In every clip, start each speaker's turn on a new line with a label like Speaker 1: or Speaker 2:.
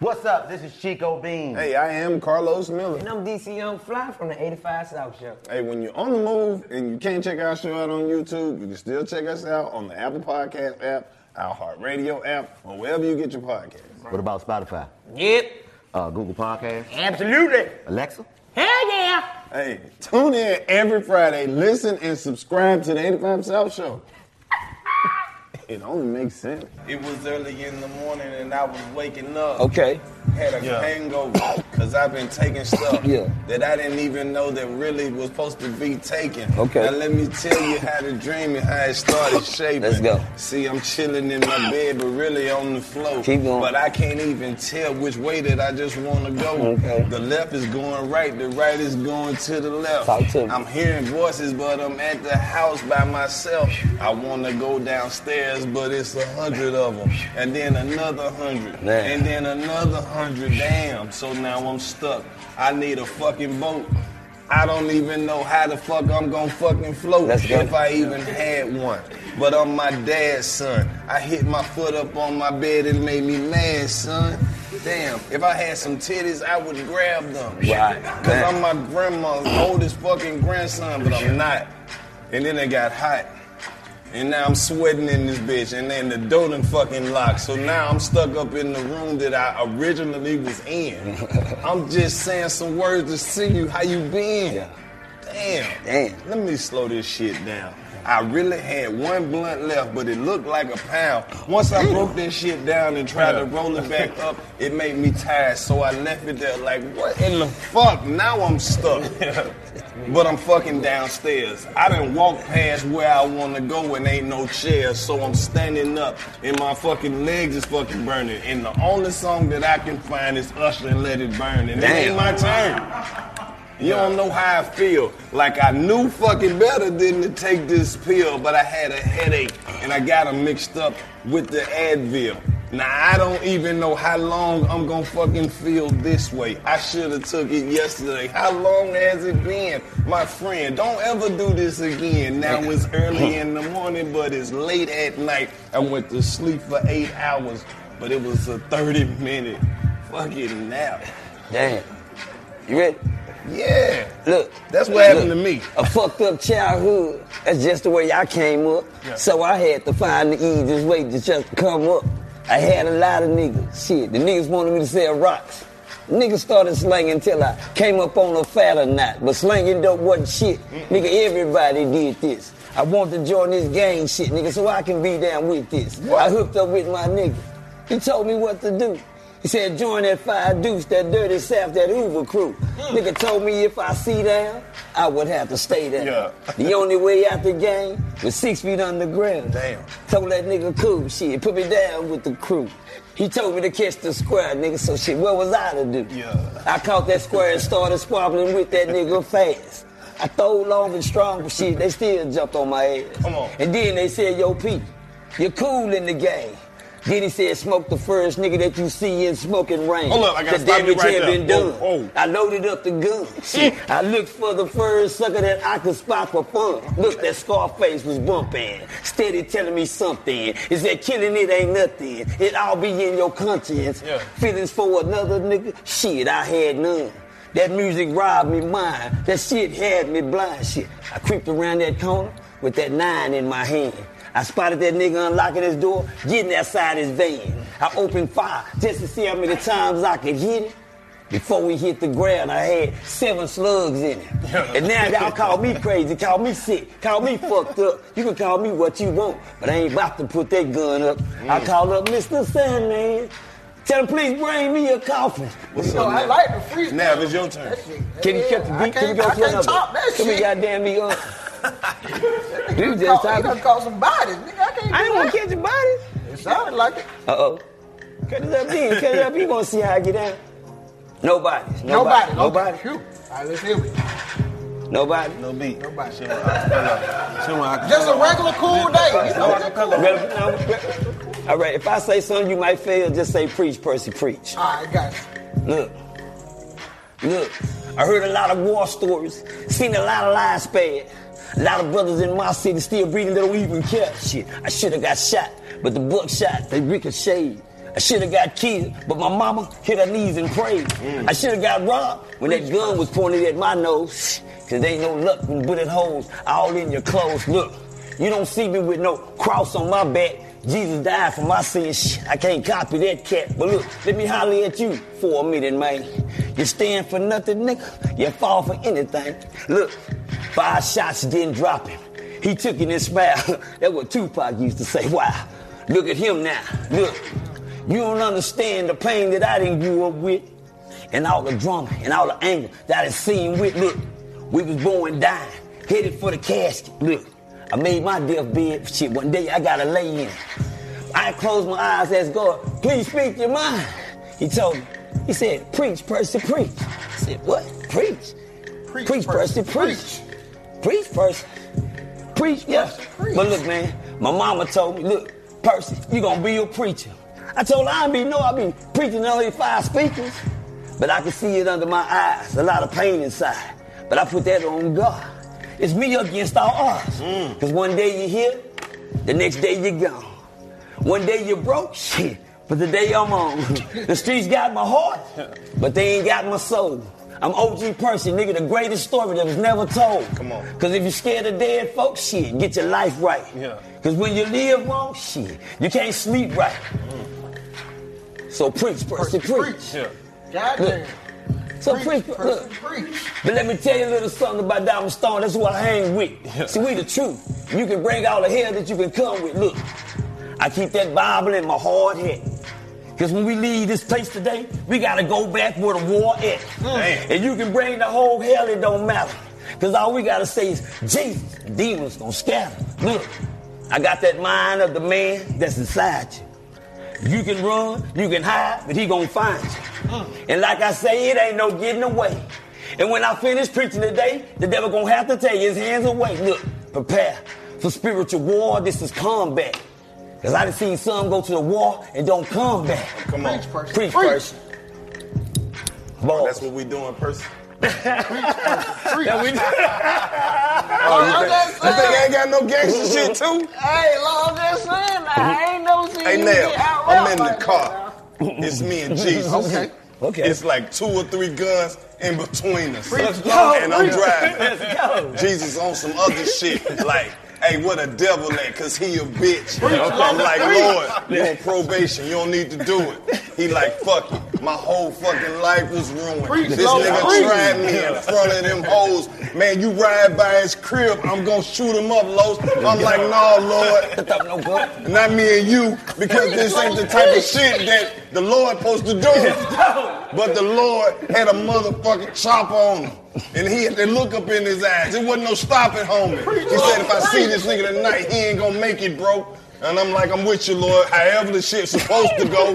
Speaker 1: What's up? This is Chico Bean.
Speaker 2: Hey, I am Carlos Miller.
Speaker 3: And I'm DC Young Fly from the 85 South Show.
Speaker 2: Hey, when you're on the move and you can't check our show out on YouTube, you can still check us out on the Apple Podcast app, our Heart Radio app, or wherever you get your podcasts.
Speaker 1: What about Spotify?
Speaker 3: Yep.
Speaker 1: Uh, Google Podcast?
Speaker 3: Absolutely.
Speaker 1: Alexa?
Speaker 3: Hell yeah.
Speaker 2: Hey, tune in every Friday, listen and subscribe to the 85 South Show. it only makes sense.
Speaker 4: It was early in the morning and I was waking up.
Speaker 2: Okay.
Speaker 4: Had a
Speaker 2: Yeah.
Speaker 4: hangover because I've been taking stuff
Speaker 2: Yeah.
Speaker 4: that I didn't even know that really was supposed to be taken.
Speaker 2: Okay.
Speaker 4: Now let me tell you how the dream and how it started shaping.
Speaker 2: Let's go.
Speaker 4: See, I'm chilling in my bed, but really on the floor.
Speaker 2: Keep going.
Speaker 4: But I can't even tell which way that I just want to go.
Speaker 2: Okay.
Speaker 4: The left is going right, the right is going to the left.
Speaker 2: Talk to me.
Speaker 4: I'm hearing voices, but I'm at the house by myself. I want to go downstairs, but it's a hundred of them. And then another hundred.
Speaker 2: Man.
Speaker 4: And then another hundred. Damn. So now I'm stuck. I need a fucking boat. I don't even know how the fuck I'm gonna fucking float
Speaker 2: Let's go.
Speaker 4: if I even had one. But I'm my dad's son. I hit my foot up on my bed and made me mad, son. Damn, if I had some titties, I would grab them.
Speaker 2: Right.
Speaker 4: Cause I'm my grandma's oldest fucking grandson, but I'm not. And then it got hot. And now I'm sweating in this bitch, and then the door done fucking locked. So now I'm stuck up in the room that I originally was in. I'm just saying some words to see you, how you been? Damn.
Speaker 2: Damn.
Speaker 4: Let me slow this shit down. I really had one blunt left, but it looked like a pound. Once I broke that shit down and tried to roll it back up, it made me tired, so I left it there like, what in the fuck? Now I'm stuck. But I'm fucking downstairs. I done walked past where I wanna go and ain't no chairs, so I'm standing up and my fucking legs is fucking burning. And the only song that I can find is Usher and Let It Burn, and it
Speaker 2: Damn.
Speaker 4: ain't my turn. You don't know how I feel. Like I knew fucking better than to take this pill, but I had a headache and I got them mixed up with the Advil. Now I don't even know how long I'm gonna fucking feel this way. I should have took it yesterday. How long has it been, my friend? Don't ever do this again. Now it's early in the morning, but it's late at night. I went to sleep for eight hours, but it was a 30 minute fucking nap.
Speaker 5: Damn. You ready?
Speaker 4: Yeah.
Speaker 5: Look.
Speaker 4: That's what happened to me.
Speaker 5: A fucked up childhood. That's just the way I came up.
Speaker 4: Yeah.
Speaker 5: So I had to find the easiest way to just come up. I had a lot of niggas. Shit, the niggas wanted me to sell rocks. Niggas started slanging until I came up on a fatter knot. But slanging dope wasn't shit. Nigga, everybody did this. I want to join this gang shit, nigga, so I can be down with this. I hooked up with my nigga. He told me what to do. He said, join that five deuce, that dirty south, that Uber crew.
Speaker 4: Hmm.
Speaker 5: Nigga told me if I see down, I would have to stay down.
Speaker 4: Yeah.
Speaker 5: The only way out the game was six feet underground.
Speaker 4: Damn.
Speaker 5: Told that nigga cool shit, put me down with the crew. He told me to catch the square, nigga, so shit, what was I to do?
Speaker 4: Yeah.
Speaker 5: I caught that square and started squabbling with that nigga fast. I throwed long and strong, but shit, they still jumped on my ass.
Speaker 4: Come on.
Speaker 5: And then they said, yo, P, you're cool in the game. Diddy said, smoke the first nigga that you see in smoking rain.
Speaker 1: Hold up, I gotta
Speaker 5: the
Speaker 1: stop you
Speaker 5: damage
Speaker 1: right
Speaker 5: had
Speaker 1: there.
Speaker 5: been
Speaker 1: Whoa,
Speaker 5: done. I loaded up the gun. Shit, I looked for the first sucker that I could spot for fun. Look, that Scarface was bumping. Steady telling me something. Is that killing it ain't nothing. It all be in your conscience. Feelings for another nigga? Shit, I had none. That music robbed me mine. That shit had me blind. Shit, I creeped around that corner with that nine in my hand. I spotted that nigga unlocking his door, getting outside his van. I opened fire just to see how many times I could hit it. Before we hit the ground, I had seven slugs in it. And now y'all call me crazy, call me sick, call me fucked up. You can call me what you want, but I ain't about to put that gun up.
Speaker 1: Mm.
Speaker 5: I called up Mr. Sandman. Tell him please bring me a coffin.
Speaker 6: Oh,
Speaker 1: What's up, Nav? Nav, it's your turn.
Speaker 5: Can you cut the beat? Can we go to
Speaker 1: I can't
Speaker 5: another?
Speaker 1: top that
Speaker 5: Can we
Speaker 1: shit.
Speaker 5: goddamn me up? Dude, just
Speaker 6: call, you
Speaker 5: talking.
Speaker 6: done call some bodies, nigga. I can't.
Speaker 5: I ain't gonna
Speaker 6: catch
Speaker 5: your bodies.
Speaker 6: It sounded like it.
Speaker 5: Uh oh. Cut it up, then. Cut it up. You gonna see how I get out? Nobody.
Speaker 6: Nobody.
Speaker 5: Nobody. Nobody.
Speaker 6: Shoot. All right, let's hear it.
Speaker 5: Nobody.
Speaker 1: No beat.
Speaker 6: Nobody.
Speaker 1: Just
Speaker 6: Just a regular cool day. You know, just cool.
Speaker 5: All right. If I say something you might fail, just say preach, Percy, preach.
Speaker 6: All right, guys.
Speaker 5: Look, look, I heard a lot of war stories, seen a lot of lies sped. A lot of brothers in my city still breathing little even care. Shit, I should have got shot, but the buckshot, they ricocheted. I should have got killed, but my mama hit her knees and prayed. I should have got robbed when that gun was pointed at my nose. Cause ain't no luck when bullet holes all in your clothes. Look, you don't see me with no cross on my back. Jesus died for my sins. Shit, I can't copy that cat. But look, let me holler at you for a minute, man. You stand for nothing, nigga. You fall for anything. Look, five shots didn't drop him. He took it and smiled. That's what Tupac used to say. Wow. Look at him now. Look, you don't understand the pain that I didn't grew up with. And all the drama and all the anger that I seen with. Look, we was born dying, headed for the casket. Look, I made my death bed. Shit, one day I gotta lay in it. I closed my eyes, asked God, please speak your mind. He told me, he said, preach, Percy, preach. I said, what? Preach? Preach, Percy, preach. Preach, Percy. Preach, yes. But look, man, my mama told me, look, Percy, you gonna be a preacher. I told her I be no, I be preaching only five speakers. But I can see it under my eyes, a lot of pain inside. But I put that on God. It's me against all odds. Cause one day you're here, the next day you're gone. One day you're broke, shit, but the day I'm on. The streets got my heart, but they ain't got my soul. I'm OG Percy, nigga, the greatest story that was never told. Come on. Cause if you're scared of dead folks, shit, get your life right. Yeah. Cause when you live wrong, shit, you can't sleep right. So preach, Percy, preach.
Speaker 6: Goddamn.
Speaker 5: So preach, look. But let me tell you a little something about Diamond Stone. That's who I hang with. See, we the truth. You can bring all the hell that you can come with. Look, I keep that Bible in my hard head. Because when we leave this place today, we got to go back where the war at.
Speaker 1: Damn.
Speaker 5: And you can bring the whole hell, it don't matter. Because all we got to say is, Jesus, demons gonna scatter. Look, I got that mind of the man that's inside you. You can run, you can hide, but he gonna find you.
Speaker 1: Mm,
Speaker 5: And like I say, it ain't no getting away. And when I finish preaching today, the devil gonna have to take his hands away. Look, prepare for spiritual war. This is combat. Cause I done seen some go to the war and don't come back. Come on. Preach, person. Preach, person.
Speaker 1: That's what we doing, person.
Speaker 5: That we
Speaker 1: Oh, you
Speaker 6: I'm
Speaker 1: think-
Speaker 6: just
Speaker 1: you think I
Speaker 6: saying.
Speaker 1: ain't got no gangster shit too?
Speaker 6: Hey, Lord, I'm just saying. I ain't never seen
Speaker 1: Hey
Speaker 6: you
Speaker 1: now,
Speaker 6: get out
Speaker 1: I'm
Speaker 6: rap
Speaker 1: in the
Speaker 6: like
Speaker 1: car. It's me and Jesus.
Speaker 6: Okay.
Speaker 5: Okay.
Speaker 1: It's like two or three guns in between us.
Speaker 6: Let's go.
Speaker 1: And I'm
Speaker 6: Let's
Speaker 1: driving.
Speaker 6: go.
Speaker 1: Jesus on some other shit. Like, hey, what a devil at, cause he a bitch.
Speaker 6: Preach,
Speaker 1: I'm
Speaker 6: Lord.
Speaker 1: like,
Speaker 6: Preach.
Speaker 1: Lord, you on probation. You don't need to do it. He like, fuck it. My whole fucking life was ruined.
Speaker 6: Preach,
Speaker 1: this
Speaker 6: Lord.
Speaker 1: nigga
Speaker 6: Preach.
Speaker 1: tried me in front of them hoes. Man, you ride by his crib, I'm gonna shoot him up, Los. I'm like, nah, Lord. Not me and you, because this ain't the type of shit that the Lord supposed to do. But the Lord had a motherfucking chopper on him. And he had that look up in his eyes. It wasn't no stopping, homie. He said, if I see this nigga tonight, he ain't gonna make it, bro. And I'm like, I'm with you, Lord. However the shit's supposed to go.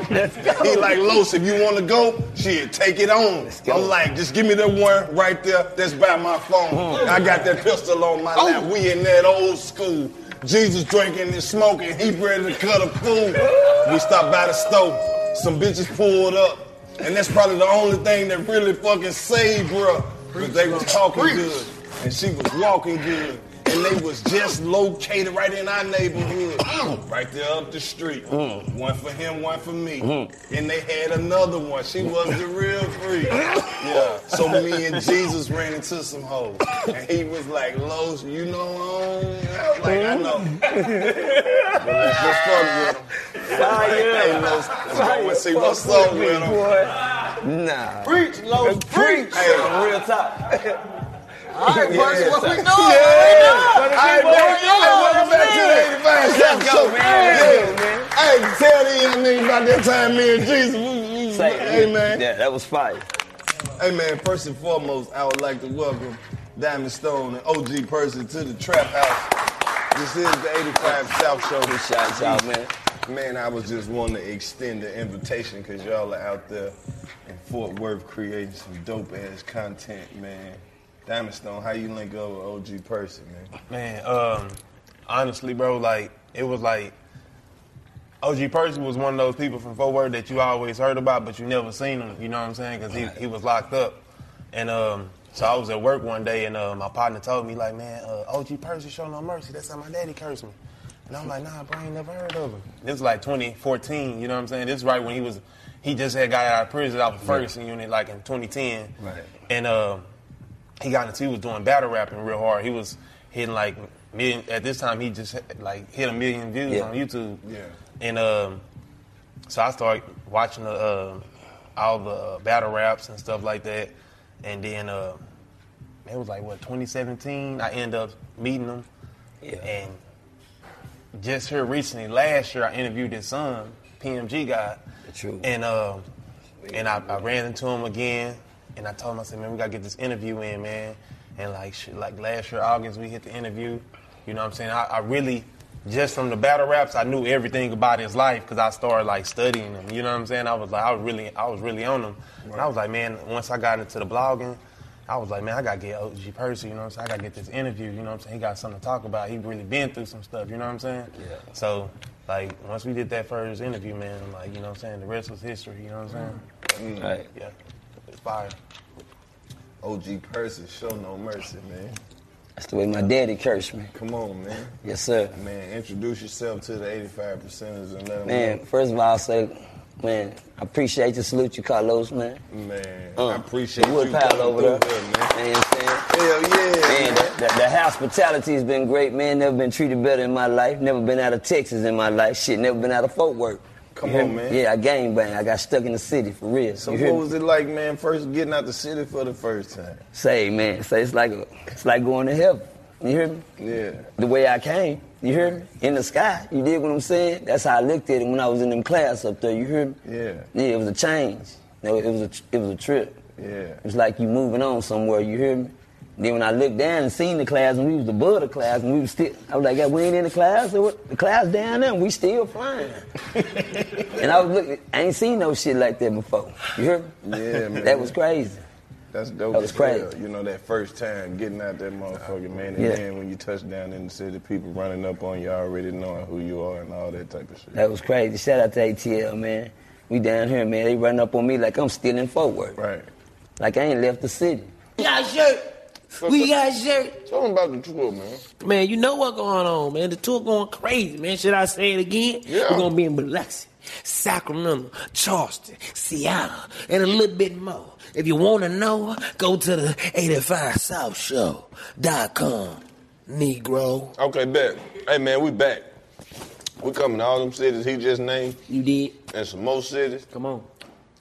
Speaker 1: He like, Los, if you want to go, shit, take it on. I'm like, just give me the one right there that's by my phone. I got that pistol on my lap. We in that old school
Speaker 4: Jesus drinking and smoking. He ready to cut a fool. We stopped by the store. Some bitches pulled up. And that's probably the only thing that really fucking saved her. Because they was talking good. And she was walking good. And they was just located right in our neighborhood. Right there up the street.
Speaker 1: Mm.
Speaker 4: One for him, one for me.
Speaker 1: Mm.
Speaker 4: And they had another one. She was the real freak. Yeah. So me and Jesus ran into some hoes. And he was like, Los, you know um, I was like, I know. but let's just fuck with him.
Speaker 3: Fire.
Speaker 4: Hey, Los, let's go and see what's up with him.
Speaker 5: Nah.
Speaker 3: Preach, Los, preach.
Speaker 4: Hey,
Speaker 3: on real top. All right,
Speaker 4: Yeah.
Speaker 3: Percy, what we doing?
Speaker 4: Yeah.
Speaker 3: What we doing?
Speaker 4: Hey,
Speaker 3: What we
Speaker 4: man. Hey,
Speaker 3: doing?
Speaker 4: welcome back to the 85
Speaker 3: Yeah.
Speaker 4: South
Speaker 3: Let's go,
Speaker 4: Show.
Speaker 3: man.
Speaker 4: Yeah. Hey, tell these young niggas about that time me and Jesus. Mm-hmm. we- we- Hey, man.
Speaker 5: Yeah, that was fire.
Speaker 4: Hey man, first and foremost, I would like to welcome Diamond Stone and OG Person to the Trap House. This is the 85 South Show. Shout
Speaker 5: out, man.
Speaker 4: Man, I was just wanting to extend the invitation because y'all are out there in Fort Worth creating some dope ass content, man. Diamond Stone, how you link up with OG Person, man?
Speaker 2: Man, um, honestly, bro, like it was like OG Percy was one of those people from Fort Worth that you always heard about, but you never seen him. You know what I'm saying? Because he, he was locked up, and um, so I was at work one day, and uh, my partner told me like, man, uh, OG Percy show no mercy. That's how my daddy cursed me. And I'm
Speaker 3: Oh,
Speaker 2: like, nah, bro, I ain't never heard of him. This is like 2014. You know what I'm saying? This is right when he was he just had got out of prison out of Ferguson unit like in 2010,
Speaker 4: Right.
Speaker 2: and. um he got into he was doing battle rapping real hard. He was hitting like million at this time he just like hit a million views
Speaker 4: Yeah.
Speaker 2: on YouTube.
Speaker 4: Yeah.
Speaker 2: And um, so I started watching the uh, all the uh, battle raps and stuff like that. And then uh, it was like what 2017. I end up meeting him. And just here recently, last year I interviewed his son, PMG guy. True. And um, and I, I ran into him again, and I told him I said, man, we gotta get this interview in, man. And like shit, like last year August, we hit the interview. You know what I'm saying? I, I really just from the battle raps, I knew everything about his life because I started like studying him. You know what I'm saying? I was like, I was really, I was really on him. And I was like, man, once I got into the blogging, I was like, man, I gotta get OG Percy. You know what I'm saying? I gotta get this interview. You know what I'm saying? He got something to talk about. He really been through some stuff. You know what I'm saying? Yeah. So. Like once we did that first interview, man, like you know what I'm saying, the rest was history, you know what I'm saying?
Speaker 4: Mm. Right.
Speaker 2: Yeah. It's fire.
Speaker 4: OG Person show no mercy, man.
Speaker 5: That's the way my daddy cursed me.
Speaker 4: Come on, man.
Speaker 5: Yes, sir.
Speaker 4: Man, introduce yourself to the 85 percenters and let them
Speaker 5: Man, first of all, I say, man, I appreciate you, salute you, Carlos, man.
Speaker 4: know. Man,
Speaker 5: Uh,
Speaker 4: I appreciate
Speaker 5: the
Speaker 4: you.
Speaker 5: wood pile
Speaker 4: coming
Speaker 5: over
Speaker 4: through
Speaker 5: there.
Speaker 4: here, man.
Speaker 5: You know what I'm saying?
Speaker 4: Hell yeah.
Speaker 5: Man, the, the, the hospitality has been great, man. Never been treated better in my life. Never been out of Texas in my life. Shit, never been out of Fort Worth.
Speaker 4: Come
Speaker 5: You hear
Speaker 4: on,
Speaker 5: me?
Speaker 4: man.
Speaker 5: Yeah, I gang bang. I got stuck in the city for real.
Speaker 4: So
Speaker 5: You hear
Speaker 4: what
Speaker 5: me?
Speaker 4: was it like, man, first getting out the city for the first time?
Speaker 5: Say, man, say it's like a, it's like going to heaven. You hear me?
Speaker 4: Yeah.
Speaker 5: The way I came, you hear me? In the sky, you dig what I'm saying? That's how I looked at it when I was in them class up there. You hear me?
Speaker 4: Yeah.
Speaker 5: Yeah, it was a change. No, it was a, it was a trip.
Speaker 4: Yeah.
Speaker 5: It's like you moving on somewhere. You hear me? Then when I looked down and seen the class, and we was above the class, and we was still, I was like, yeah, we ain't in the class. Or what? The class down there, and we still flying. and I was looking, I ain't seen no shit like that before. You hear me?
Speaker 4: Yeah, man.
Speaker 5: That was crazy.
Speaker 4: That's dope.
Speaker 5: That was
Speaker 4: as hell,
Speaker 5: crazy.
Speaker 4: You know, that first time getting out that motherfucker, man. And
Speaker 5: Yeah.
Speaker 4: then when you touch down in the city, people running up on you already knowing who you are and all that type of shit.
Speaker 5: That was crazy. Shout out to ATL, man. We down here, man. They run up on me like I'm still in Fort Worth.
Speaker 4: Right.
Speaker 5: Like I ain't left the city.
Speaker 3: We got shirt. We got shirt.
Speaker 4: Tell them about the tour, man.
Speaker 3: Man, you know what going on, man. The tour going crazy, man. Should I say it again? We're gonna be in Biloxi, Sacramento, Charleston, Seattle, and a little bit more. If you want to know, go to the 85southshow.com. Negro.
Speaker 4: Okay, bet. Hey, man, we back. We coming to all them cities he just named.
Speaker 3: You did.
Speaker 4: And some more cities.
Speaker 3: Come on.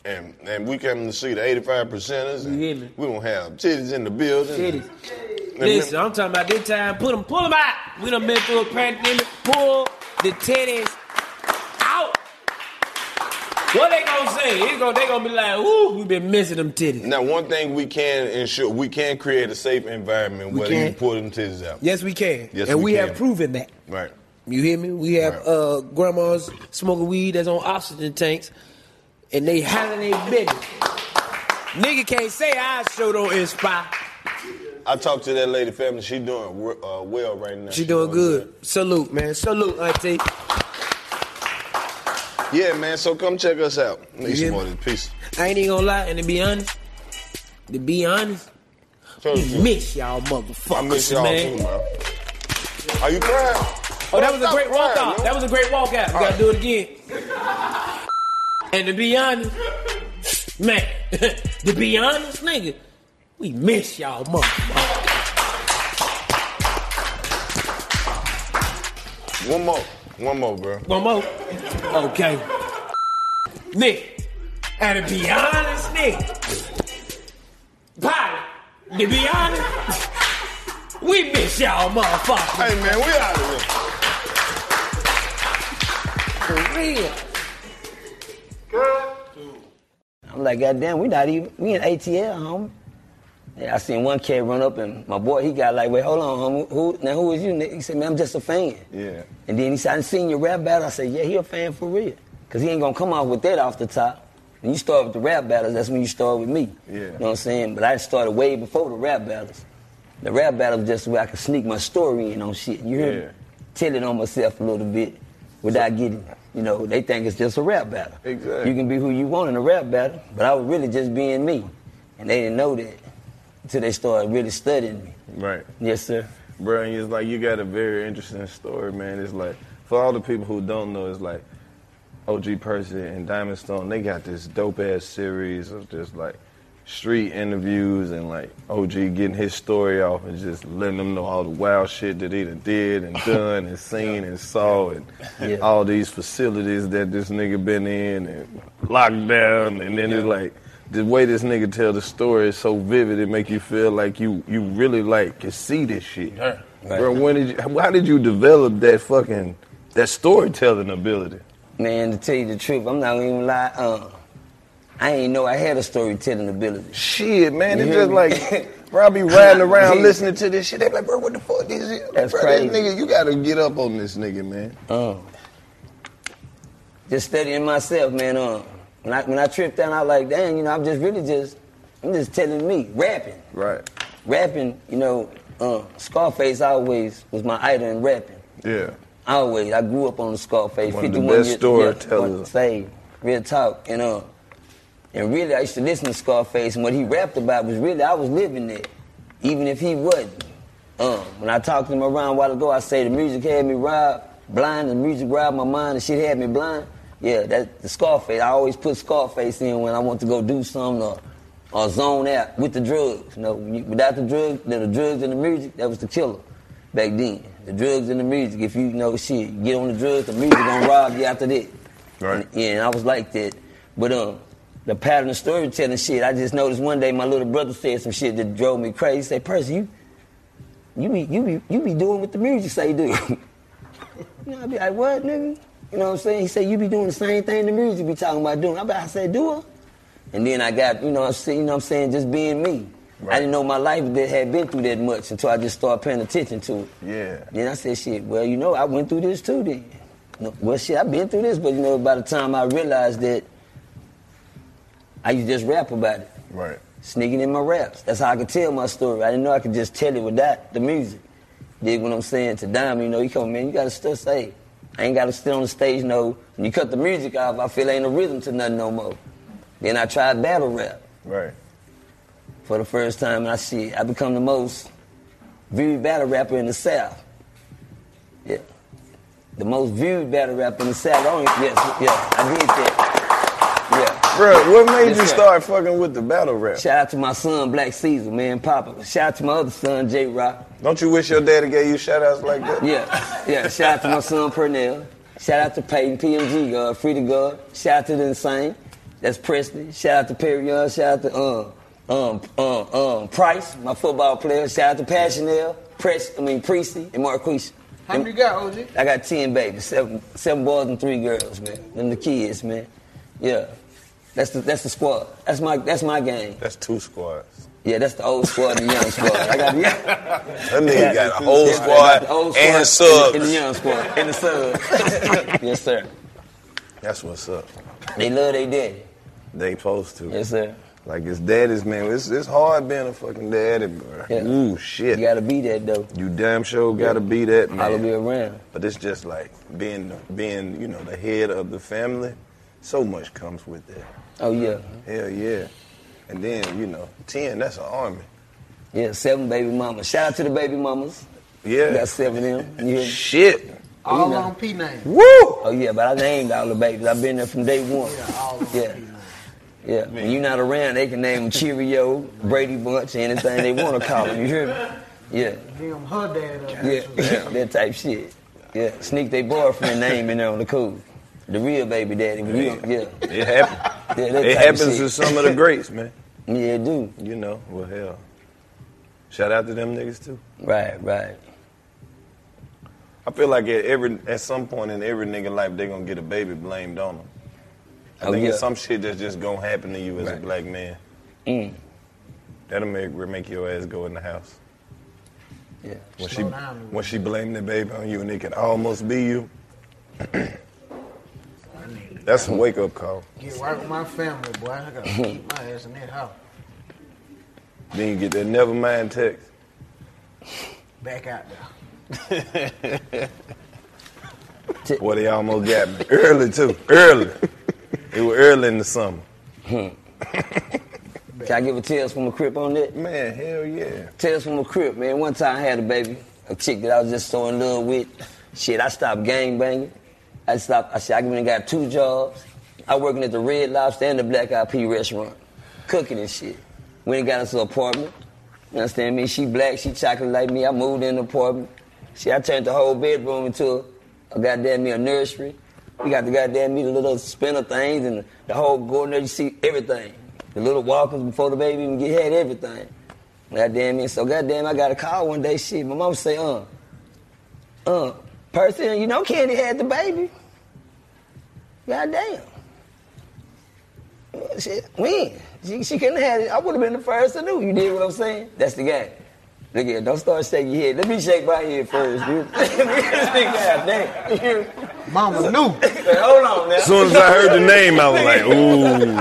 Speaker 4: And and we coming to see the 85 percenters. and
Speaker 3: You hear me?
Speaker 4: We gonna have cities in the building.
Speaker 3: Cities.
Speaker 4: And
Speaker 3: Listen, I'm talking about this time. Put them, pull them out. We done been through a pandemic. Pull the titties out. What they gonna say? They gonna, they gonna be like, ooh, we been missing them titties.
Speaker 4: Now, one thing we can ensure, we can create a safe environment
Speaker 3: We
Speaker 4: where
Speaker 3: can.
Speaker 4: you pull them titties out.
Speaker 3: Yes, we can.
Speaker 4: Yes,
Speaker 3: and
Speaker 4: we
Speaker 3: we,
Speaker 4: can.
Speaker 3: have proven that.
Speaker 4: Right.
Speaker 3: You hear me? We have uh, grandmas smoking weed that's on oxygen tanks, and they hollering their business. Nigga can't say our show don't inspire.
Speaker 4: I talked to that lady family. She doing w- uh, well right now.
Speaker 3: She doing good. Salute, man. Salute, auntie.
Speaker 4: Yeah, man. So come check us out. Need
Speaker 3: Yeah.
Speaker 4: some more of this piece.
Speaker 3: I ain't even gonna lie, and to be honest, to be honest, we miss y'all motherfuckers,
Speaker 4: I miss y'all
Speaker 3: man.
Speaker 4: too, man. Are you crying?
Speaker 3: Oh, that was a
Speaker 4: Stop
Speaker 3: great
Speaker 4: crying,
Speaker 3: walkout.
Speaker 4: man.
Speaker 3: That was a great walkout. We
Speaker 4: All
Speaker 3: gotta
Speaker 4: right.
Speaker 3: do it again. And to be honest, man, to be honest, nigga, we miss y'all motherfuckers.
Speaker 4: One more. One more, bro.
Speaker 3: One more. Okay. Nick, and to be honest, Nick, Pilot, to be honest, we miss y'all motherfuckers.
Speaker 4: Hey, man, we out of here.
Speaker 3: For real.
Speaker 5: I'm like, goddamn, we not even, we in ATL, homie. Yeah, I seen one kid run up and my boy, he got like, wait, hold on, homie, who, now who is you? nigga? He said, man, I'm just a fan.
Speaker 4: Yeah.
Speaker 5: And then he said, I done seen your rap battle. I said, yeah, he a fan for real. Cause he ain't gonna come off with that off the top. When you start with the rap battles, that's when you start with me.
Speaker 4: Yeah.
Speaker 5: You know what I'm saying? But I started way before the rap battles. The rap battles just where I could sneak my story in on shit. You hear me?
Speaker 4: Yeah.
Speaker 5: Tell it on myself a little bit without getting, you know, they think it's just a rap battle.
Speaker 4: Exactly.
Speaker 5: You can be who you want in a rap battle, but I was really just being me. And they didn't know that until they started really studying me.
Speaker 4: Right.
Speaker 5: Yes, sir.
Speaker 4: Bro, and it's like you got a very interesting story, man. It's like for all the people who don't know, it's like OG Percy and Diamond Stone, they got this dope ass series of just like street interviews and like OG getting his story off and just letting them know all the wild shit that he done did and done and seen and saw and all these facilities that this nigga been in and lockdown and then it's like the way this nigga tell the story is so vivid it make you feel like you you really like can see this shit.
Speaker 3: Yeah.
Speaker 4: Bro, when did you, how did you develop that fucking that storytelling ability?
Speaker 5: Man, to tell you the truth, I'm not gonna even lie. Uh, I ain't know I had a storytelling ability.
Speaker 4: Shit, man,
Speaker 5: You
Speaker 4: it's
Speaker 5: hear
Speaker 4: just
Speaker 5: me?
Speaker 4: like bro, I be riding around
Speaker 5: Yeah.
Speaker 4: listening to this shit. They be like, bro, what the fuck this is?
Speaker 5: That's
Speaker 4: bro,
Speaker 5: crazy.
Speaker 4: This nigga, you gotta get up on this nigga, man.
Speaker 5: Um, just studying myself, man. Um, when I when I tripped out, I was like, dang, you know, I'm just really just, I'm just telling me, rapping,
Speaker 4: Right.
Speaker 5: rapping. You know, uh, Scarface always was my idol in rapping.
Speaker 4: Yeah.
Speaker 5: Always, I grew up on the Scarface.
Speaker 4: One of the
Speaker 5: 51
Speaker 4: best
Speaker 5: years-
Speaker 4: storytellers.
Speaker 5: one- Say, real talk, and uh, and really, I used to listen to Scarface, and what he rapped about was really I was living it, even if he wasn't. Um, when I talked to him around a while ago, I say the music had me robbed, blind. The music robbed my mind, and shit had me blind. Yeah, that the Scarface. I always put Scarface in when I want to go do something or, or zone out with the drugs. You know, when you- without the drugs, the, the drugs and the music, that was the killer back then. The drugs and the music. If you, you know shit, you get on the drugs, the music gonna rob you after that. Right. yeah, and I was like that. But um, the pattern of storytelling shit, I just noticed one day my little brother said some shit that drove me crazy. He said, Percy, you you be you be you be doing what the music say do. you know, I be like, what nigga? You know what I'm saying? He said, you be doing the same thing the music be talking about doing. I be, I said, do it. And then I got, you know, I'm saying, you know what I'm saying, just being me. I didn't know my life that had been through that much until I just started paying attention to it.
Speaker 4: Yeah.
Speaker 5: Then I said, shit, well, you know, I went through this too then. No, well, shit, I've been through this, but you know, by the time I realized that, I used to just rap about it.
Speaker 4: Right.
Speaker 5: Sneaking in my raps. That's how I could tell my story. I didn't know I could just tell it without the music. Dig what I'm saying? To Dime, you know, he come, man, you gotta still say, I ain't gotta sit on the stage, no. When you cut the music off, I feel ain't a rhythm to nothing no more. Then I tried battle rap
Speaker 4: Right.
Speaker 5: for the first time, and I see I become the most viewed battle rapper in the South. Yeah, the most viewed battle rapper in the South. I only, yes, yeah, I did that. Yeah,
Speaker 4: Bro, what made
Speaker 5: Yes,
Speaker 4: you
Speaker 5: sir.
Speaker 4: start fucking with the battle rap?
Speaker 5: Shout out to my son Black Caesar, man, Papa. Shout out to my other son J Rock.
Speaker 4: Don't you wish your daddy gave you shout outs like that?
Speaker 5: Yeah, yeah. Shout out to my son Pernell. Shout out to Peyton, PMG God, Free to God. Shout out to the Insane. That's Preston. Shout out to Perry Young. Shout out to um um um um Price, my football player. Shout out to Passionell, Press. I mean Priesty and Marquise.
Speaker 7: How many you got, OG?
Speaker 5: I got ten babies, seven seven boys and three girls, man. Them the kids, man. Yeah, that's the that's the squad. That's my that's my game.
Speaker 4: That's two squads.
Speaker 5: Yeah, that's the old squad and the young squad. I got the
Speaker 4: That nigga got an old
Speaker 5: Yeah, I got
Speaker 4: squad
Speaker 5: the old
Speaker 4: and
Speaker 5: squad and the-
Speaker 4: subs.
Speaker 5: and the young squad and the subs. yes, sir.
Speaker 4: That's what's up.
Speaker 5: They love their daddy.
Speaker 4: They supposed to.
Speaker 5: Yes, sir.
Speaker 4: Like it's daddy's man. It's it's hard being a fucking daddy, bro. Ooh shit. You gotta be that though. You damn sure gotta be that man.
Speaker 5: Gotta be
Speaker 4: around. But it's just like being being, you know, the head of the family, so much comes with that.
Speaker 5: Oh, yeah.
Speaker 4: Hell yeah. And then, you know, ten, that's an army.
Speaker 5: Yeah, seven baby mamas. Shout out to the baby mamas.
Speaker 4: Yeah.
Speaker 5: We got seven of them. Yeah.
Speaker 4: Shit.
Speaker 5: All
Speaker 3: on P name.
Speaker 5: Woo! Oh yeah, but I named all the babies. I've been there from day one. Yeah. Yeah, when you're not around, they can name them Cheerio, Brady Bunch, anything they want to call them. You hear me? Yeah,
Speaker 3: Damn, her dad. up.
Speaker 5: yeah, that type shit. Yeah, sneak their boyfriend name in there on the cool. The real baby daddy. but you don't- yeah.
Speaker 4: It happens.
Speaker 5: Yeah, that
Speaker 4: it
Speaker 5: type
Speaker 4: happens
Speaker 5: shit.
Speaker 4: to some of the greats, man.
Speaker 5: Yeah, it do.
Speaker 4: You know, well, hell. Shout out to them niggas too.
Speaker 5: Right, right.
Speaker 4: I feel like at every at some point in every nigga life, they gonna get a baby blamed on them. I
Speaker 5: Oh,
Speaker 4: think
Speaker 5: yeah.
Speaker 4: it's some shit that's just gonna happen to you as a black man.
Speaker 5: Mm.
Speaker 4: That'll make make your ass go in the house.
Speaker 5: Yeah.
Speaker 4: When she when she blamed the baby on you and it could almost be you. that's a wake up call.
Speaker 3: Get right with my family, boy. I gotta keep my ass in that house.
Speaker 4: Then you get that never mind text.
Speaker 3: Back out there.
Speaker 4: Boy, they almost got me. Early, too. Early. it was early in the summer.
Speaker 5: Can I give a tales from a crip on that?
Speaker 4: Man, hell yeah.
Speaker 5: Tales from a crip, man. One time I had a baby, a chick that I was just so in love with. Shit, I stopped gang banging. I stopped. I said I even got two jobs. I working at the Red Lobster and the Black Eyed Pea restaurant, cooking and shit. We ain't got us an apartment. You understand me? She black, she chocolate like me. I moved in the apartment. See, I turned the whole bedroom into a, a goddamn me a nursery. We got the goddamn me the little spinner things and the, whole garden there. You see everything. The little walkers before the baby even get had everything. Goddamn me. So goddamn, I got a call one day. Shit, my mom say, uh, uh, Percy, you know Candy had the baby. Goddamn. Shit, when? She, she couldn't have it. I would have been the first to know. You did what I'm saying? That's the game. Look here, don't start shaking your head. Let me shake my head first, dude. Goddamn.
Speaker 3: Mama knew.
Speaker 5: Hold on now.
Speaker 4: As soon as I heard the name, I was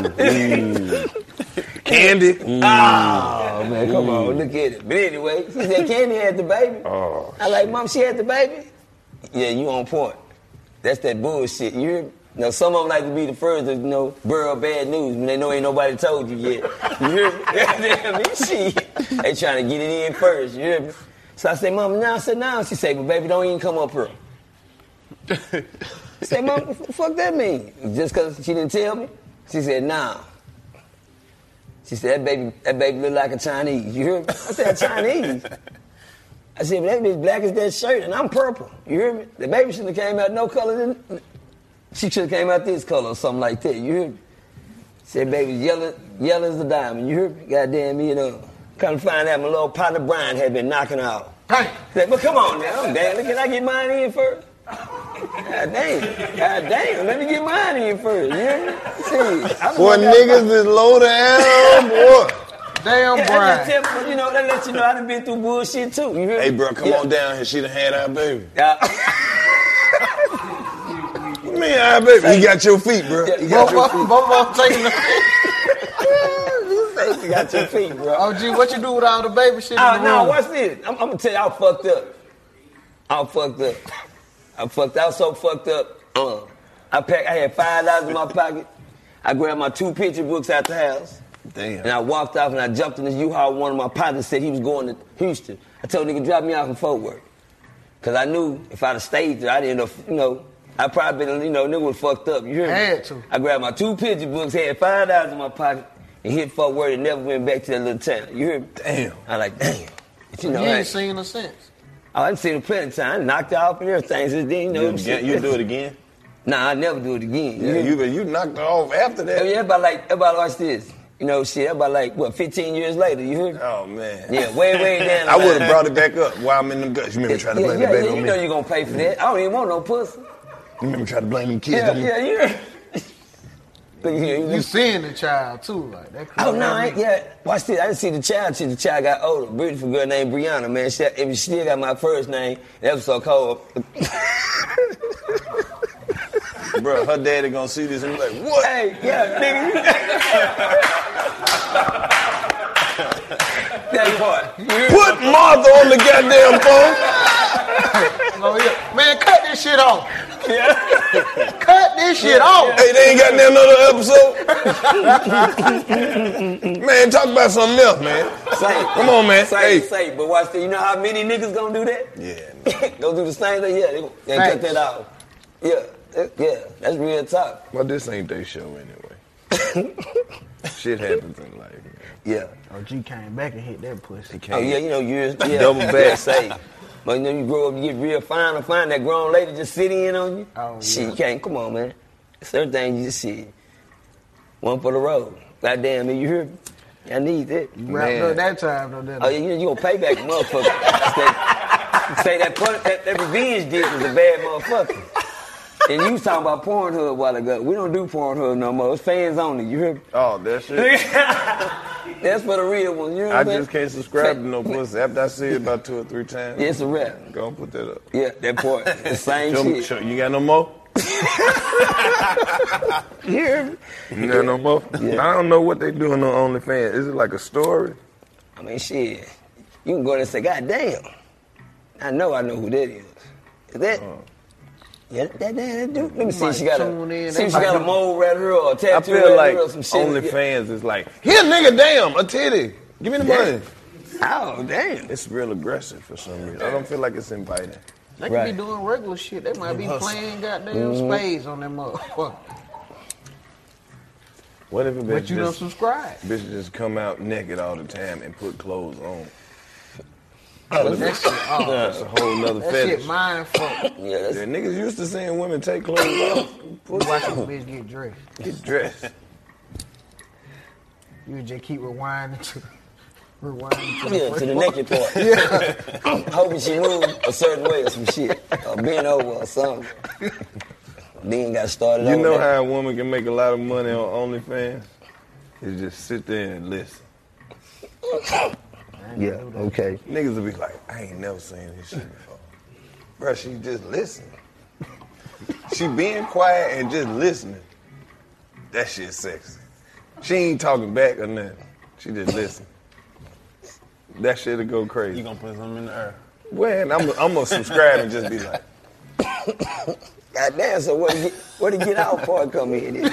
Speaker 4: like, ooh. ooh. Candy. Ah,
Speaker 5: Oh, man, come on, look at it. But anyway, she said Candy had the baby.
Speaker 4: Oh.
Speaker 5: I like, Mom, she had the baby? Yeah, you on point. That's that bullshit. You hear me? Now, some of them like to be the first to, you know, burrow bad news when they know ain't nobody told you yet. You hear me? Goddamn, this shit. They trying to get it in first, you hear me? So I said, Mom, now, I said, now. She said, but baby, don't even come up here. I said, Mom, what the fuck that mean? Just because she didn't tell me? She said, nah. She said, that baby, that baby look like a Chinese. You hear me? I said, Chinese? I said, but that bitch black as that shirt, and I'm purple. You hear me? The baby should have came out no color. Than, she should have came out this color or something like that. You hear me? Said, baby, yellow, yellow as a diamond. You hear me? Goddamn me, you know. Come to find out my little partner Brian had been knocking her out. Hey. Said, but come on now, damn, can I get mine in first? God damn, God damn, let me get mine in first. You hear me? See, I'm
Speaker 4: Boy, niggas is low down, boy.
Speaker 3: Damn,
Speaker 5: I just tell you, you know, that lets you know I done been through bullshit too. You hear me?
Speaker 4: Hey, bro, come
Speaker 5: Yeah.
Speaker 4: on down here. She done had our baby.
Speaker 5: Yeah.
Speaker 4: What you mean, our baby? You got your feet, bro. You got your feet.
Speaker 3: Bobo taking the
Speaker 5: You got your feet, bro.
Speaker 3: Oh, gee, what you do with all the baby shit?
Speaker 5: Oh
Speaker 3: in the
Speaker 5: no,
Speaker 3: room?
Speaker 5: watch this. I'm, I'm gonna tell you, I fucked up. I fucked up. I fucked. I was so fucked up. Uh, I packed. I had five dollars in my pocket. I grabbed my two picture books out the house.
Speaker 4: Damn.
Speaker 5: And I walked off and I jumped in this U-Haul. One of my partners said he was going to Houston. I told nigga drop me off in Fort Worth, cause I knew if I'd have stayed there, I'd end up, you know. I probably been, you know, nigga was fucked up. You hear me?
Speaker 3: Had to.
Speaker 5: I grabbed my two picture books, had five dollars in my pocket, and hit Fort Worth and never went back to that little town. You hear me? Damn. I like, damn. But you
Speaker 3: You
Speaker 5: know,
Speaker 3: ain't
Speaker 5: hey,
Speaker 3: seen her since.
Speaker 5: I done seen it plenty of times. Knocked her off and everything. Since then, you know.
Speaker 4: You again- you do it
Speaker 5: again? Nah, I never do it again. Oh,
Speaker 4: Yeah, you, you knocked her off after that.
Speaker 5: Yeah, everybody like, everybody watch this. You know, shit, everybody like, what, 15 years later, you hear me?
Speaker 4: Oh, man.
Speaker 5: Yeah, way, way down.
Speaker 4: I would have brought it back up while I'm in them guts. You remember trying to
Speaker 5: Yeah,
Speaker 4: blame
Speaker 5: yeah,
Speaker 4: the baby
Speaker 5: yeah,
Speaker 4: on
Speaker 5: you
Speaker 4: me?
Speaker 5: know you're gonna pay for that. I don't even want no pussy.
Speaker 4: You remember trying to blame them kids
Speaker 5: Yeah,
Speaker 4: on me?
Speaker 5: yeah, yeah.
Speaker 3: You, seeing the child too, like that.
Speaker 5: Oh no, Oh, I ain't, yeah. Watch this. I didn't see the child till the child got older. Beautiful girl named Brianna, man. She, if she still got my first name, that was so cold.
Speaker 4: Bro, her daddy gonna see this and be like, what?
Speaker 5: Hey, yeah, nigga.
Speaker 4: part. Put Martha on the goddamn phone.
Speaker 3: Oh, yeah. Man, cut this shit off. cut this shit off.
Speaker 4: Hey, they ain't got that another episode. man, talk about something else, man.
Speaker 5: Say,
Speaker 4: Come on, man.
Speaker 5: Say,
Speaker 4: Hey.
Speaker 5: say, but watch this. You know how many niggas gonna do that? Yeah. gonna do the same thing? Yeah, they, gonna- they cut
Speaker 4: Thanks.
Speaker 5: that out. Yeah, that- yeah, that's real talk.
Speaker 4: Well, this ain't their show anyway. Shit happens in life, man.
Speaker 5: Yeah.
Speaker 3: Oh, G came back and hit that pussy.
Speaker 5: Oh yeah, you know years, yeah,
Speaker 4: Double back.
Speaker 5: say. But you know, you grow up, you get real fine and fine. That grown lady just sitting in on you. Oh, shit, you can't. Come on, man. Certain things you just see. One for the road. Goddamn, man, you hear? me? I need that.
Speaker 3: Wrapped up that time though. didn't
Speaker 5: Oh,
Speaker 3: it?
Speaker 5: yeah, you, you gonna pay back, motherfucker. say, say that, pun- that that revenge dish was a bad motherfucker. And you was talking about Pornhub a while ago. We don't do Pornhub no more. It's fans only. You hear?
Speaker 4: Oh, that shit.
Speaker 5: That's for the real ones. You know what
Speaker 4: I
Speaker 5: I'm saying?
Speaker 4: just can't subscribe to no pussy. After I see it about two or three times,
Speaker 5: Yeah, it's a wrap.
Speaker 4: Go and put that up.
Speaker 5: Yeah, that part. The same
Speaker 4: Show me-
Speaker 5: shit.
Speaker 4: show- you got no more?
Speaker 5: You hear me?
Speaker 4: You got no more? I don't know what they doing on OnlyFans. Is it like a story?
Speaker 5: I mean, shit. You can go there and say, God damn. I know I know who that is. Is that?
Speaker 4: Uh-huh.
Speaker 5: Yeah, that, that, that dude. Let me see if she got
Speaker 3: Tune
Speaker 5: a,
Speaker 3: in,
Speaker 5: see
Speaker 3: they
Speaker 5: if she got a
Speaker 3: might-
Speaker 5: mole right here or a
Speaker 4: I
Speaker 5: tattoo
Speaker 4: feel
Speaker 5: right
Speaker 4: like
Speaker 5: here or some shit.
Speaker 4: OnlyFans is like, here, nigga, damn, a titty. Give me the
Speaker 5: Yeah.
Speaker 4: money.
Speaker 5: Oh, damn.
Speaker 4: It's real aggressive for some reason. I don't feel like it's inviting.
Speaker 3: They could be doing regular shit. They might be
Speaker 4: Hustle.
Speaker 3: playing goddamn
Speaker 5: Mm-hmm.
Speaker 4: Mhm.
Speaker 3: spades on that motherfucker.
Speaker 4: What if a bitch
Speaker 3: But you don't
Speaker 4: just-
Speaker 3: subscribe.
Speaker 4: Bitches just come out naked all the time and put clothes on.
Speaker 3: But that shit, oh.
Speaker 4: That's a whole nother
Speaker 3: that
Speaker 4: fetish.
Speaker 3: shit mind fuck.
Speaker 4: yeah, niggas used to seeing women take clothes off.
Speaker 3: Watch this bitch get dressed.
Speaker 4: Get dressed.
Speaker 3: You just keep rewinding to rewinding to,
Speaker 5: Yeah,
Speaker 3: the,
Speaker 5: to the
Speaker 3: first
Speaker 5: naked
Speaker 3: one.
Speaker 5: part.
Speaker 3: yeah.
Speaker 5: Hoping she moved a certain way or some shit. Or bent over or something. Then got started
Speaker 4: You
Speaker 5: on
Speaker 4: know
Speaker 5: that.
Speaker 4: how a woman can make a lot of money on OnlyFans? Is just sit there and listen.
Speaker 5: Yeah, okay.
Speaker 4: Niggas will be like, I ain't never seen this shit before. Bruh, she just listening. she being quiet and just listening. That shit sexy. She ain't talking back or nothing. She just listening. That shit'll go crazy.
Speaker 8: You gonna put something in the air?
Speaker 4: When I'm I'm gonna subscribe and just be like,
Speaker 5: God damn, so where the, get, where the get out part come in? then? God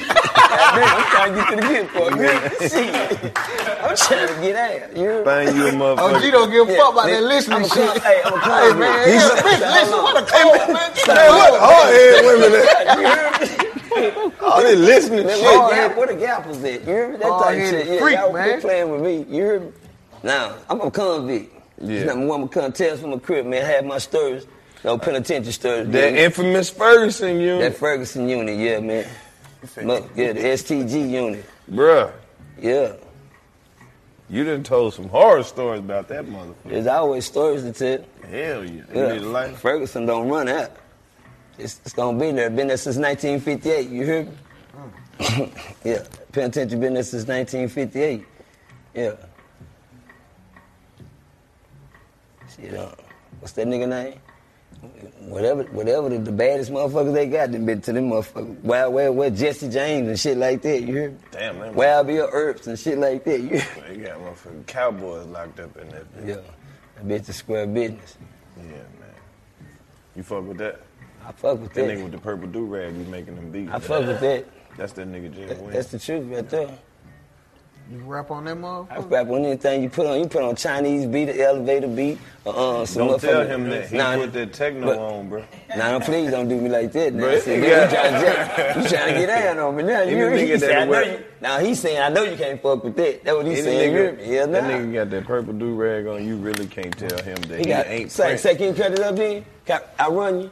Speaker 5: damn, I'm trying to get to the get part. Man. Shit. I'm trying to get out. You heard me?
Speaker 4: find you a motherfucker.
Speaker 3: Oh, G don't give a fuck about
Speaker 5: Yeah,
Speaker 3: that listening
Speaker 5: I'm a
Speaker 3: shit.
Speaker 5: clown- hey, I'm a clown.
Speaker 3: Hey, man,
Speaker 5: He's-
Speaker 3: yeah, bitch, listen, what a
Speaker 4: Hey, man,
Speaker 3: cold man. Get
Speaker 4: man, what hard-head women at?
Speaker 5: You heard me?
Speaker 4: All this listening
Speaker 5: That
Speaker 4: shit,
Speaker 5: little
Speaker 4: man.
Speaker 5: gap- Where the gap was at? You hear me? That type
Speaker 3: Hard-headed
Speaker 5: shit. Yeah,
Speaker 3: freak,
Speaker 5: y'all
Speaker 3: man.
Speaker 5: quit playing with me. You hear me? Now, I'm a convict.
Speaker 4: Yeah.
Speaker 5: Number one, I'm a contest from a crib, man. I had my stories. No penitentiary stories.
Speaker 4: That
Speaker 5: man.
Speaker 4: infamous Ferguson unit.
Speaker 5: That Ferguson unit, yeah, man. Look, yeah, the STG unit.
Speaker 4: Bruh.
Speaker 5: Yeah.
Speaker 4: You done told some horror stories about that motherfucker.
Speaker 5: There's always stories to tell.
Speaker 4: Hell yeah.
Speaker 5: Yeah.
Speaker 4: You need a life.
Speaker 5: Ferguson don't run out. It's, it's gonna be there. Been there since 1958. You hear me? yeah, penitentiary been there since 1958. Yeah. Shit, uh, what's that nigga name? Whatever, whatever the, the baddest motherfuckers they got, they been to them motherfuckers. Wild Wild West, Jesse James and shit like that. You hear? me?
Speaker 4: Damn, them-
Speaker 5: Wild Bill Earps and shit like that. You hear? me?
Speaker 4: They got motherfucking cowboys locked up in that bitch.
Speaker 5: Yeah, that bitch is square business.
Speaker 4: Yeah, man. You fuck with that?
Speaker 5: I fuck with
Speaker 4: That
Speaker 5: that.
Speaker 4: nigga with the purple do rag be making them beats.
Speaker 5: I fuck with that.
Speaker 4: That's that nigga Jay Wynn.
Speaker 5: That's the truth right there.
Speaker 3: You rap on that
Speaker 5: I
Speaker 3: motherfucker.
Speaker 5: rap on anything you put on. You put on Chinese beat, an elevator beat, uh, uh, some
Speaker 4: Don't tell
Speaker 5: motherfucker-
Speaker 4: him that. He put that techno
Speaker 5: but-
Speaker 4: on, bro.
Speaker 5: Nah, don't- please don't do me like that. Now,
Speaker 4: Bruh,
Speaker 5: see,
Speaker 4: you
Speaker 5: man,
Speaker 4: got-
Speaker 5: you, trying to jack, you trying to get down on me now?
Speaker 4: Any
Speaker 5: You,
Speaker 4: nigga
Speaker 5: he
Speaker 4: that
Speaker 5: said, I know
Speaker 4: wear-
Speaker 5: you. Now he's saying, I know you can't fuck with that. That's what he's
Speaker 4: Any
Speaker 5: saying.
Speaker 4: nigga,
Speaker 5: yeah,
Speaker 4: that
Speaker 5: nah.
Speaker 4: nigga got that purple do rag on. You really can't tell him that he,
Speaker 5: he got.
Speaker 4: ain't.
Speaker 5: say,
Speaker 4: Prince.
Speaker 5: say, can you cut it up then? Can I, I run you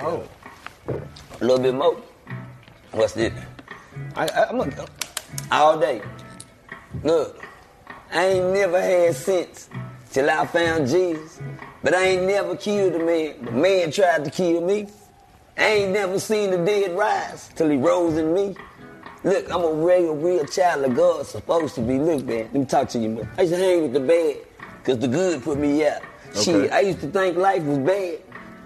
Speaker 3: Oh,
Speaker 5: a little bit more. What's this? I, I, I'm a, all day. Look, I ain't never had sense till I found Jesus. But I ain't never killed a man. The man tried to kill me. I ain't never seen the dead rise till he rose in me. Look, I'm a real, real child of God, supposed to be. Look, man, let me talk to you, man. I used to hang with the bad, because the good put me out.
Speaker 4: Okay.
Speaker 5: Shit, I used to think life was bad,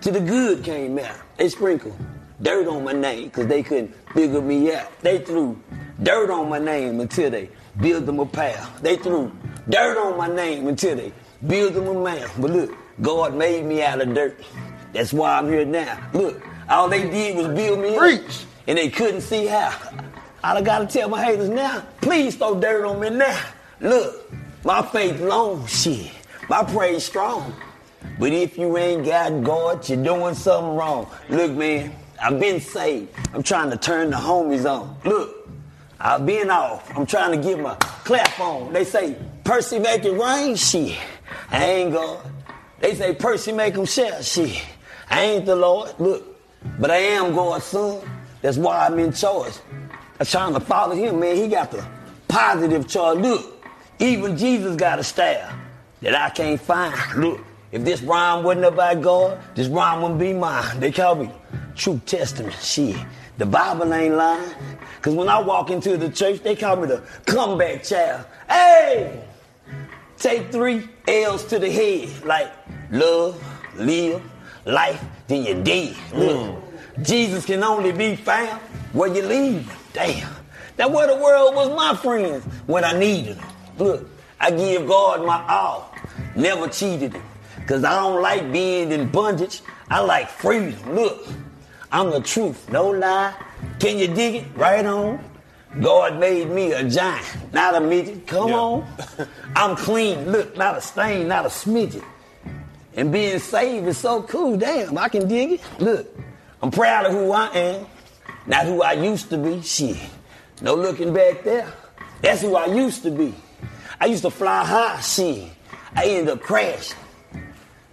Speaker 5: till the good came out. They sprinkled dirt on my name, because they couldn't figure me out. They threw dirt on my name until they built them a pile. They threw dirt on my name until they build them a man. But look, God made me out of dirt. That's why I'm here now. Look, all they did was build me up, and they couldn't see how. I gotta tell my haters now, please throw dirt on me now. Look, my faith long, shit. My praise strong. But if you ain't got God, you're doing something wrong. Look, man, I've been saved. I'm trying to turn the homies on. Look, I've been off. I'm trying to get my clap on. They say, Percy make it rain, shit. I ain't God. They say, Percy make them shout, shit. I ain't the Lord, look. But I am God's son. That's why I'm in charge. I'm trying to follow him, man. He got the positive charge. Look, even Jesus got a staff that I can't find. Look, if this rhyme wasn't about God, this rhyme wouldn't be mine. They call me True Testament. Shit, the Bible ain't lying. Cause when I walk into the church, they call me the comeback child. Hey! Take three L's to the head, like love, live, life, then you're dead. Look, Jesus can only be found where you leave. Damn. Now where the world was my friends when I needed them. Look, I give God my all. Never cheated him. Cause I don't like being in bondage. I like freedom. Look, I'm the truth, no lie. Can you dig it? Right on. God made me a giant, not a midget. Come on. I'm clean. Look, not a stain, not a smidget. And being saved is so cool. Damn, I can dig it. Look, I'm proud of who I am, not who I used to be. Shit, no looking back there. That's who I used to be. I used to fly high. Shit, I ended up crashing.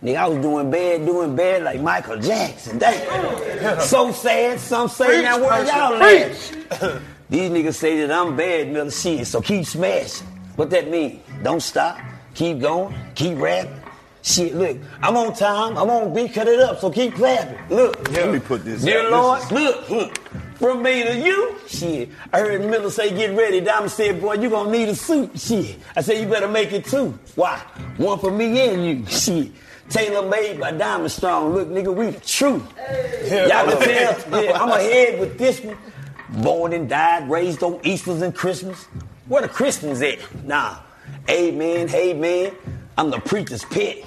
Speaker 5: Nigga, I was doing bad, doing bad like Michael Jackson. Damn. So sad, some say
Speaker 3: Preach,
Speaker 5: now where
Speaker 3: Pastor,
Speaker 5: y'all
Speaker 3: preach.
Speaker 5: at? These niggas say that I'm bad, Miller shit, so keep smashing. What that mean? Don't stop, keep going, keep rapping. Shit, look, I'm on time, I'm on beat, cut it up, so keep clapping. Look,
Speaker 1: Let me put this.
Speaker 5: dear
Speaker 1: out.
Speaker 5: Lord,
Speaker 1: This
Speaker 5: look, look, from me to you, shit. I heard Miller say, get ready. Diamond said, boy, you gonna need a suit, shit. I said, you better make it two. Why? One for me and you, shit. Taylor made by Diamond Strong. Look, nigga, we the truth. Y'all can tell, yeah, I'm ahead with this one. Born and died, raised on Easter's and Christmas. Where the Christians at? Nah. Amen, amen. I'm the preacher's pet.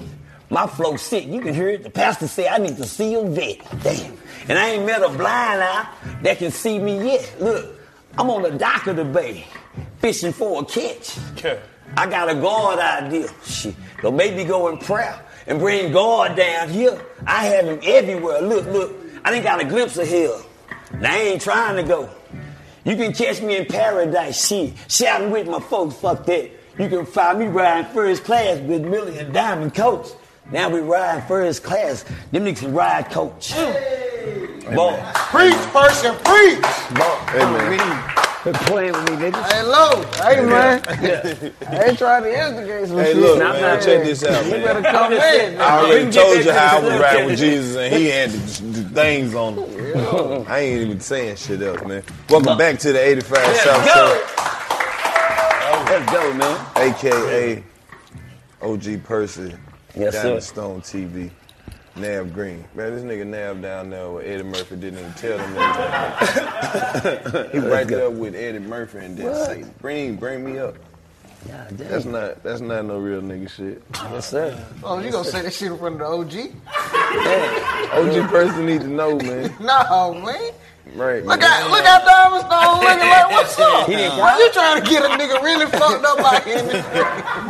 Speaker 5: My flow sick. You can hear it. The pastor say I need to see a vet. Damn. And I ain't met a blind eye that can see me yet. Look, I'm on the dock of the bay, fishing for a catch. I got a God idea. Shit. So maybe go in prayer and bring God down here. I have him everywhere. Look, look. I didn't got a glimpse of hell. Now I ain't trying to go. You can catch me in paradise, shit. Shouting with my folks, fuck that. You can find me riding first class with Millie and Diamond Coach. Now we ride first class. Them niggas can ride coach. Boy. Preach, person, preach! Boy.
Speaker 3: Amen.
Speaker 5: Quit playing with me, nigga.
Speaker 3: Hey, low. Hey,
Speaker 5: Yeah.
Speaker 3: man.
Speaker 5: Yeah.
Speaker 3: I ain't trying to instigate some
Speaker 1: Hey,
Speaker 3: shit.
Speaker 1: look,
Speaker 3: Nah,
Speaker 1: man,
Speaker 3: nah.
Speaker 1: check this out,
Speaker 3: You
Speaker 1: man.
Speaker 3: better come in.
Speaker 1: I
Speaker 3: We can
Speaker 1: already
Speaker 3: get
Speaker 1: told
Speaker 3: that
Speaker 1: you how I was
Speaker 3: nigga
Speaker 1: riding with
Speaker 3: together.
Speaker 1: Jesus, and he had the, the things on him. I ain't even saying shit else, man. Welcome back to the 85 South Show,
Speaker 5: Let's go, man.
Speaker 1: a.k.a. OG Percy,
Speaker 5: Yes, sir.
Speaker 1: Diamond Stone TV, Nav Green. Man, this nigga Nav down there where Eddie Murphy didn't even tell them anything. he right there with Eddie Murphy and then
Speaker 5: What?
Speaker 1: say, bring, bring me up. That's not that's not no real nigga shit.
Speaker 5: Yes, sir.
Speaker 3: Oh, you gonna say that shit in front of the OG?
Speaker 1: OG person need to know, man.
Speaker 3: No, man.
Speaker 1: Right.
Speaker 3: Look
Speaker 1: man.
Speaker 3: at look at Diamond Stone looking like what's up?
Speaker 1: He didn't
Speaker 3: Why you trying to get a nigga really fucked up by him?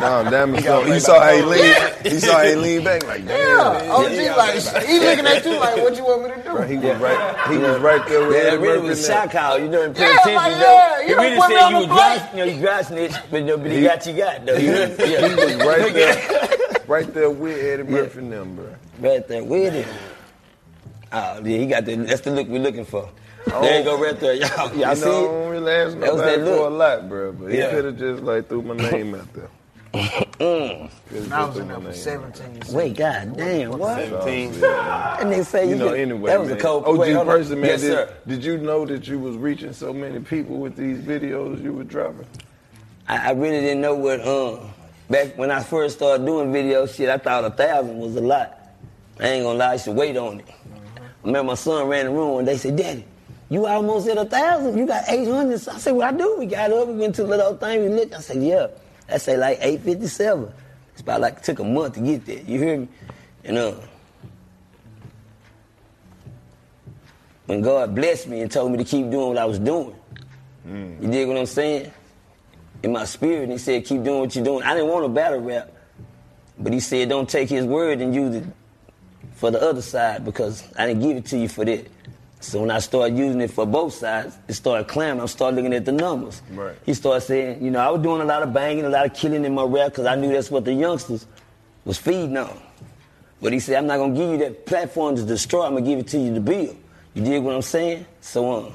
Speaker 1: No, damn it. so- You saw how he leaned. You saw how he leaned back like damn.
Speaker 3: Yeah, OG like he looking at you like, what you want me to do?
Speaker 1: Bro, he was right. He was right there with
Speaker 5: Yeah,
Speaker 1: Eddie
Speaker 5: it really
Speaker 1: Murphy.
Speaker 5: was
Speaker 1: now.
Speaker 5: shock how you didn't pay
Speaker 3: Yeah,
Speaker 5: attention
Speaker 3: like,
Speaker 5: though.
Speaker 3: yeah, you
Speaker 5: he
Speaker 3: done
Speaker 5: really
Speaker 3: put me
Speaker 5: said
Speaker 3: on
Speaker 5: you
Speaker 3: the
Speaker 5: was grass, you know, you grass snitch, but nobody
Speaker 1: He-
Speaker 5: got you got though.
Speaker 1: He,
Speaker 5: You
Speaker 1: was-
Speaker 5: done- yeah.
Speaker 1: he was right there, right there with Eddie Murphy and them, bro.
Speaker 5: Right there with him. Oh, yeah, he got the, that's the look we're looking for. There you go, right there. Y'all,
Speaker 1: You know,
Speaker 5: y'all see
Speaker 1: Oh, I
Speaker 5: it?
Speaker 1: don't really ask
Speaker 5: That was that
Speaker 1: nobody for a
Speaker 5: look.
Speaker 1: lot, bro. But he
Speaker 5: Yeah.
Speaker 1: could have just like threw my name out there.
Speaker 5: Mm.
Speaker 1: Could've
Speaker 3: I
Speaker 1: just
Speaker 3: was
Speaker 1: threw
Speaker 3: in there
Speaker 1: my
Speaker 3: for
Speaker 1: name.
Speaker 3: 17 years.
Speaker 5: Wait, god damn, what?
Speaker 1: Seventeen.
Speaker 5: And they say you,
Speaker 1: you know,
Speaker 5: could-
Speaker 1: anyway,
Speaker 5: that was
Speaker 1: man.
Speaker 5: a cold
Speaker 1: OG
Speaker 5: wait, hold on.
Speaker 1: person, man.
Speaker 5: Yes,
Speaker 1: did,
Speaker 5: sir.
Speaker 1: did you know that you was reaching so many people with these videos you were dropping?
Speaker 5: I, I really didn't know what. Um, back when I first started doing video shit, I thought a thousand was a lot. I ain't gonna lie, I used to wait on it. I remember my son ran the room and they said, "Daddy, you almost at a thousand. You got 800. So I said, "Well, I do. We got up. We went to a little old thing. We looked. I said, "Yeah." I say like 857. It's about like took a month to get there. You hear me? And uh, when God blessed me and told me to keep doing what I was doing, you dig what I'm saying? In my spirit, He said, "Keep doing what you're doing." I didn't want a battle rap, but He said, "Don't take His word and use it for the other side because I didn't give it to you for that." So when I started using it for both sides, it started climbing. I started looking at the numbers.
Speaker 1: Right.
Speaker 5: He started saying, you know, I was doing a lot of banging, a lot of killing in my rap because I knew that's what the youngsters was feeding on. But he said, I'm not going to give you that platform to destroy. I'm going to give it to you to build. You dig what I'm saying? So um,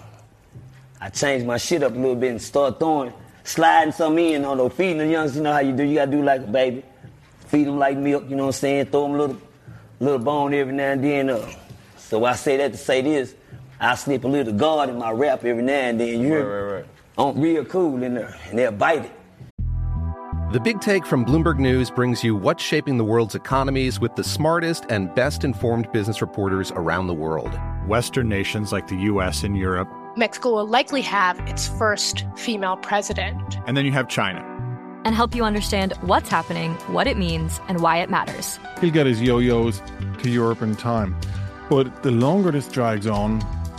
Speaker 5: I changed my shit up a little bit and started throwing, sliding some in on those feeding the youngsters. You know how you do. You got to do like a baby. Feed them like milk, you know what I'm saying? Throw them a little, little bone every now and then. Uh, so I say that to say this. I slip a little guard in my rap every now and then. You right, right, right. I'm real cool in there, and they'll bite it.
Speaker 9: The Big Take from Bloomberg News brings you what's shaping the world's economies with the smartest and best informed business reporters around the world.
Speaker 10: Western nations like the US and Europe.
Speaker 11: Mexico will likely have its first female president.
Speaker 10: And then you have China.
Speaker 12: and help you understand what's happening, what it means, and why it matters.
Speaker 13: He'll get his yo-yos to Europe in time. But the longer this drags on,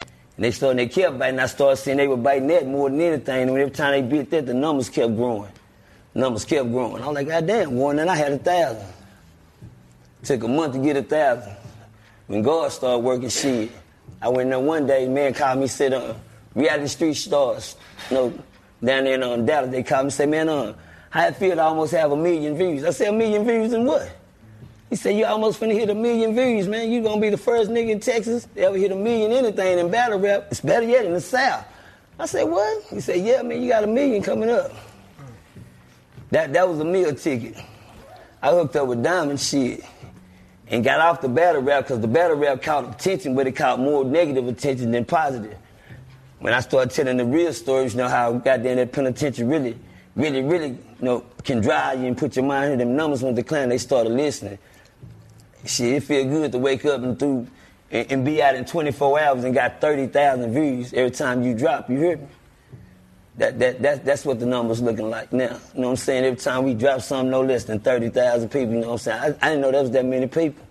Speaker 5: And they started, they kept biting. I started seeing they were biting that more than anything. And every time they bit that, the numbers kept growing. Numbers kept growing. I was like, God damn, one, and I had a thousand. Took a month to get a thousand. When God started working shit, I went there one day, man called me, said, uh, reality street stars, you know, down there in um, Dallas, they called me, said, man, uh, how it feel to almost have a million views? I said, a million views in what? He said, you almost finna hit a million views, man. You gonna be the first nigga in Texas to ever hit a million anything in battle rap. It's better yet in the South. I said, what? He said, yeah, man, you got a million coming up. That, that was a meal ticket. I hooked up with Diamond shit and got off the battle rap because the battle rap caught attention, but it caught more negative attention than positive. When I started telling the real stories, you know how goddamn that penitentiary really, really, really, you know, can drive you and put your mind to them numbers when decline, they started listening. Shit, it feel good to wake up and through and, and be out in 24 hours and got 30,000 views every time you drop. You hear me? That, that, that, that's what the numbers looking like now. You know what I'm saying? Every time we drop something, no less than 30,000 people. You know what I'm saying? I, I didn't know that was that many people.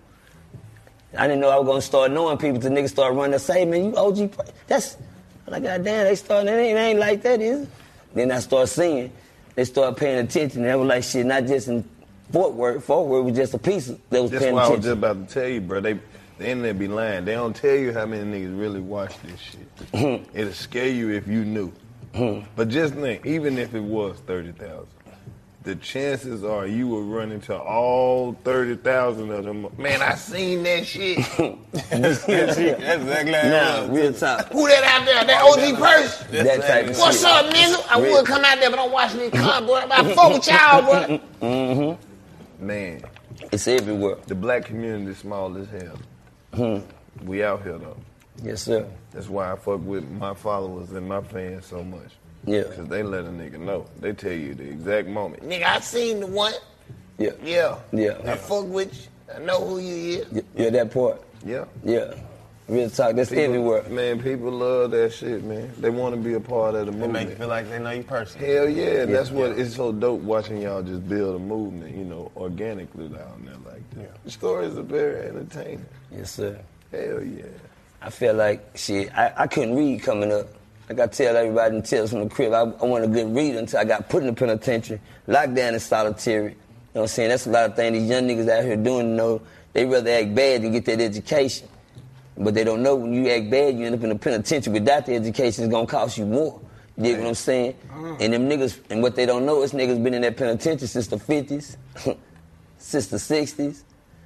Speaker 5: I didn't know I was gonna start knowing people. The niggas start running. I say, man, you OG. Pro-" That's I'm like, goddamn, they starting. It ain't, it ain't like that, is it? Then I start seeing. They start paying attention. They were like, shit, not just in Fort Worth. Fort Worth was just a piece that was
Speaker 4: That's
Speaker 5: paying
Speaker 4: what I was just
Speaker 5: attention.
Speaker 4: about to tell you, bro. They the internet be lying. They don't tell you how many niggas really watch this shit. It'll scare you if you knew. but just think, even if it was thirty thousand, the chances are you will run into all thirty thousand of them. Man, I seen that shit. That's exactly how it
Speaker 5: Nah,
Speaker 4: was.
Speaker 5: real talk.
Speaker 3: Who that out there? That OG person?
Speaker 5: That type of
Speaker 3: What's
Speaker 5: shit.
Speaker 3: up, nigga? I would come out there, but I'm watching this car, bro. I fuck with y'all, bro.
Speaker 4: Mm-hmm. Man.
Speaker 5: It's everywhere.
Speaker 4: The black community is small as hell. We out here though.
Speaker 5: Hmm. Yes, sir.
Speaker 4: That's why I fuck with my followers and my fans so much.
Speaker 5: Yeah.
Speaker 4: Because they let a nigga know. They tell you the exact moment.
Speaker 3: Nigga, I seen the one.
Speaker 5: Yeah.
Speaker 3: Yeah.
Speaker 5: Yeah.
Speaker 3: I fuck with you. I know who you is.
Speaker 5: Yeah, yeah, that part.
Speaker 4: Yeah.
Speaker 5: Yeah. Real talk. That's
Speaker 4: People-
Speaker 5: everywhere.
Speaker 4: Man, people love that shit, man. They want to be a part of the
Speaker 2: They
Speaker 4: movement.
Speaker 2: make you feel like they know you personally.
Speaker 4: Hell yeah, that's what it's so dope watching y'all just build a movement, you know, organically down there like that. Stories are very entertaining.
Speaker 5: Yes, sir.
Speaker 4: Hell yeah.
Speaker 5: I feel like shit. I, I couldn't read coming up. Like I tell everybody in tales from the crib, I, I wasn't a good reader until I got put in the penitentiary, locked down in solitary. You know what I'm saying? That's a lot of things these young niggas out here doing. You know, they rather act bad than get that education. But they don't know when you act bad, you end up in the penitentiary without the education. It's gonna cost you more. You get what I'm saying?
Speaker 4: Uh-huh.
Speaker 5: And them niggas, and what they don't know is niggas been in that penitentiary since the 50s, since the 60s,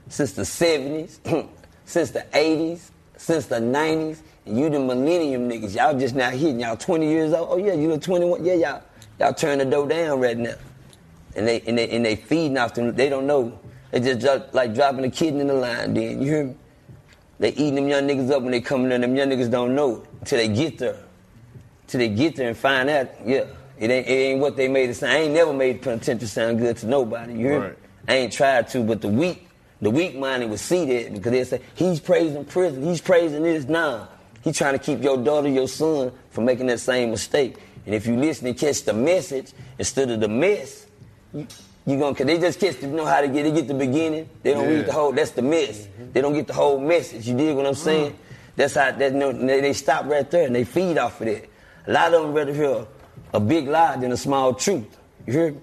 Speaker 5: since the 70s, since the 80s, since the 90s. And you the millennium niggas, y'all just now hitting. Y'all 20 years old. Oh yeah, you the 21. Yeah, y'all y'all turn the dough down right now. And they and they and they feeding off them. They don't know. They just dro- like dropping a kid in the line. Then you hear me? They eating them young niggas up when they coming in. Them young niggas don't know it till they get there. Till they get there and find out, yeah, it ain't, it ain't what they made it sound. I ain't never made penitentiary sound good to nobody. You hear me?
Speaker 4: Right.
Speaker 5: I ain't tried to, but the weak, the weak minded would see that because they say he's praising prison, he's praising this. Nah, he's trying to keep your daughter, your son from making that same mistake. And if you listen and catch the message instead of the mess, you, you gonna cause they just catch the, you know how to get they get the beginning. They don't
Speaker 4: Yeah.
Speaker 5: read the whole. That's the mess. They don't get the whole message. You dig what I'm saying? That's how that no, they, they stop right there and they feed off of that. A lot of them rather hear a big lie than a small truth. You hear me?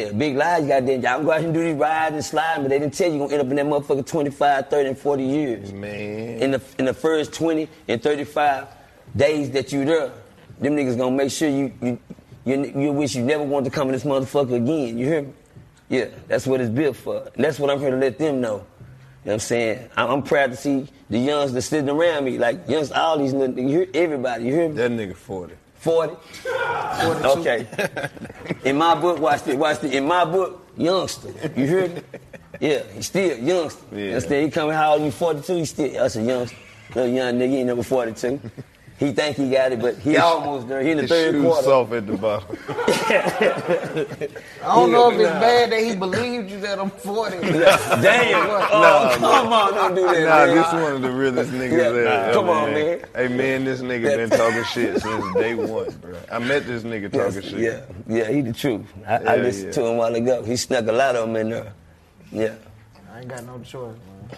Speaker 5: Yeah, big lies, you goddamn. Y'all go out here and do these rides and slides, but they didn't tell you you're gonna end up in that motherfucker 25, 30, and 40 years. Man. In the in the first 20 and 35 days that you there, them niggas gonna make sure you you you, you wish you never wanted to come in this motherfucker again. You hear me? Yeah, that's what it's built for. And that's what I'm here to let them know. You know what I'm saying? I'm, I'm proud to see the youngs that's sitting around me, like youngs, all these little, you hear everybody, you hear me?
Speaker 4: That nigga 40.
Speaker 5: 40. Okay. In my book, watch this, watch this. In my book, youngster. You hear me? Yeah, he's still youngster.
Speaker 4: Yeah.
Speaker 5: Understand? He coming, how old you, 42? He still, that's a youngster. Little young nigga, he ain't number 42. He think he got it, but he almost there. He in the
Speaker 4: His
Speaker 5: third
Speaker 4: shoes
Speaker 5: quarter.
Speaker 4: soft at the bottom.
Speaker 3: I don't
Speaker 5: Yeah.
Speaker 3: know if it's
Speaker 5: Nah.
Speaker 3: bad that he believed you that I'm 40.
Speaker 5: Damn. Oh, come on, don't do that,
Speaker 4: Nah,
Speaker 5: man.
Speaker 4: this one of the realest niggas
Speaker 5: Yeah,
Speaker 4: ever.
Speaker 5: come on, man.
Speaker 4: Hey, man, this nigga been talking shit since day one, bro. I met this nigga talking shit.
Speaker 5: Yeah, yeah, he the truth. I, I
Speaker 4: Yeah,
Speaker 5: listened
Speaker 4: yeah.
Speaker 5: to him a while ago. He snuck a lot of them in there. Yeah,
Speaker 3: I ain't got no choice,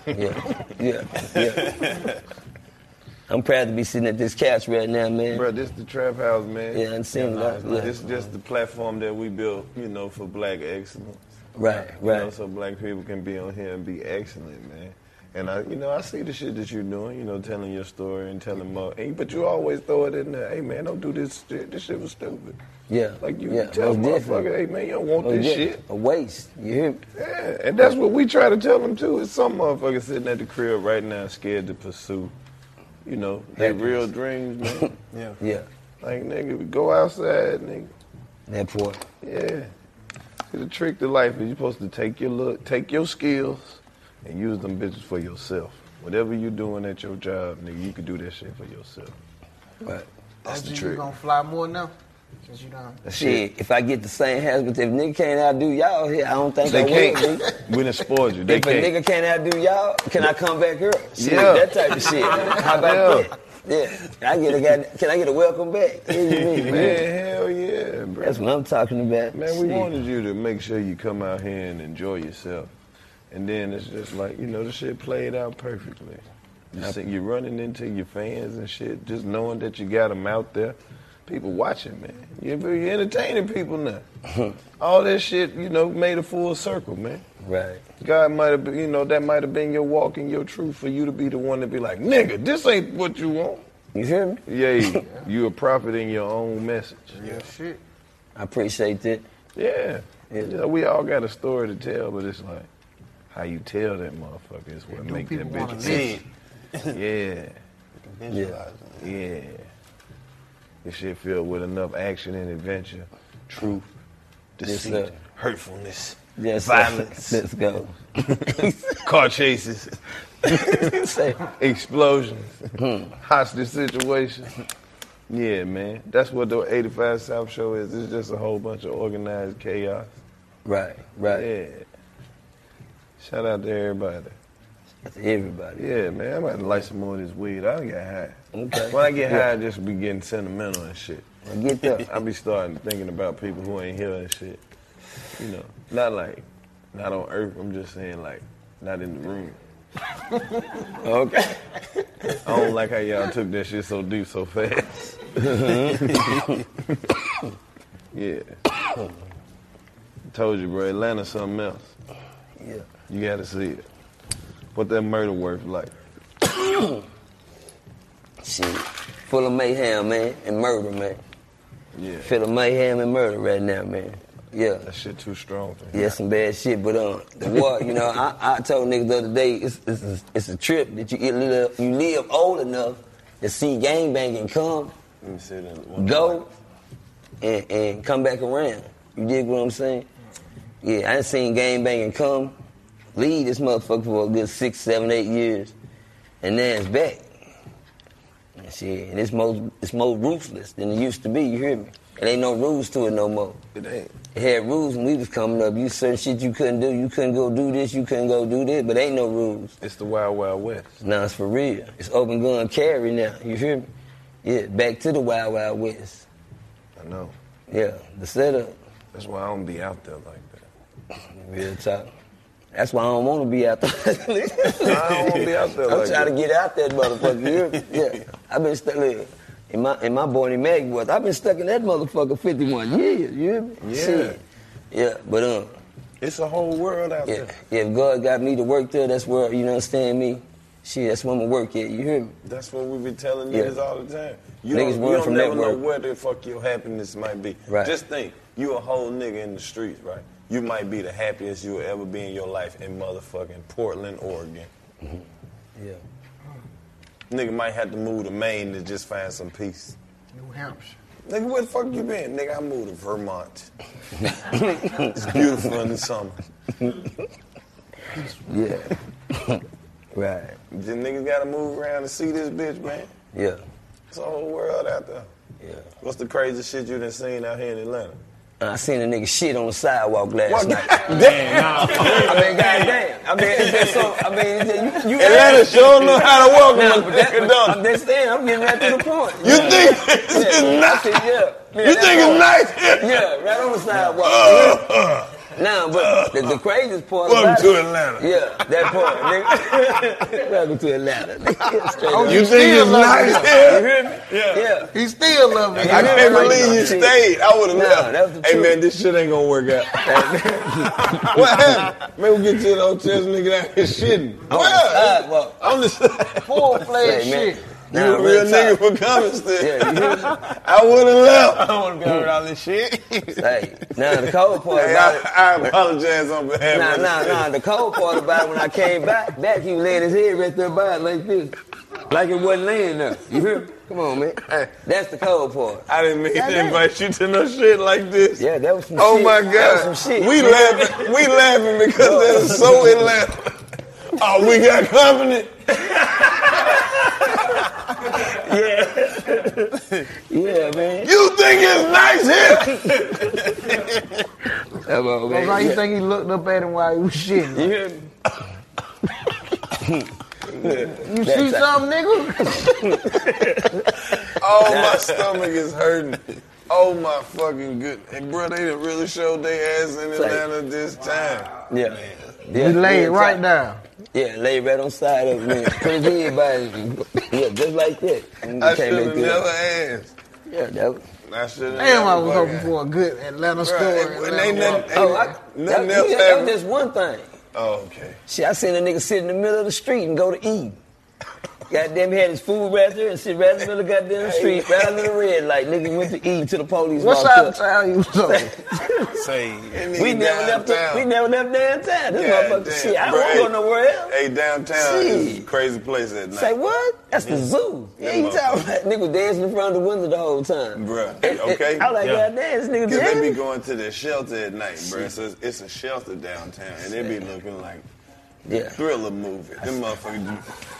Speaker 3: man.
Speaker 5: yeah, yeah, yeah. I'm proud to be sitting at this couch right now, man.
Speaker 4: Bro, this the trap house, man.
Speaker 5: Yeah, I'm seeing a lot, yeah.
Speaker 4: This just the platform that we built, you know, for black excellence.
Speaker 5: Right,
Speaker 4: You know,
Speaker 5: right.
Speaker 4: so black people can be on here and be excellent, man. And I, you know, I see the shit that you're doing, you know, telling your story and telling more. Hey, but you always throw it in there. Hey, man, don't do this shit. This shit was stupid.
Speaker 5: Yeah.
Speaker 4: Like you
Speaker 5: yeah,
Speaker 4: tell
Speaker 5: most definitely.
Speaker 4: motherfucker, hey, man, you don't want
Speaker 5: Most
Speaker 4: this
Speaker 5: definitely.
Speaker 4: shit.
Speaker 5: A waste. You hear me?
Speaker 4: Yeah, and that's what we try to tell them too. Is some motherfuckers sitting at the crib right now, scared to pursue, you know, their
Speaker 5: Happiness.
Speaker 4: real dreams, man.
Speaker 2: Yeah.
Speaker 5: Yeah.
Speaker 4: Like nigga, go outside, nigga.
Speaker 5: That part.
Speaker 4: Yeah. See, the trick to life is you're supposed to take your look, take your skills, and use them bitches for yourself. Whatever you doing at your job, nigga, you can do that shit for yourself.
Speaker 5: Right.
Speaker 4: That's the
Speaker 3: OG, you
Speaker 4: trick.
Speaker 3: gonna fly more now? Cause you don't.
Speaker 5: Shit, if I get the same husband, if nigga can't outdo y'all here, I don't think
Speaker 4: They
Speaker 5: I
Speaker 4: can't.
Speaker 5: will.
Speaker 4: we done spoiled you.
Speaker 5: B.
Speaker 4: They
Speaker 5: If
Speaker 4: can't.
Speaker 5: a nigga can't outdo y'all, can I come back here? Shit,
Speaker 4: Yeah.
Speaker 5: that type of shit. How about that? Yeah, I get a god- can I get a welcome back? What do you mean, man?
Speaker 4: Yeah, hell yeah, bro.
Speaker 5: That's what I'm talking about.
Speaker 4: Man, we
Speaker 5: Shit.
Speaker 4: wanted you to make sure you come out here and enjoy yourself. And then it's just like, you know, the shit played out perfectly. You see, you're running into your fans and shit, just knowing that you got them out there. People watching, man. You're, you're entertaining people now. All this shit, you know, made a full circle, man.
Speaker 5: Right.
Speaker 4: God might have, been, you know, that might have been your walk and your truth for you to be the one to be like, nigga, this ain't what you want.
Speaker 5: You hear me?
Speaker 4: Yeah, you a prophet in your own message. Yeah,
Speaker 3: shit.
Speaker 5: I appreciate that.
Speaker 4: Yeah. You know, we all got a story to tell, but it's like how you tell that motherfucker is what
Speaker 2: do
Speaker 4: make that
Speaker 2: people wanna
Speaker 4: bitch
Speaker 2: live.
Speaker 4: tick. yeah.
Speaker 2: Visualize
Speaker 4: yeah. Yeah. This shit filled with enough action and adventure, truth,
Speaker 5: Yes,
Speaker 4: deceit,
Speaker 5: sir.
Speaker 4: hurtfulness,
Speaker 5: Yes, sir.
Speaker 4: violence.
Speaker 5: Let's go.
Speaker 4: car chases, explosions, hostage situations. Yeah, man. That's what the 85 South Show is. It's just a whole bunch of organized chaos.
Speaker 5: Right, right.
Speaker 4: Yeah. Shout out to everybody.
Speaker 5: That's everybody.
Speaker 4: Yeah, man. I'm about to light some more of this weed. I don't get high.
Speaker 5: Okay.
Speaker 4: When I get high, I
Speaker 5: Yeah.
Speaker 4: just be getting sentimental and shit.
Speaker 5: I get that.
Speaker 4: I be starting thinking about people who ain't here and shit. You know, not like, not on earth. I'm just saying, like, not in the room. okay. I don't like how y'all took that shit so deep so fast.
Speaker 5: Mm-hmm.
Speaker 4: yeah. Told you, bro. Atlanta's something else.
Speaker 5: Yeah.
Speaker 4: You gotta see it. What that murder worth like.
Speaker 5: Shit. Full of mayhem, man, and murder, man.
Speaker 4: Yeah.
Speaker 5: Full of mayhem and murder right now, man. Yeah.
Speaker 4: That shit too strong for me.
Speaker 5: Yeah, some bad shit, but um, the war, you know, I, I told niggas the other day, it's, it's, a, it's a trip that you live, you live old enough to see gangbanging come,
Speaker 4: Let me see that.
Speaker 5: go, and, and come back around. You dig what I'm saying? Yeah, I done seen gangbanging come, lead this motherfucker for a good six, seven, eight years, and now it's back. And shit, and it's more, it's more ruthless than it used to be, you hear me? It ain't no rules to it no more.
Speaker 4: It ain't.
Speaker 5: It had rules when we was coming up. You certain shit you couldn't do. You couldn't go do this. You couldn't go do that. But ain't no rules.
Speaker 4: It's the wild wild west.
Speaker 5: Now it's for real. It's open gun carry now. You hear me? Yeah, back to the wild wild west.
Speaker 4: I know.
Speaker 5: Yeah, the setup.
Speaker 4: That's why I don't be out there like
Speaker 5: Real talk. That's why I don't want to be out there.
Speaker 4: I don't wanna be out there
Speaker 5: I'm
Speaker 4: like
Speaker 5: trying
Speaker 4: that.
Speaker 5: to get out that motherfucker. You hear me? Yeah, I've been stuck look, in my in my Barney Mac was. I've been stuck in that motherfucker 51 years. You hear me?
Speaker 4: Yeah.
Speaker 5: Shit. Yeah, but um.
Speaker 4: It's a whole world out
Speaker 5: Yeah,
Speaker 4: there.
Speaker 5: if God got me to work there, that's where you know understand me. Shit, that's where I'ma work at. You hear me?
Speaker 4: That's what we be telling
Speaker 5: Yeah.
Speaker 4: niggas all the time. You
Speaker 5: Niggas
Speaker 4: don't,
Speaker 5: run
Speaker 4: you don't
Speaker 5: from
Speaker 4: never
Speaker 5: that
Speaker 4: know
Speaker 5: work.
Speaker 4: where the fuck your happiness might be.
Speaker 5: Right.
Speaker 4: Just think, you a whole nigga in the streets, right? You might be the happiest you will ever be in your life in motherfucking Portland, Oregon.
Speaker 5: Yeah.
Speaker 4: Nigga might have to move to Maine to just find some peace.
Speaker 3: New Hampshire.
Speaker 4: Nigga, where the fuck you been? Nigga, I moved to Vermont. it's beautiful in the summer.
Speaker 5: Yeah. right.
Speaker 4: The niggas gotta move around and see this bitch, man.
Speaker 5: Yeah.
Speaker 4: It's a whole world out there.
Speaker 5: Yeah.
Speaker 4: What's the craziest shit you done seen out here in Atlanta?
Speaker 5: I seen a nigga shit on the sidewalk last
Speaker 4: What?
Speaker 5: night. Damn. I mean, goddamn. I mean, it's just so. I mean, it's just, you. you
Speaker 4: Atlanta sure know how to walk
Speaker 5: Nah, but
Speaker 4: with the
Speaker 5: that-
Speaker 4: fucking dog.
Speaker 5: I'm just saying. I'm getting right to the point.
Speaker 4: You think
Speaker 5: yeah.
Speaker 4: it's
Speaker 5: I
Speaker 4: nice?
Speaker 5: said, yeah.
Speaker 4: You think it's nice? Uh,
Speaker 5: Yeah, right on the sidewalk. Nah, but the, the craziest part.
Speaker 4: Welcome
Speaker 5: about
Speaker 4: to
Speaker 5: it-
Speaker 4: Atlanta.
Speaker 5: Yeah, that part. nigga. Welcome to Atlanta. nigga. Straight
Speaker 3: Oh,
Speaker 5: up.
Speaker 3: you You think still it's love nice it. here?
Speaker 5: You hear me?
Speaker 4: Yeah.
Speaker 5: Yeah.
Speaker 3: He still love it.
Speaker 4: I can't believe you stayed. I would have
Speaker 5: Nah, that's the
Speaker 4: left. Hey
Speaker 5: truth.
Speaker 4: man, this shit ain't gonna work out. what happened? Man, we get to the hotel, this nigga out here shitting.
Speaker 5: On the
Speaker 4: Well,
Speaker 5: sidewalk.
Speaker 4: I'm just
Speaker 3: Full fledged
Speaker 5: Say, man.
Speaker 3: shit.
Speaker 4: you
Speaker 5: Nah,
Speaker 4: a real
Speaker 5: real
Speaker 4: nigga
Speaker 5: talk.
Speaker 4: for coming still.
Speaker 5: Yeah, you hear me?
Speaker 4: I would have left.
Speaker 5: Oh,
Speaker 2: don't want to be around all this shit.
Speaker 5: Hey, now the cold part
Speaker 4: Hey,
Speaker 5: about it.
Speaker 4: I, I apologize on behalf
Speaker 5: Nah,
Speaker 4: of
Speaker 5: nah, nah. The cold part about it when I came back, back he was laying his head right there by it like this, like it wasn't laying there. You hear? me? Come on, man. That's the cold part.
Speaker 4: I didn't mean to invite you to no shit like this.
Speaker 5: Yeah, that was some
Speaker 4: Oh
Speaker 5: shit.
Speaker 4: my
Speaker 5: That
Speaker 4: God.
Speaker 5: was some shit.
Speaker 4: We
Speaker 5: man.
Speaker 4: laughing. We laughing because that is so Atlanta. Oh, we got company.
Speaker 5: Yeah, man.
Speaker 4: You think it's it's nice here.
Speaker 3: That's why you think he looked up at him while he was shitting. You see something, nigga?
Speaker 4: Oh, my stomach is hurting. Oh my fucking good. And bro, they done really showed their ass in Atlanta this time.
Speaker 5: Yeah.
Speaker 4: You lay it right
Speaker 5: down. Yeah, lay it right on side of me. Put his head by Yeah, just like that. And
Speaker 4: I
Speaker 5: it came
Speaker 4: should
Speaker 5: right
Speaker 4: have
Speaker 5: through.
Speaker 4: never asked.
Speaker 5: Yeah, that was.
Speaker 4: I should have.
Speaker 3: Damn, I was hoping for a good Atlanta story.
Speaker 4: Bruh,
Speaker 3: Atlanta
Speaker 4: ain't nothing-
Speaker 3: walk.
Speaker 4: ain't nothing
Speaker 5: Oh, that,
Speaker 4: else
Speaker 5: yeah, that
Speaker 4: happened.
Speaker 5: was just one thing.
Speaker 4: Oh, okay.
Speaker 5: Shit, I seen a nigga sit in the middle of the street and go to eat. Goddamn, he had his food right there and sit right in the middle of the goddamn street, right under the red light. Nigga went to eat until the police
Speaker 3: What
Speaker 5: walked
Speaker 3: side of
Speaker 5: up.
Speaker 3: town you was on?
Speaker 4: Say,
Speaker 5: We never left. the- We never left downtown. This motherfucker shit. I don't go nowhere else.
Speaker 4: Hey, downtown is a crazy place at night.
Speaker 5: Say what? That's the
Speaker 4: Yeah.
Speaker 5: zoo. Yeah,
Speaker 4: Them
Speaker 5: you talking about nigga was dancing in front of the window the whole time.
Speaker 4: Bruh, okay.
Speaker 5: I was like, goddamn, this nigga
Speaker 4: Because they
Speaker 5: jamming.
Speaker 4: be going to the shelter at night, bruh. So it's, it's a shelter downtown, and they be looking like
Speaker 5: Yeah.
Speaker 4: thriller movie. Them motherfuckers.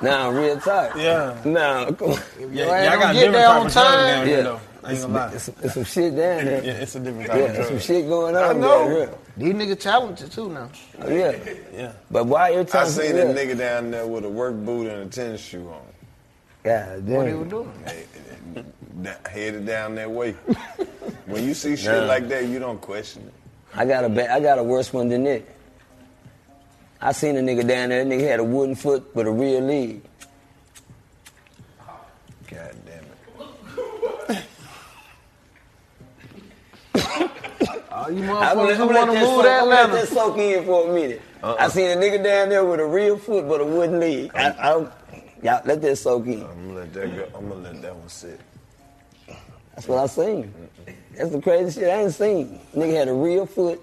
Speaker 5: Nah, real talk. Yeah. Nah, come on.
Speaker 4: Yeah, y'all got a different type of drug down here, though.
Speaker 5: It's, it's, it's some shit down there.
Speaker 14: Yeah, it's a different
Speaker 5: Yeah, it's some shit going on.
Speaker 3: I
Speaker 5: down
Speaker 3: know.
Speaker 5: here.
Speaker 3: These niggas talented too now.
Speaker 5: Oh, yeah.
Speaker 14: Yeah.
Speaker 5: But why your
Speaker 4: I
Speaker 5: time?
Speaker 4: seen a nigga down there with a work boot and a tennis shoe on.
Speaker 5: God damn.
Speaker 3: What he was doing?
Speaker 4: Da- Headed down that way. when you see shit
Speaker 5: Nah.
Speaker 4: like that, you don't question it.
Speaker 5: I got a ba- I got a worse one than that. I seen a nigga down there. That nigga had a wooden foot but a real leg.
Speaker 4: God damn it.
Speaker 3: All you
Speaker 5: I'm gonna
Speaker 3: motherfuckers
Speaker 5: let,
Speaker 3: who
Speaker 5: I'm gonna
Speaker 3: want
Speaker 5: let
Speaker 3: to
Speaker 5: that
Speaker 3: move
Speaker 5: soak-
Speaker 3: to
Speaker 5: I'm gonna let that
Speaker 3: Atlanta.
Speaker 5: soak in for a minute.
Speaker 3: Uh-uh.
Speaker 5: I seen a nigga down there with a real foot but a wooden leg. I, I don't, y'all let that soak in.
Speaker 4: I'm gonna let that go. I'm gonna let that one sit.
Speaker 5: That's what I seen. That's the craziest shit I ain't seen. Nigga had a real foot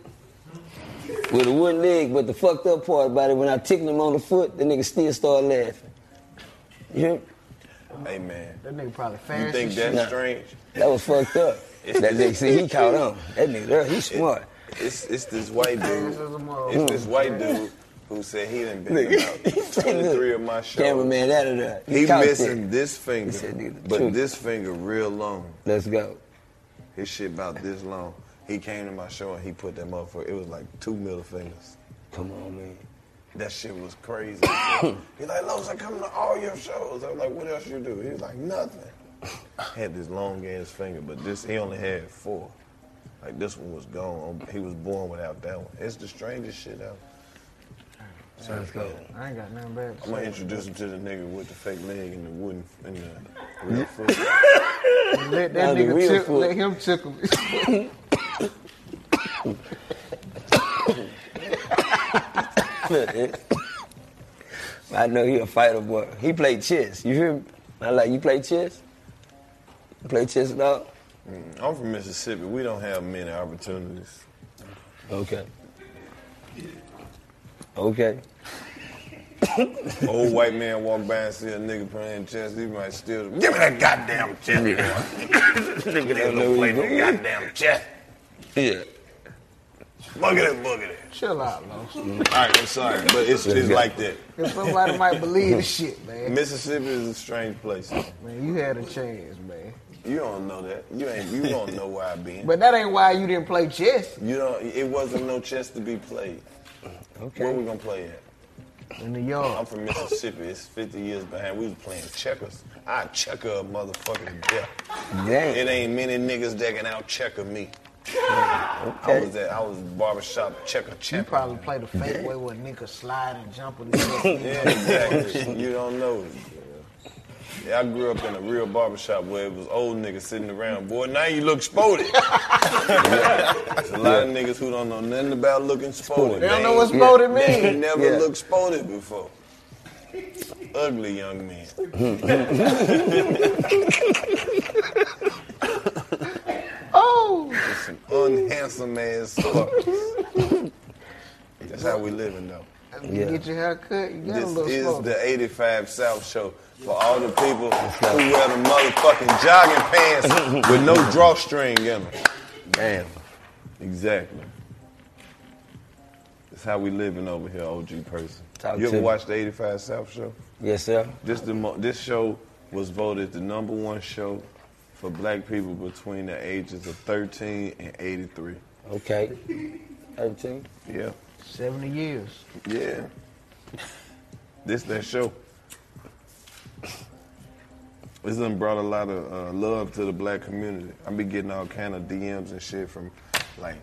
Speaker 5: with a wooden leg, but the fucked up part about it, when I tickled him on the foot, the nigga still started laughing. You hear me?
Speaker 4: Hey man,
Speaker 3: That nigga probably fancy.
Speaker 4: you think that's
Speaker 5: Nah.
Speaker 4: strange?
Speaker 5: That was fucked up.
Speaker 4: It's
Speaker 5: that
Speaker 4: the-
Speaker 5: nigga, see, he caught on. That nigga, there, he smart.
Speaker 4: It's it's this white dude.
Speaker 5: motherfucker.
Speaker 4: It's this white dude who said he done been to about twenty three of my shows.
Speaker 5: Cameraman out of there.
Speaker 4: He
Speaker 5: Caught
Speaker 4: missing
Speaker 5: that.
Speaker 4: this finger, but
Speaker 5: truth.
Speaker 4: this finger real long.
Speaker 5: Let's go.
Speaker 4: His shit about this long. He came to my show and he put that motherfucker. It was like two middle fingers.
Speaker 5: Come on, man.
Speaker 4: That shit was crazy. He's like, Los, I come to all your shows. I'm like, what else you do? He's like, nothing. had this long ass finger, but this he only had four. Like this one was gone. He was born without that one. It's the strangest shit ever.
Speaker 3: Sounds good. I ain't got nothing bad to
Speaker 4: I'm gonna
Speaker 3: say.
Speaker 4: introduce him to the nigga with the fake leg and the wooden and the real foot.
Speaker 3: Let
Speaker 4: Now
Speaker 3: that
Speaker 4: the real
Speaker 3: nigga tickle.
Speaker 4: foot.
Speaker 3: Let him tickle me.
Speaker 5: I know he a fighter boy. He played chess. You hear me? I like you play chess. You play chess dog.
Speaker 4: Mm, I'm from Mississippi. We don't have many opportunities.
Speaker 5: Okay. Okay.
Speaker 4: Old white man walk by and see a nigga playing chess. He might steal. Give me that goddamn chess. nigga, they don't play no goddamn chess.
Speaker 5: Yeah.
Speaker 4: Boogie it, boogie it.
Speaker 3: Chill out, man.
Speaker 4: All right, I'm sorry, but it's it's like that.
Speaker 3: Cause somebody might believe this shit, man.
Speaker 4: Mississippi is a strange place.
Speaker 3: Man, you had a chance, man.
Speaker 4: You don't know that. You ain't. You don't know where I been.
Speaker 3: But that ain't why you didn't play chess.
Speaker 4: You don't. It wasn't no chess to be played. Okay. Where we gonna play at?
Speaker 3: In the yard.
Speaker 4: I'm from Mississippi. It's 50 years behind. We was playing checkers. I checker a motherfucker to death.
Speaker 5: Damn.
Speaker 4: It ain't many niggas that can out checker me. I was at I was barbershop checker
Speaker 3: You
Speaker 4: champion.
Speaker 3: probably played the fake way where niggas slide and jump and
Speaker 4: Yeah, exactly. you don't know. it. Yeah, I grew up in a real barbershop where it was old niggas sitting around. Boy, now you look spotted. There's a lot of niggas who don't know nothing about looking spotted.
Speaker 3: They don't know
Speaker 4: ain't-
Speaker 3: what spotted
Speaker 4: they
Speaker 3: mean.
Speaker 4: ain't never
Speaker 3: Yeah.
Speaker 4: looked spotted before. Ugly young men.
Speaker 3: Oh!
Speaker 4: Just some unhandsome ass fuckers. That's how we living though.
Speaker 3: You get your hair cut, you got a
Speaker 4: This
Speaker 3: little
Speaker 4: is
Speaker 3: smoke.
Speaker 4: the 85 South Show for all the people who wear the motherfucking jogging pants with no drawstring in them. Damn. Exactly. That's how we living over here, OG person.
Speaker 5: Talk
Speaker 4: you
Speaker 5: to
Speaker 4: ever
Speaker 5: me.
Speaker 4: watch the 85 South Show?
Speaker 5: Yes, sir.
Speaker 4: This the mo- this show was voted the number one show for black people between the ages of 13 and 83.
Speaker 5: Okay. 13?
Speaker 4: Yeah.
Speaker 15: 70 years.
Speaker 4: Yeah. This that show. This done brought a lot of uh, love to the black community. I be getting all kind of DMs and shit from, like,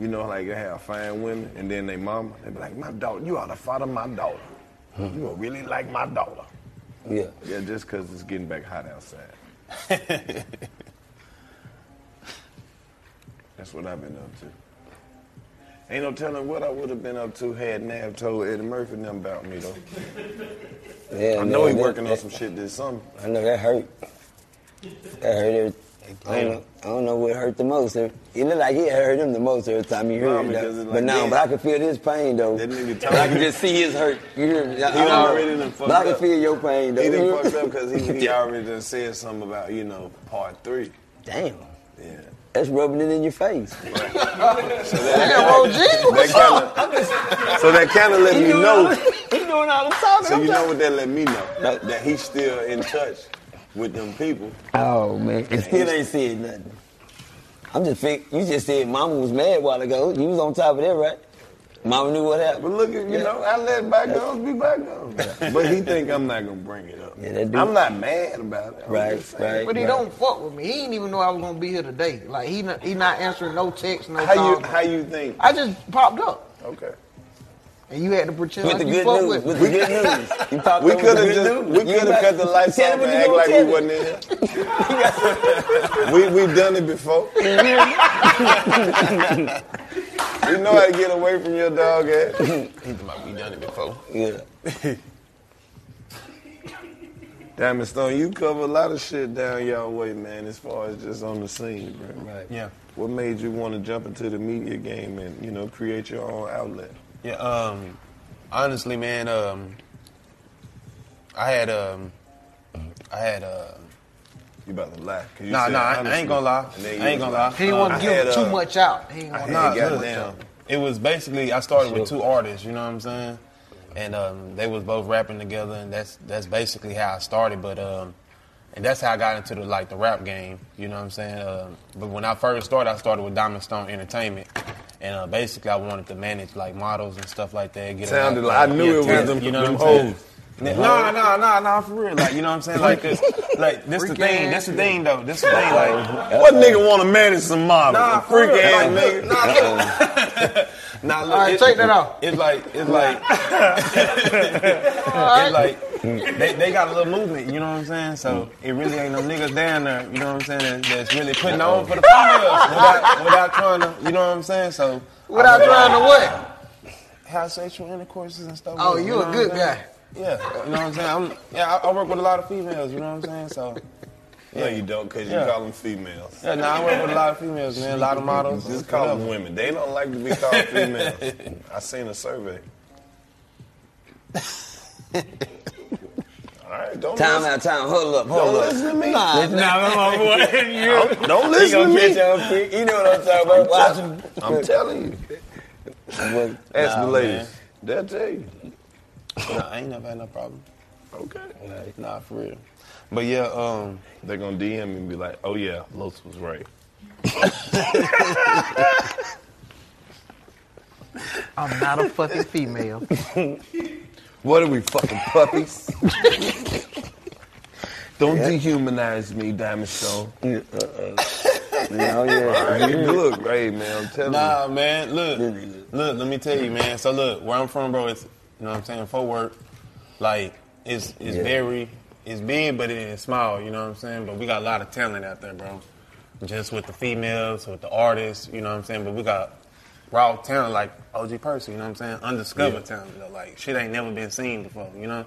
Speaker 4: you know, like they have fine women, and then they mama, they be like, my daughter, you are the father of my daughter. You gonna really like my daughter.
Speaker 5: Yeah.
Speaker 4: Yeah, just because it's getting back hot outside. That's what I've been up to. Ain't no telling what I would have been up to had Nav told Eddie Murphy them about me though.
Speaker 5: Yeah,
Speaker 4: I know
Speaker 5: man,
Speaker 4: he
Speaker 5: that-
Speaker 4: working on
Speaker 5: that-
Speaker 4: some shit this summer.
Speaker 5: I know that hurt. That hurt every, I, don't know, I don't know what hurt the most. It looked like it hurt him the most every time you
Speaker 4: No,
Speaker 5: heard it.
Speaker 4: because
Speaker 5: though.
Speaker 4: it's
Speaker 5: but
Speaker 4: like
Speaker 5: no,
Speaker 4: this.
Speaker 5: but I can feel his pain though. That
Speaker 4: nigga
Speaker 5: I can just see his hurt. You hear me?
Speaker 4: He
Speaker 5: I- I don't know.
Speaker 4: already done
Speaker 5: But
Speaker 4: fucked
Speaker 5: I can
Speaker 4: up.
Speaker 5: feel your pain though.
Speaker 4: He done fucked up because he, he already done said something about, you know, part three.
Speaker 5: Damn.
Speaker 4: Yeah.
Speaker 5: That's rubbing it in your face.
Speaker 4: So that, that kinda, so that kind of let me know.
Speaker 5: He doing all the talking.
Speaker 4: So
Speaker 5: I'm
Speaker 4: you know
Speaker 5: talking-
Speaker 4: what that let me know? That, that he's still in touch with them people.
Speaker 5: Oh man, I still ain't said nothing. I'm just think you just said Mama was mad a while ago. You was on top of that, right? Mama knew what happened.
Speaker 4: But look, at- you know, I let bygones be bygones. But he think I'm not gonna bring it up.
Speaker 5: Yeah, that dude-
Speaker 4: I'm not mad about it. I'm
Speaker 5: Right,
Speaker 4: just saying.
Speaker 5: right,
Speaker 3: But he don't fuck with me. He didn't even know I was gonna be here today. Like he not, he not answering no texts, no
Speaker 4: How you-
Speaker 3: calls.
Speaker 4: how you think?
Speaker 3: I just popped up,
Speaker 4: Okay.
Speaker 3: and you had to pretend
Speaker 5: With
Speaker 3: like
Speaker 5: the
Speaker 3: you
Speaker 5: good
Speaker 3: fuck
Speaker 5: news,
Speaker 3: with me.
Speaker 5: with the good news, you popped
Speaker 4: We
Speaker 5: up with the
Speaker 4: could have
Speaker 5: good
Speaker 4: just
Speaker 5: news.
Speaker 4: we could have cut the lights
Speaker 5: Tell
Speaker 4: off
Speaker 5: him
Speaker 4: and
Speaker 5: what you
Speaker 4: act
Speaker 5: gonna
Speaker 4: like
Speaker 5: tell
Speaker 4: we
Speaker 5: him.
Speaker 4: wasn't in here. we we've done it before. we know how to get away from your dog ass.
Speaker 2: we done it before.
Speaker 5: Yeah.
Speaker 4: Diamond Stone, you cover a lot of shit down y'all way, man, as far as just on the scene, bro. Right.
Speaker 2: Yeah.
Speaker 4: What made you want to jump into the media game and, you know, create your own outlet?
Speaker 2: Yeah. Um. Honestly, man. Um. I had um. I had uh.
Speaker 4: You about to lie? 'cause you
Speaker 2: Nah,
Speaker 4: said
Speaker 2: nah. I- I
Speaker 4: honestly.
Speaker 2: ain't gonna lie.
Speaker 4: And
Speaker 2: I
Speaker 4: then you
Speaker 2: ain't
Speaker 4: was
Speaker 2: gonna lie.
Speaker 4: like,
Speaker 3: He didn't want
Speaker 2: Um,
Speaker 3: to
Speaker 2: I
Speaker 3: give
Speaker 2: had,
Speaker 3: him
Speaker 2: uh,
Speaker 3: too much out. He didn't want
Speaker 2: Nah,
Speaker 3: to
Speaker 2: look, It was basically I started with two artists, you know what I'm saying? And um, they was both rapping together, and that's that's basically how I started. But um, and that's how I got into the like the rap game, you know what I'm saying? Um but when I first started, I started with Diamond Stone Entertainment, and uh, basically I wanted to manage like models and stuff like that. Get a lot-
Speaker 4: Sounded like- I knew it was
Speaker 2: talent,
Speaker 4: them- them
Speaker 2: what I'm saying?
Speaker 4: hoes.
Speaker 2: No, no, no, no, no, for real. Like, you know what I'm saying? Like this, like this the
Speaker 4: Freak
Speaker 2: thing.
Speaker 4: ass
Speaker 2: This the thing, though. This the thing. Like,
Speaker 4: What nigga want to manage some models?
Speaker 2: Nah,
Speaker 4: a freak
Speaker 2: for real.
Speaker 4: ass
Speaker 2: Like,
Speaker 4: nigga.
Speaker 2: nah, Nah, look,
Speaker 3: All right,
Speaker 2: it-
Speaker 3: take that off.
Speaker 2: It's like it's like
Speaker 3: right.
Speaker 2: it's like they, they got a little movement. You know what I'm saying? So it really ain't no niggas down there. You know what I'm saying? that- That's really putting on for the females without, without trying to. You know what I'm saying? So
Speaker 3: Without trying to what?
Speaker 2: have sexual intercourses and stuff.
Speaker 3: Oh,
Speaker 2: with them,
Speaker 3: you
Speaker 2: know
Speaker 3: a
Speaker 2: what
Speaker 3: good
Speaker 2: I'm saying?
Speaker 3: guy.
Speaker 2: Yeah, you know what I'm saying. I'm, yeah, I, I work with a lot of females. You know what I'm saying? So
Speaker 4: No, you don't, because you
Speaker 2: Yeah.
Speaker 4: call them females.
Speaker 2: yeah, now I work with a lot of females, man. A lot of models.
Speaker 4: Just call them
Speaker 2: whatever.
Speaker 4: women. They don't like to be called females. I seen a survey. All right, don't
Speaker 5: Time
Speaker 4: listen.
Speaker 5: out, time. Hold up,
Speaker 4: Don't
Speaker 5: hold up.
Speaker 4: listen to me.
Speaker 5: Nah,
Speaker 4: Listen-
Speaker 5: nah.
Speaker 4: Nah, my boy, you- Don't- don't
Speaker 5: He
Speaker 4: listen
Speaker 5: gonna
Speaker 4: to
Speaker 5: catch
Speaker 4: me.
Speaker 5: on quick. You know what I'm talking about. Watch him.
Speaker 4: I'm telling you. Ask
Speaker 2: Nah,
Speaker 4: the ladies.
Speaker 2: man.
Speaker 4: They'll tell you.
Speaker 2: Nah, I ain't never had no problem.
Speaker 4: Okay.
Speaker 2: Like, nah, for real. But yeah, um,
Speaker 4: They're gonna DM me and be like, "Oh yeah, Los was right."
Speaker 3: I'm not a fucking female.
Speaker 4: What are we fucking puppies? Don't dehumanize me, Diamond Stone. uh-uh.
Speaker 5: Oh, yeah.
Speaker 4: All right, look, hey man, I'm telling
Speaker 2: Nah, man. Look, look. Let me tell you, man. So look, where I'm from, bro. It's you know what I'm saying. Fort Worth, like it's it's
Speaker 5: Yeah.
Speaker 2: very it's big, but it is small. You know what I'm saying. But we got a lot of talent out there, bro. Just with the females, with the artists. You know what I'm saying. But we got raw talent like OG Percy. You know what I'm saying. Undiscovered
Speaker 4: Yeah.
Speaker 2: talent. Though. Like shit ain't never been seen before. You know.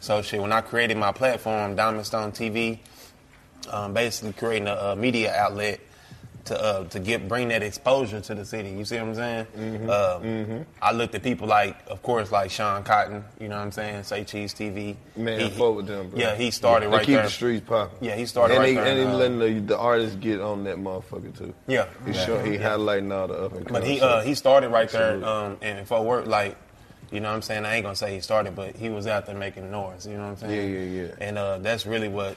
Speaker 2: So shit. When I created my platform, Diamond Stone TV, um, basically creating a, uh media outlet to uh, to get bring that exposure to the city. You see what I'm saying?
Speaker 4: Mm-hmm.
Speaker 2: Um, I looked at people like, of course, like Sean Cotton. You know what I'm saying? Say Cheese TV.
Speaker 4: you, man,
Speaker 2: He-
Speaker 4: fuck with them. Bro.
Speaker 2: Yeah, he started
Speaker 4: They
Speaker 2: right
Speaker 4: keep
Speaker 2: there.
Speaker 4: the streets popping.
Speaker 2: Yeah, he started
Speaker 4: and
Speaker 2: right
Speaker 4: he,
Speaker 2: there.
Speaker 4: And he
Speaker 2: in, uh,
Speaker 4: letting the, the artists get on that motherfucker too.
Speaker 2: Yeah,
Speaker 4: he
Speaker 2: yeah,
Speaker 4: sure he
Speaker 2: yeah.
Speaker 4: highlighting all the up and
Speaker 2: But
Speaker 4: coming
Speaker 2: he
Speaker 4: shit.
Speaker 2: uh, he started right
Speaker 4: Absolutely.
Speaker 2: there um, in Fort Worth. Like, you know what I'm saying? I ain't gonna say he started, but he was out there making noise. You know what I'm saying?
Speaker 4: Yeah, yeah, yeah.
Speaker 2: And uh, that's really what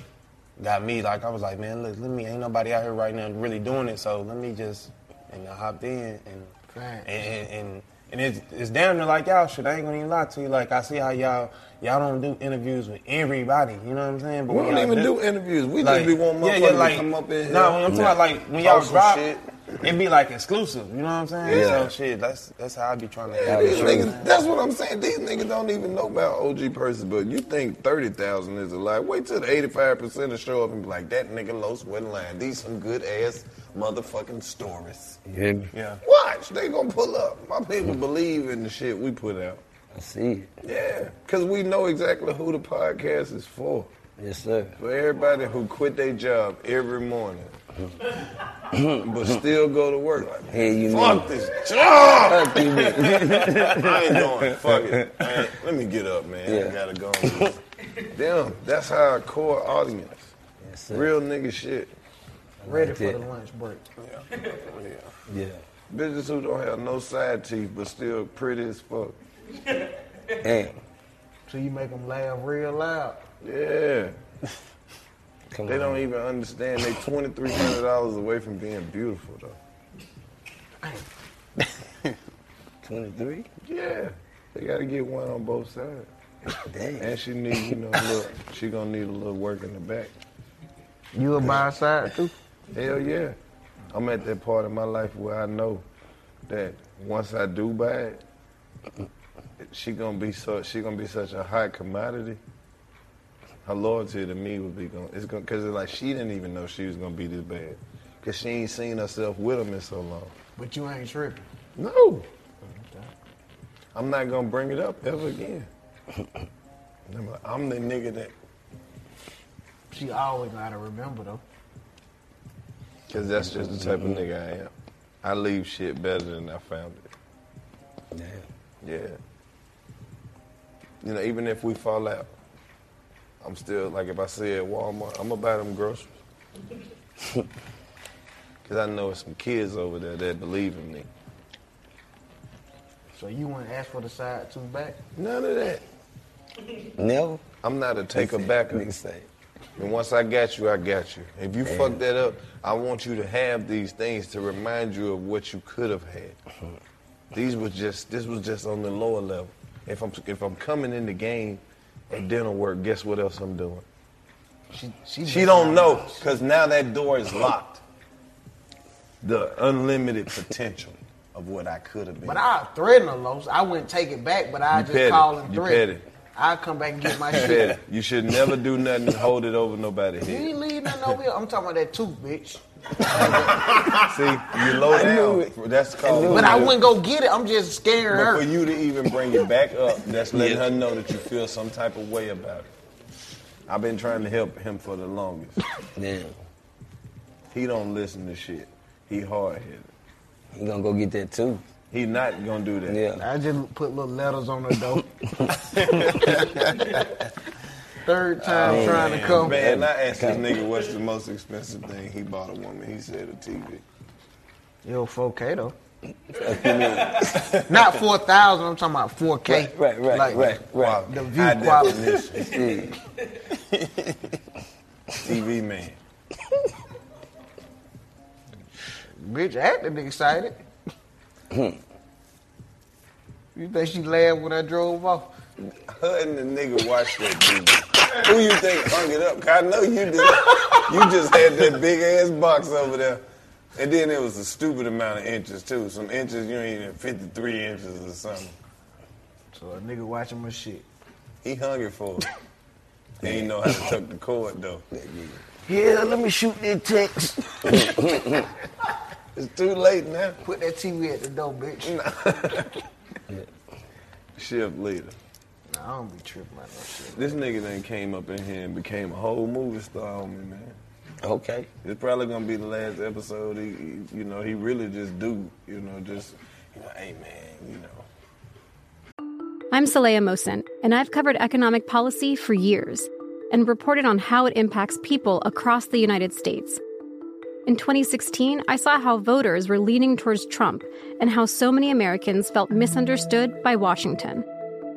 Speaker 2: got me like I was like, man, look, let me ain't nobody out here right now really doing it, so let me just and I hopped in and and and, and and it's, it's down there like y'all shit. I ain't gonna even lie to you. Like I see how y'all y'all don't do interviews with everybody. You know what I'm saying?
Speaker 4: We
Speaker 2: when
Speaker 4: don't
Speaker 2: y'all
Speaker 4: even do interviews. We just be want
Speaker 2: yeah, yeah,
Speaker 4: motherfuckers to
Speaker 2: like,
Speaker 4: come up in here.
Speaker 2: Nah, when I'm talking
Speaker 4: Yeah.
Speaker 2: about like when
Speaker 4: Talk
Speaker 2: y'all
Speaker 4: some
Speaker 2: drop,
Speaker 4: shit.
Speaker 2: it be like exclusive. You know what I'm saying?
Speaker 4: Yeah.
Speaker 2: So shit, that's that's how I be trying to.
Speaker 4: Yeah, these niggas, that's what I'm saying. These niggas don't even know about OG Percy, but you think 30,000 is a lot. Wait till the 85% of show up and be like, that nigga low sweat line. These some good ass motherfucking stories.
Speaker 2: Yeah.
Speaker 4: Watch, they gonna pull up. My people believe in the shit we put out.
Speaker 5: Mm. I see.
Speaker 4: Yeah, because we know exactly who the podcast is for.
Speaker 5: Yes, sir.
Speaker 4: For everybody who quit their job every morning, but still go to work. Like,
Speaker 5: Hey, you
Speaker 4: fuck
Speaker 5: know.
Speaker 4: this job!
Speaker 5: Mm. Fuck you, man.
Speaker 4: I ain't doing it. Fuck it. Man, let me get up, man. I
Speaker 5: Yeah.
Speaker 4: gotta go. Damn, that's our core audience. Real nigga shit.
Speaker 3: Ready for the lunch break.
Speaker 4: Yeah. Bitches who don't have no side teeth but still pretty as fuck.
Speaker 5: Damn.
Speaker 3: So you make them laugh real loud.
Speaker 4: Yeah.
Speaker 5: Come
Speaker 4: they
Speaker 5: on.
Speaker 4: don't even understand. They twenty three hundred dollars away from being beautiful though.
Speaker 5: 23?
Speaker 4: Yeah. They gotta get one on both sides. And she needs, you know, look, she gonna need a little work in the back.
Speaker 3: You a buy side too?
Speaker 4: Hell yeah. I'm at that part of my life where I know that once I do buy it, she gonna be so she gonna be such a hot commodity. Her loyalty to me would be going. It's going because it's like she didn't even know she was gonna be this bad, cause she ain't seen herself with him in so long.
Speaker 3: But you ain't tripping.
Speaker 4: No. I'm not gonna bring it up ever again. I'm like, I'm the nigga that,
Speaker 3: She always gotta remember though.
Speaker 4: cause that's just the type of nigga I am. I leave shit better than I found it.
Speaker 5: Yeah.
Speaker 4: Yeah. You know, even if we fall out, I'm still like if I see it at Walmart, I'm gonna buy them groceries. Cause I know it's some kids over there that believe in me.
Speaker 3: So you wouldn't ask for the side two back?
Speaker 4: None of that.
Speaker 5: Never.
Speaker 4: I'm not a take a backer. And once I got you, I got you. If you
Speaker 5: Yeah.
Speaker 4: fuck that up, I want you to have these things to remind you of what you could have had. These was just this was just on the lower level. If I'm if I'm coming in the game at dinner work, guess what else I'm doing?
Speaker 3: She
Speaker 4: She,
Speaker 3: missing
Speaker 4: don't
Speaker 3: out.
Speaker 4: know because now that door is locked. The unlimited potential of what I could have been.
Speaker 3: But I threaten her low. I wouldn't take it back, but I
Speaker 4: You
Speaker 3: just
Speaker 4: pet it.
Speaker 3: call and
Speaker 4: You pet
Speaker 3: threaten.
Speaker 4: it.
Speaker 3: I come back and get my
Speaker 4: You
Speaker 3: shit.
Speaker 4: better- you should never do nothing and hold it over nobody's
Speaker 3: You
Speaker 4: head.
Speaker 3: ain't leave nothing over here. I'm talking about that tooth, bitch.
Speaker 4: See, you low
Speaker 3: I knew
Speaker 4: down. That's called.
Speaker 3: But I wouldn't go get it. I'm just scaring
Speaker 4: But
Speaker 3: her.
Speaker 4: for you to even bring it back up, that's letting her know that you feel some type of way about it. I've been trying to help him for the longest.
Speaker 5: Yeah.
Speaker 4: He don't listen to shit. He hard headed.
Speaker 5: He gonna go get that too.
Speaker 4: He not gonna do that.
Speaker 5: Yeah.
Speaker 3: I just put little letters on her door. Third time
Speaker 4: Oh,
Speaker 3: trying
Speaker 4: man.
Speaker 3: to come.
Speaker 4: Man, I asked this nigga what's the most expensive thing he bought a woman. He said a TV.
Speaker 3: Yo, 4K though. Not 4,000, I'm talking about 4K.
Speaker 5: Right, right, right, right, right.
Speaker 3: The view
Speaker 5: High
Speaker 3: quality.
Speaker 5: definition.
Speaker 4: TV man.
Speaker 3: Bitch acting excited.
Speaker 5: Hmm.
Speaker 3: You think she laughed when I drove off?
Speaker 4: Her and the nigga watched that TV. Who you think hung it up? 'Cause I know you did. You just had that big ass box over there. And then it was a stupid amount of inches too. Some inches you ain't even 53 inches or something.
Speaker 3: So a nigga watching my shit.
Speaker 4: He hung it for us. He ain't know how to tuck the cord though.
Speaker 3: Yeah, let me shoot that text.
Speaker 4: it's too late now.
Speaker 3: Put that TV at the door, bitch.
Speaker 4: Shift leader.
Speaker 3: Nah, I don't be tripping about no shit.
Speaker 4: This nigga then came up in here and became a whole movie star on me, man.
Speaker 5: Okay.
Speaker 4: It's probably gonna be the last episode. He, he- you know, he really just do, you know, just, you know, hey man, you know.
Speaker 16: I'm Saleha Mosin, and I've covered economic policy for years and reported on how it impacts people across the United States. In 2016, I saw how voters were leaning towards Trump and how so many Americans felt misunderstood by Washington.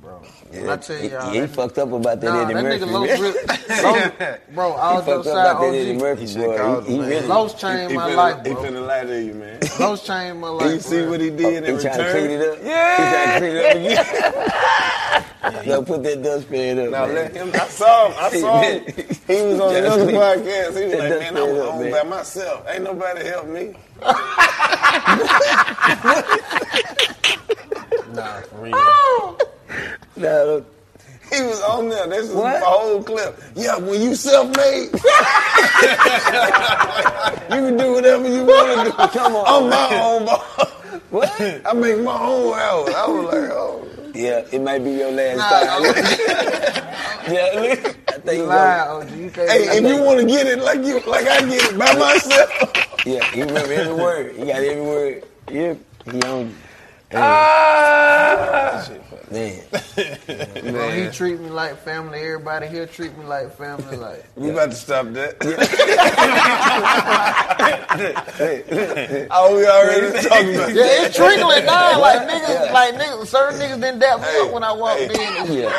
Speaker 4: Bro.
Speaker 5: Yeah,
Speaker 4: I tell
Speaker 5: he,
Speaker 4: y'all,
Speaker 5: he
Speaker 4: that-
Speaker 5: fucked up about that
Speaker 4: Nah,
Speaker 5: Eddie
Speaker 4: that
Speaker 5: Murphy.
Speaker 4: nigga Lowe's real- Lowe's- bro, all
Speaker 5: he fucked
Speaker 4: jokes
Speaker 5: up about
Speaker 4: aside,
Speaker 5: that Eddie
Speaker 4: OG.
Speaker 5: Murphy,
Speaker 4: He should
Speaker 5: boy.
Speaker 4: call
Speaker 5: He, he
Speaker 4: him, man.
Speaker 5: really,
Speaker 4: Lowe's changed
Speaker 5: he
Speaker 4: my
Speaker 5: finna-
Speaker 4: life,
Speaker 5: He
Speaker 4: bro.
Speaker 5: finna lie to you, man.
Speaker 4: Lowe's changed my
Speaker 5: And
Speaker 4: life.
Speaker 5: you see what he did
Speaker 4: in
Speaker 5: He trying to clean it
Speaker 4: return?
Speaker 5: up? Yeah. He trying to clean it up again. Now put that dustpan up.
Speaker 4: Now
Speaker 5: man.
Speaker 4: let him. I saw him. I saw him. He was on
Speaker 5: Yeah,
Speaker 4: another
Speaker 5: clean-
Speaker 4: podcast. He was
Speaker 5: that
Speaker 4: like,
Speaker 5: dustpan
Speaker 4: man, I'm
Speaker 5: up,
Speaker 4: home
Speaker 5: man.
Speaker 4: by myself. Ain't nobody help me. nah, for real.
Speaker 3: Oh!
Speaker 5: No,
Speaker 4: He was on there. This is the whole clip. Yeah, when you self-made, you can do whatever you want to do.
Speaker 5: Come on.
Speaker 4: I'm my own boss. What? I make my own hours. I was like, oh.
Speaker 5: yeah, it might be your last time. yeah, look. I think you
Speaker 4: lying,
Speaker 5: gonna-
Speaker 4: Hey, if you want to get it like you, like I get it by myself.
Speaker 5: Yeah, he remember every word. He got every word. Yeah, he on.
Speaker 4: Ah!
Speaker 5: Man,
Speaker 4: Man.
Speaker 3: Bro, Oh, he treat me like family. Everybody here treat me like family. Like
Speaker 4: We about to stop that. oh, we already talking about
Speaker 3: yeah, it's trickling down. Like
Speaker 4: What?
Speaker 3: niggas, like niggas, certain niggas didn't dap me up when I walked in.
Speaker 5: yeah.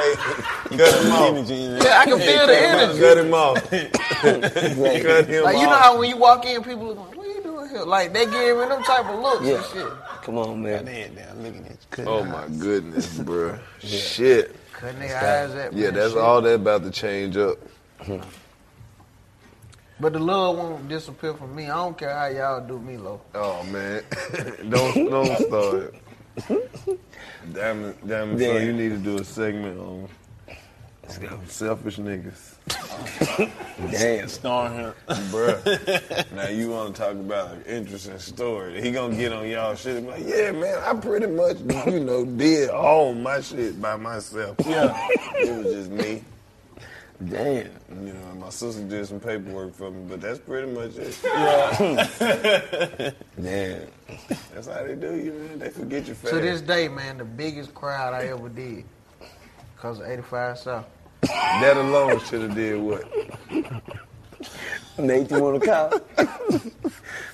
Speaker 4: Cut him off.
Speaker 3: Yeah, I can feel the energy.
Speaker 4: Cut him off. Cut him
Speaker 3: Like you know
Speaker 4: off.
Speaker 3: how when you walk in, people are going, "What you doing here?" Like they giving them type of looks
Speaker 5: Yeah.
Speaker 3: and shit.
Speaker 5: Come on, man.
Speaker 4: Oh my goodness, bro. Shit.
Speaker 3: Cutting their eyes at me
Speaker 4: Yeah,
Speaker 3: and
Speaker 4: that's
Speaker 3: shit.
Speaker 4: all they about to change up. Hmm.
Speaker 3: But the love won't disappear from me. I don't care how y'all do me, low.
Speaker 4: Oh man, don't don't start. Damn it, damn it. So
Speaker 5: Damn.
Speaker 4: you need to do a segment on selfish niggas.
Speaker 5: Damn.
Speaker 4: Starring him, bruh. now you want to talk about an interesting story? He gonna get on y'all shit. and be Like, yeah, man, I pretty much you know did all my shit by myself. Yeah, it was just me.
Speaker 5: Damn.
Speaker 4: You know, and my sister did some paperwork for me, but that's pretty much it.
Speaker 5: Damn.
Speaker 4: That's how they do you, man. They forget your face.
Speaker 3: To this day, man, the biggest crowd I ever did
Speaker 15: Cause of 85 South.
Speaker 4: That alone should have did what?
Speaker 5: Made you want to call?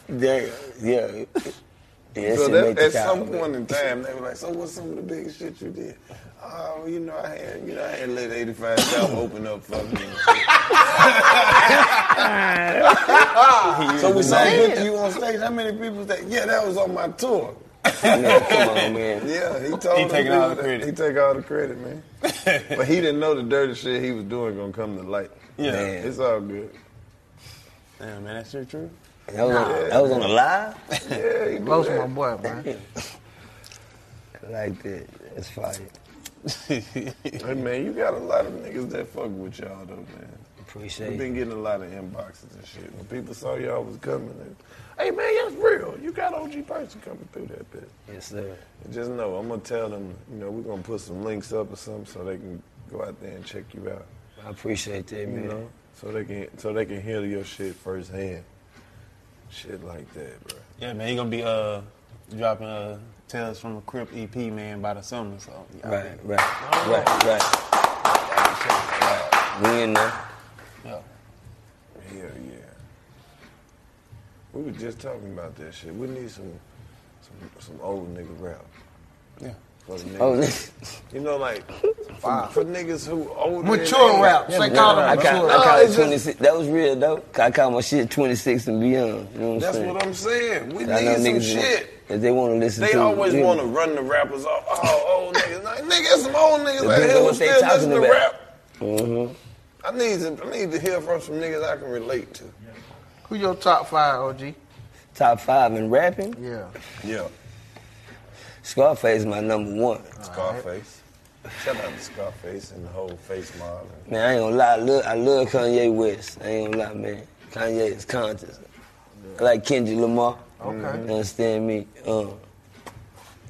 Speaker 5: Damn, yeah. Yeah,
Speaker 4: so
Speaker 5: she
Speaker 4: that,
Speaker 5: made the
Speaker 4: at
Speaker 5: call,
Speaker 4: some
Speaker 5: man.
Speaker 4: point in time, they were like, "So what's some of the biggest shit you did?" Oh, you know, I had, you know, I had let eighty five South open up for me. so we saw
Speaker 1: Man.
Speaker 4: fifty you on stage. How many people say, "Yeah, that was on my tour"?
Speaker 1: come on, man.
Speaker 4: Yeah, he told
Speaker 1: He
Speaker 4: us
Speaker 1: taking
Speaker 4: we
Speaker 1: all
Speaker 4: was-
Speaker 1: the credit.
Speaker 4: He take all the credit, man. but he didn't know the dirty shit he was doing gonna come to light.
Speaker 1: Yeah.
Speaker 4: Man, it's all good.
Speaker 2: Damn, man, that shit true?
Speaker 5: That was, on, that was on the live?
Speaker 4: Yeah, he do
Speaker 15: Most
Speaker 4: that.
Speaker 15: my boy, man.
Speaker 5: like that. That's fire.
Speaker 4: hey man, you got a lot of niggas that fuck with y'all though, man.
Speaker 5: Appreciate
Speaker 4: We've
Speaker 5: it.
Speaker 4: been getting a lot of inboxes and shit. When people saw y'all was coming, they, hey man, that's real. You got OG person coming through that bit.
Speaker 5: Yes, sir.
Speaker 4: And just know, I'm gonna tell them, you know, we're gonna put some links up or something so they can go out there and check you out.
Speaker 5: I appreciate that,
Speaker 4: you
Speaker 5: man.
Speaker 4: Know? So they can so they can hear your shit firsthand. Shit like that, bro.
Speaker 2: Yeah, man, he gonna be uh dropping uh Tales from the Crip EP, man, by the summer. So y'all
Speaker 5: Right,
Speaker 2: be-
Speaker 5: right, right, right. We in there.
Speaker 2: Yeah.
Speaker 4: Hell yeah. We were just talking about that shit. We need some some, some old nigga rap.
Speaker 2: Yeah.
Speaker 4: For the
Speaker 5: Oh,
Speaker 4: niggas. you know, like for, for niggas who older
Speaker 5: Mature
Speaker 4: than
Speaker 5: rap.
Speaker 4: they-
Speaker 5: Say,
Speaker 4: Yeah,
Speaker 5: call
Speaker 4: bro.
Speaker 5: I call, I
Speaker 4: No,
Speaker 5: call it
Speaker 4: Oh, it's just-
Speaker 5: 26. That was real, though. I call my shit 26 and beyond. You know what I'm
Speaker 4: That's
Speaker 5: saying?
Speaker 4: what I'm saying. We
Speaker 5: I know
Speaker 4: need some
Speaker 5: niggas
Speaker 4: shit.
Speaker 5: Want, if they want to listen
Speaker 4: They
Speaker 5: to
Speaker 4: always
Speaker 5: you know,
Speaker 4: want to run the rappers off. Oh, old niggas. Like, nigga, it's some old niggas
Speaker 5: They
Speaker 4: out
Speaker 5: don't
Speaker 4: here
Speaker 5: know
Speaker 4: who
Speaker 5: what they
Speaker 4: still
Speaker 5: talking
Speaker 4: listen to
Speaker 5: about.
Speaker 4: rap.
Speaker 5: Mhm.
Speaker 4: I need to I need to hear from some niggas I can relate to.
Speaker 15: Who your top five, OG?
Speaker 5: Top five in rapping?
Speaker 15: Yeah.
Speaker 4: Yeah.
Speaker 5: Scarface is my number one.
Speaker 4: Scarface. Shout out to Scarface and the whole face mob.
Speaker 5: Man, I ain't gonna lie. I love, I love Kanye West. I ain't gonna lie, man. Kanye is conscious. I like Kendrick Lamar.
Speaker 15: Okay.
Speaker 5: You understand me? Um,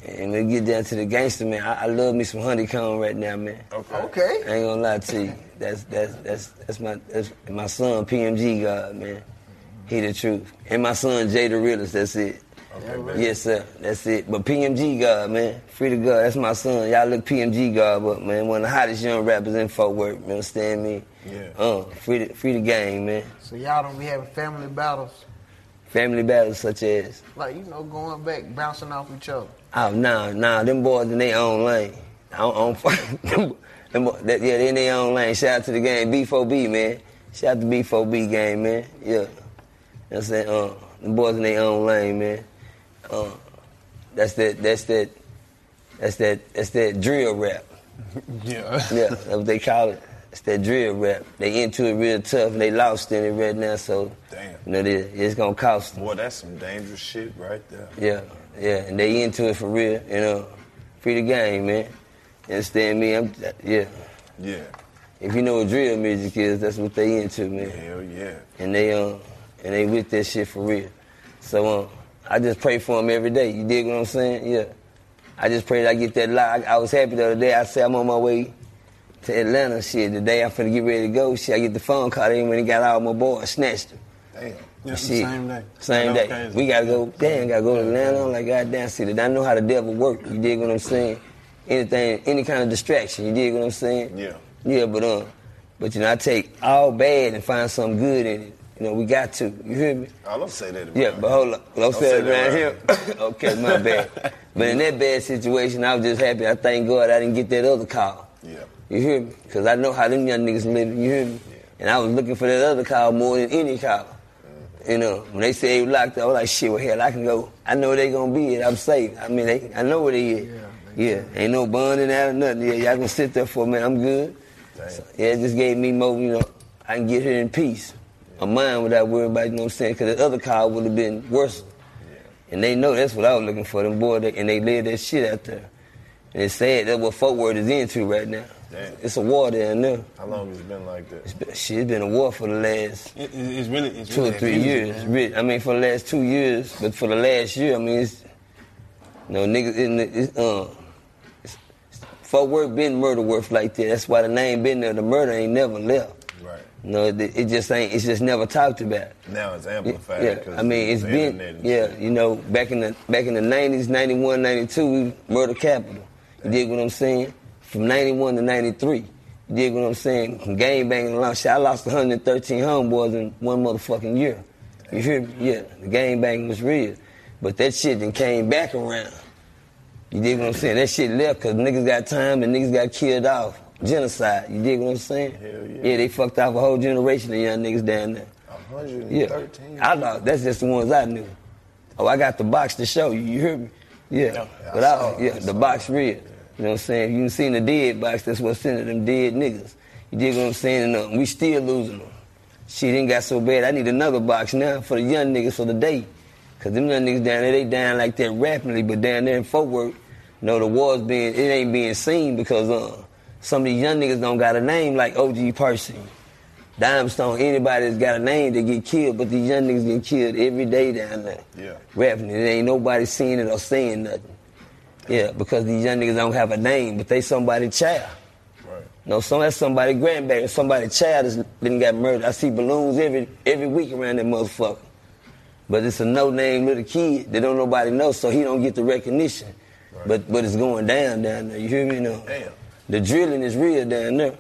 Speaker 5: and when we get down to the gangster, man, I, I love me some honeycomb right now, man.
Speaker 4: Okay.
Speaker 15: Okay.
Speaker 5: I ain't gonna lie to you. That's that's that's that's my that's my son PMG God, man. He the truth. And my son Jay the realest, that's it.
Speaker 15: Okay, man.
Speaker 5: Yes, sir. That's it. But PMG God, man. Free to God. That's my son. Y'all look PMG God up, man. One of the hottest young rappers in Fort Worth. You understand me?
Speaker 15: Yeah.
Speaker 5: Uh, free to, free the game, man.
Speaker 15: So y'all don't be having family battles.
Speaker 5: Family battles such as,
Speaker 15: Like, you know, going back, bouncing off each other.
Speaker 5: oh, nah, nah, them boys in their own lane. I don't, I don't fuck- them bo- them bo- that, yeah, they in their own lane. Shout out to the game, B4B, man. Shout out to B4B game, man. Yeah. You know what I'm saying? Uh, the boys in their own lane, man. Uh, that's that, that's that, that's that, that's that drill rap.
Speaker 2: Yeah.
Speaker 5: yeah, that's what they call it. It's that drill rap. They into it real tough and they lost in it right now, so
Speaker 4: Damn.
Speaker 5: you know, they, it's gonna cost them.
Speaker 4: Boy, that's some dangerous shit right there.
Speaker 5: Yeah, yeah, and they into it for real. You know, free the game, man. You understand me? I'm, yeah.
Speaker 4: Yeah.
Speaker 5: If you know what drill music is, that's what they into, man.
Speaker 4: Hell yeah.
Speaker 5: And they um, and they with that shit for real. So um, I just pray for them every day. You dig what I'm saying? Yeah. I just pray that I get that line. I, I was happy the other day. I said I'm on my way to Atlanta. Shit, the day I'm finna get ready to go. Shit, I get the phone call. They went and got all my boys, snatched them.
Speaker 4: Damn.
Speaker 2: Yeah,
Speaker 5: Shit.
Speaker 2: same day.
Speaker 5: Same
Speaker 2: That
Speaker 5: day.
Speaker 2: was crazy.
Speaker 5: We gotta go. Damn, gotta go to Atlanta. I'm like, God damn, see that I know how the devil work. You dig what I'm saying? Anything, any kind of distraction. You dig what I'm saying?
Speaker 4: Yeah.
Speaker 5: Yeah, but um, but you know, I take all bad and find something good in it. You know, we got to. You hear me?
Speaker 4: I don't say that.
Speaker 5: Yeah, but hold up. Don't say it around here. okay, my bad. But in that bad situation, I was just happy. I thank God I didn't get that other call.
Speaker 4: Yeah.
Speaker 5: You hear me? Because I know how them young niggas live. You hear me? And I was looking for that other call more than any call. You know, when they say they locked up, I was like, shit, well, hell, I can go. I know they gonna be it. I'm safe. I mean, they, I know where they is. Yeah, ain't no bonding out or nothing. Yeah, y'all gonna sit there for a minute. I'm good. So, yeah, it just gave me more, you know, I can get here in peace. My mind without worrying about, you know what I'm saying? Because the other call would have been worse. And they know that's what I was looking for, them boy, they, and they live that shit out there. And it's sad, that's what Fort Worth is into right now.
Speaker 4: Damn.
Speaker 5: It's a war there and there.
Speaker 4: How long has it been like that?
Speaker 5: Shit, it's been a war for the last
Speaker 2: It, it- it's really it's
Speaker 5: two or
Speaker 2: really
Speaker 5: three
Speaker 2: confusing,
Speaker 5: years.
Speaker 2: man.
Speaker 5: Really, I mean, for the last two years, but for the last year, I mean, it's you know, niggas. It, it, it's, uh, it's- Fort Worth been murder worth like that. That's why the name been there. The murder ain't never left.
Speaker 4: Right.
Speaker 5: You know, it, it just ain't. It's just never talked about.
Speaker 4: Now it's amplified.
Speaker 5: Yeah,
Speaker 4: 'cause
Speaker 5: I mean, it's
Speaker 4: the
Speaker 5: been
Speaker 4: internet and
Speaker 5: yeah, you know, back in the back in the nineties, 91, 92, we murder capital. You dig what I'm saying? from 91 to 93. You dig what I'm saying? From Game banging and lounge shit. I lost 113 homeboys in one motherfucking year. You hear me? Yeah, the game banging was real. But that shit then came back around. You dig what I'm saying? That shit left because niggas got time and niggas got killed off. Genocide. You dig what I'm saying? Hell yeah. Yeah, they fucked off a whole generation of young niggas down there.
Speaker 4: 113.
Speaker 5: I know. That's just the ones I knew. Oh, I got the box to show you. You hear me? Yeah. but I, yeah, the box real. You know what I'm saying? You can see in the dead box. That's what's sending them dead niggas. You dig what I'm saying? And uh, we still losing them. Shit ain't got so bad. I need another box now for the young niggas for the day. Cause them young niggas down there, they down like that rapidly, but down there in Fort Worth, you know, the war's being, it ain't being seen because uh, some of these young niggas don't got a name like OG Percy. Dime Stone, anybody that's got a name, they get killed, but these young niggas get killed every day down there.
Speaker 4: Yeah.
Speaker 5: Rapping it. Ain't nobody seeing it or saying nothing. Yeah, because these young niggas don't have a name, but they somebody child. Right. No, some that's somebody grandbaby, somebody child that's been got murdered. I see balloons every every week around that motherfucker. But it's a no name little kid that don't nobody know, so he don't get the recognition. But but it's going down down there. You hear me? No. Damn. The drilling is real down there.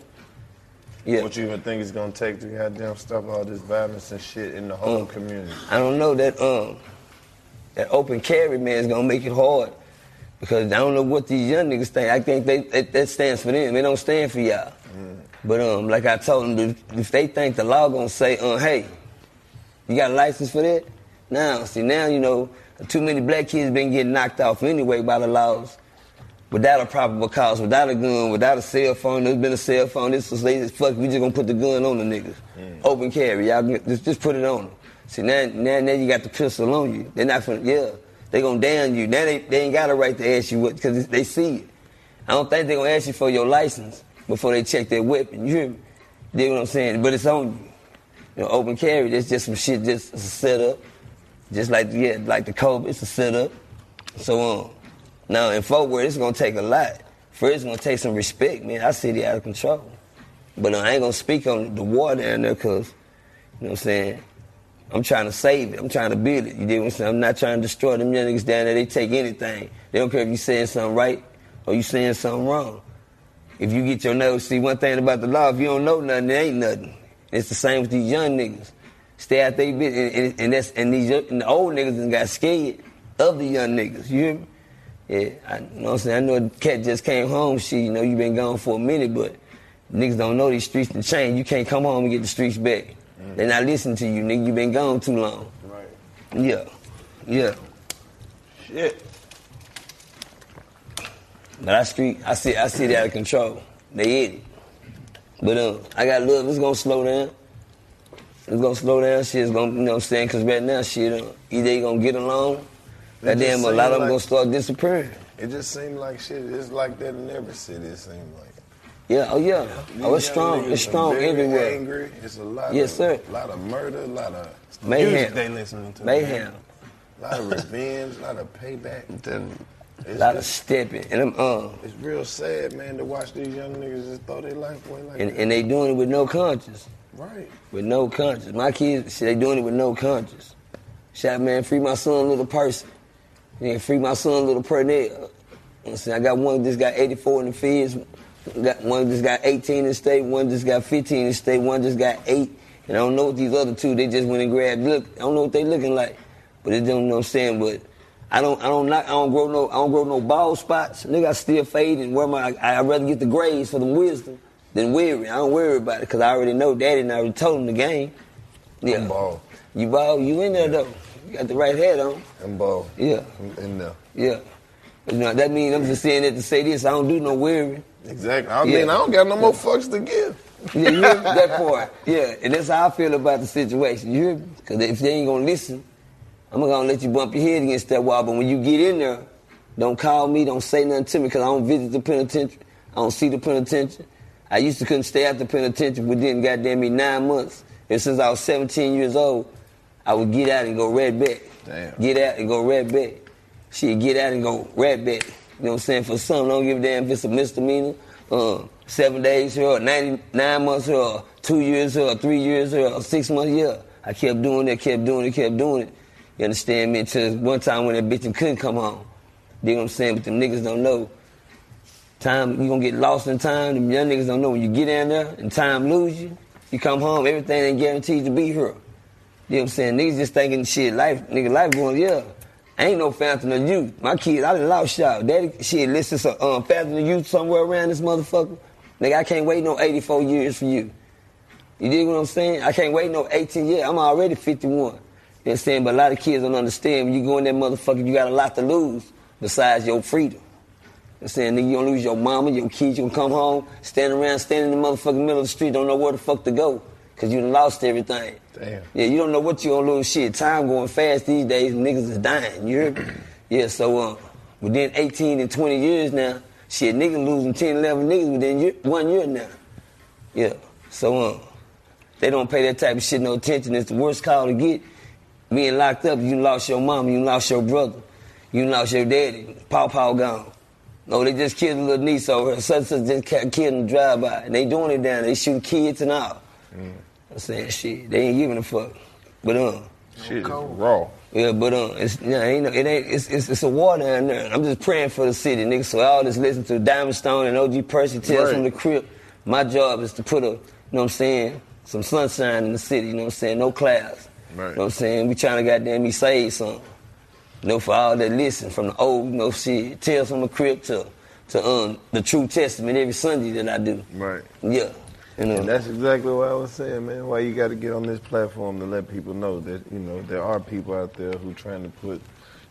Speaker 5: Yeah.
Speaker 4: What you even think it's gonna take to goddamn stop all this violence and shit in the whole
Speaker 5: Mm.
Speaker 4: community?
Speaker 5: I don't know that um that open carry man is gonna make it hard because I don't know what these young niggas think. I think they that, that stands for them. It don't stand for y'all. But um, like I told them, if- if they think the law gonna say, uh, hey, you got a license for that? Now, see, now you know too many black kids been getting knocked off anyway by the laws. Without a probable cause, without a gun, without a cell phone, there's been a cell phone. This was they just fuck. We just gonna put the gun on the niggas. Open carry, y'all can- just just put it on them. See now, now now you got the pistol on you. They're not gonna yeah. They gonna down you. Now they, they ain't got a right to ask you what because they see it. I don't think they gonna ask you for your license before they check their weapon. You hear me? Dig what I'm saying? But it's on you. You know, open carry, that's just some shit, just it's a setup. Just like yeah, like the COVID, it's a setup. So um, now in Fort Worth, it's gonna take a lot. First, it's gonna take some respect, man. Our city out of control. But uh, I ain't gonna speak on the war down there, cause you know what I'm saying. I'm trying to save it. I'm trying to build it. You dig what I'm saying? I'm not trying to destroy them young niggas down there. They take anything. They don't care if you saying something right or you saying something wrong. If you get your nose, see one thing about the law, if you don't know nothing, it ain't nothing. It's the same with these young niggas. Stay out they bit, and, and, and that's and these young- and the old niggas done got scared of the young niggas. You hear me? Yeah, I, you know what I'm saying? I know a cat just came home. She, you know, you been gone for a minute, but niggas don't know these streets and change. You can't come home and get the streets back. They not listening to you, nigga. You been gone too long.
Speaker 4: Right.
Speaker 5: Yeah, yeah.
Speaker 4: Shit.
Speaker 5: But I street, I see, I see it out of control. They hit it. But um, I got love. It's gonna slow down. It's gonna slow down. Shit's gonna, you know what I'm saying? Cause right now, shit, uh, either they gonna get along,
Speaker 4: It just
Speaker 5: goddamn, a lot of
Speaker 4: seem
Speaker 5: them gonna
Speaker 4: like-
Speaker 5: start disappearing.
Speaker 4: It just seemed like shit. It's like that in every city. It seemed like.
Speaker 5: Yeah, oh yeah. Oh, it's
Speaker 4: These young
Speaker 5: strong.
Speaker 4: niggas
Speaker 5: It's
Speaker 4: are
Speaker 5: strong
Speaker 4: very
Speaker 5: everywhere.
Speaker 4: Angry. It's a lot.
Speaker 5: Yes,
Speaker 4: of,
Speaker 5: sir.
Speaker 4: A lot of murder. A lot of
Speaker 5: Mayhem.
Speaker 4: music They listening to
Speaker 5: Mayhem.
Speaker 4: A lot of revenge. A lot of payback.
Speaker 5: A
Speaker 4: It's
Speaker 5: lot of
Speaker 4: just-
Speaker 5: stepping, and I'm um,
Speaker 4: It's real sad, man, to watch these young niggas just throw their life away like
Speaker 5: and,
Speaker 4: that.
Speaker 5: and they doing it with no conscience.
Speaker 4: right.
Speaker 5: With no conscience. My kids, shit, they doing it with no conscience. Shot man, free my son, little person. Then free my son, little Pernell. You know what I'm saying? I got one just got 84 in the fields, got one just got 18 in state, one just got 15 in state, one just got eight. And I don't know what these other two, they just went and grabbed. Look, I don't know what they looking like, but they don't know what I'm saying. But I don't, I don't, knock, I don't grow no, I don't grow no bald spots. Nigga, I still fade and wear my. I, I'd rather get the grades for the wisdom than worry. I don't worry about it because I already know Daddy and I already told him the game. Yeah, ball. You ball. You in there though. You got the right head on.
Speaker 4: I'm bald.
Speaker 5: Yeah.
Speaker 4: I'm in there.
Speaker 5: Yeah. You know, that means I'm just saying that to say this. I don't do no wearing.
Speaker 4: Exactly. I mean, I don't got no more fucks to give.
Speaker 5: Yeah, you hear me? that part. Yeah, and that's how I feel about the situation. You hear me? Because if they ain't gonna listen, I'm gonna let you bump your head against that wall. But when you get in there, don't call me, don't say nothing to me, because I don't visit the penitentiary. I don't see the penitentiary. I used to couldn't stay at the penitentiary within goddamn me nine months. And since I was 17 years old, I would get out and go right back.
Speaker 4: Damn.
Speaker 5: Get out and go right back. Shit, get out and go right back. You know what I'm saying? For some, don't give a damn if it's a misdemeanor. Uh, seven days here, or 99 months here, or two years here, or three years here, or six months here. I kept doing it, kept doing it, kept doing it. You understand me? Until one time when that bitch couldn't come home. You know what I'm saying? But them niggas don't know Time, you gonna get lost in time. Them young niggas don't know when you get in there and time lose you. You come home, everything ain't guaranteed to be here. You know what I'm saying? Niggas just thinking shit, life, nigga, life going, yeah. I ain't no Phantom of the Youth. My kids, I done lost y'all. Daddy, shit, listen to um, Phantom of the Youth somewhere around this motherfucker. Nigga, I can't wait no 84 years for you. You dig what I'm saying? I can't wait no 18 years. I'm already 51. You know what I'm saying? But a lot of kids don't understand. When you go in that motherfucker, you got a lot to lose besides your freedom. You know what I'm saying? Nigga, you don't lose your mama, your kids. You gonna come home, stand around, stand in the motherfucking middle of the street, don't know where the fuck to go because you done lost everything.
Speaker 4: Damn.
Speaker 5: Yeah, you don't know what you gonna lose. Shit, time going fast these days. Niggas is dying. You heard me? Yeah, so um, within 18 and 20 years now, shit, niggas losing 10, 11 niggas within year, one year now. Yeah, so um, they don't pay that type of shit no attention. It's the worst call to get. Being locked up, you lost your mama, you lost your brother, you lost your daddy. Paw Paw gone. No, they just killed a little niece over here. Such and such just ca- killed in the drive-by. And they doing it down. there. They shooting kids and all. I'm saying shit. They ain't giving a fuck. But um, shit is raw. Yeah, but um, it's nah, ain't no, it ain't it's, it's it's a war down there. I'm just praying for the city, nigga. So all this listen to Diamond Stone and OG Percy tells from the crib. My job is to put a, you know what I'm saying, some sunshine in the city. You know what I'm saying, no clouds. Right. You know what I'm saying, we trying to goddamn me save something. You know, for all that listen from the old, you know, shit, tells from the crib to to um the True Testament every Sunday that I do. Right. Yeah. You know.
Speaker 4: And that's exactly what I was saying, man. Why you got to get on this platform to let people know that you know there are people out there who trying to put,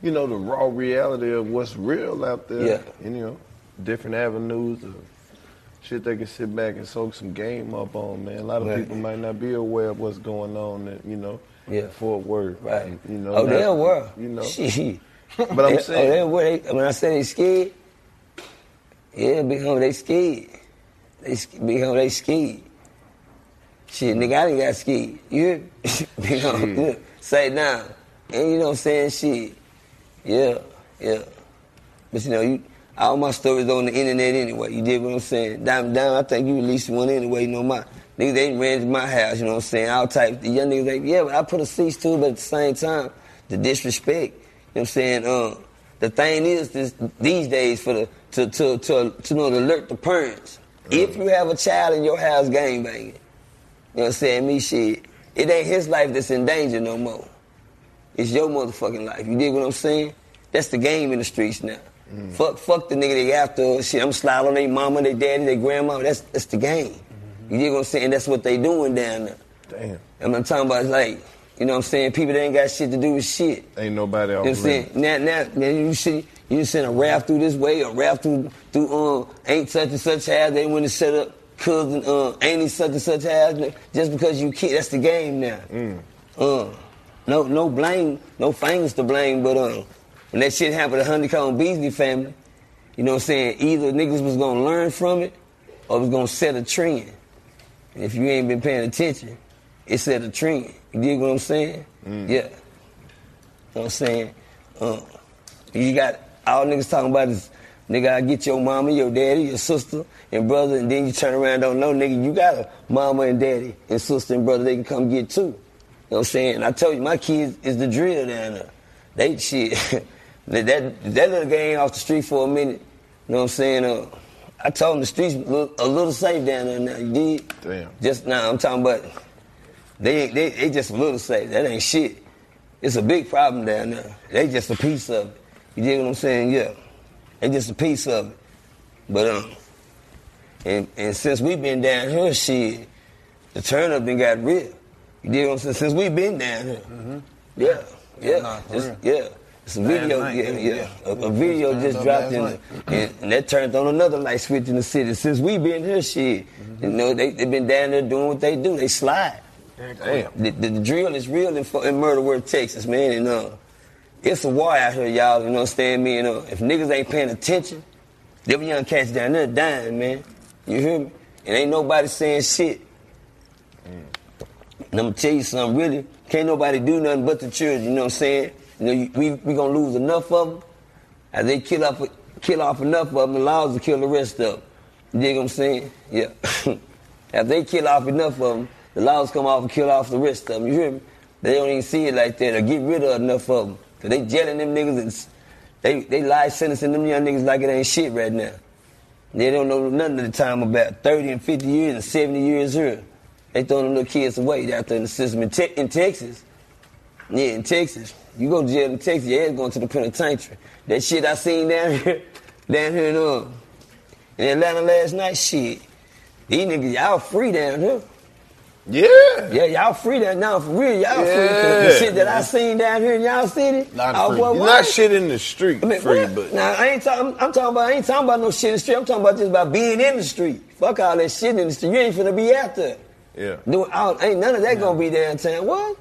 Speaker 4: you know, the raw reality of what's real out there.
Speaker 5: Yeah.
Speaker 4: And, you know, different avenues of shit they can sit back and soak some game up on, man. A lot of
Speaker 5: Right.
Speaker 4: people might not be aware of what's going on, in, you know,
Speaker 5: Yeah.
Speaker 4: Fort Worth,
Speaker 5: Right.
Speaker 4: You know.
Speaker 5: Oh, they
Speaker 4: that-
Speaker 5: were.
Speaker 4: You know.
Speaker 5: Shit.
Speaker 4: But I'm
Speaker 5: They-
Speaker 4: saying-
Speaker 5: Oh, they were. They, when I say they scared, yeah, big homie, they scared. They sk- big homie, they scared. Shit, nigga, I done got scared. You hear? me? big homie, look, say it now. And you know what I'm saying? Shit. Yeah, yeah. But you know, you, all my stories on the internet anyway. You did what I'm saying. Down, down. I think you released one anyway. You know my niggas they ran to my house. You know what I'm saying. All types. The young niggas like, yeah, but I put a cease to it. But at the same time, the disrespect. You know what I'm saying. Um, the thing is, this, these days for the to to to to know to alert the parents. If you have a child in your house gang banging, you know what I'm saying. Me shit. It ain't his life that's in danger no more. It's your motherfucking life. You dig what I'm saying? That's the game in the streets now. Fuck, fuck the nigga they after. Shit, I'm sliding on their mama, their daddy, their grandma. That's that's the game. You dig what I'm saying? That's what they doing down there.
Speaker 4: Damn.
Speaker 5: And I'm talking about like, you know what I'm saying? People that ain't got shit to do with shit.
Speaker 4: Ain't nobody
Speaker 5: You know what I'm saying? Now, now, now you see, you send a raft through this way, a raft through through um ain't such and such house. They went and set up cousin um ain't he such and such house just because you kid. That's the game now.
Speaker 4: Mm.
Speaker 5: Uh, no, no blame, no fingers to blame, but um, when that shit happened to Honeycomb Beasley family, you know what I'm saying? Either niggas was gonna learn from it, or was gonna set a trend. And if you ain't been paying attention, it set a trend. You dig what I'm saying? Yeah. You know what I'm saying? Uh, you got all niggas talking about is, nigga, I get your mama, your daddy, your sister, and brother, and then you turn around and don't know, nigga, you got a mama and daddy and sister and brother they can come get too. You know what I'm saying? I tell you, my kids is the drill down there. They shit. that, that, that little gang off the street for a minute. You know what I'm saying? Uh, I told them the streets look a little safe down there now. You did? Damn. Just now, I'm talking about they, they they just a little safe. That ain't shit. It's a big problem down there. They just a piece of it. You dig what I'm saying? Yeah. They just a piece of it. But um and and since we been down here, shit, the turn up done got real. You dig what I'm saying? Since we been down here. Yeah. Yeah. It's- yeah. It's a
Speaker 4: Last
Speaker 5: video,
Speaker 4: night,
Speaker 5: yeah,
Speaker 4: yeah,
Speaker 5: yeah.
Speaker 4: yeah.
Speaker 5: A, a video
Speaker 4: Turned
Speaker 5: just
Speaker 4: up
Speaker 5: dropped
Speaker 4: last
Speaker 5: in,
Speaker 4: night.
Speaker 5: and, and that turned on another light switch in the city. Since we been here, shit,
Speaker 4: Mm-hmm.
Speaker 5: you know they they been down there doing what they do. They slide.
Speaker 4: Damn.
Speaker 5: The, the, the drill is real in, in Murder Worth, Texas, man. And uh, it's a war out here, y'all. You know what I'm saying? Me and uh, if niggas ain't paying attention, them young cats down there dying, man. You hear me? And ain't nobody saying shit. And I'm gonna tell you something, really, can't nobody do nothing but the children. You know what I'm saying? You know, you- we we gonna lose enough of them as they kill off kill off enough of them, the laws will kill the rest of them. You dig what I'm saying? Yeah. if they kill off enough of them, the laws come off and kill off the rest of them. You hear me? They don't even see it like that or get rid of enough of them. Cause they jailing them niggas and s- they they life sentencing them young niggas like it ain't shit right now. They don't know nothing at the time about 30 and 50 years and 70 years here. They throwing them little kids away out there in the system in, te- in Texas. Yeah, in Texas. You go to jail in Texas, your ass going to the penitentiary. That shit I seen down here, down here in, uh, in Atlanta last night, shit. These niggas, y'all free down here. Yeah. Yeah, y'all free down now for real. Y'all free. 'cause The
Speaker 4: Yeah.
Speaker 5: shit that I seen down here in y'all city.
Speaker 4: Not
Speaker 5: I
Speaker 4: free.
Speaker 5: was
Speaker 4: Not
Speaker 5: wild.
Speaker 4: shit in the street
Speaker 5: Oh, I mean,
Speaker 4: free,
Speaker 5: what?
Speaker 4: but
Speaker 5: now I ain't talking. I'm talking about. I ain't talking about no shit in the street. I'm talking about just about being in the street. Fuck all that shit in the street. You ain't finna be out there.
Speaker 4: yeah.
Speaker 5: Doing all, ain't none of that gonna be downtown. What?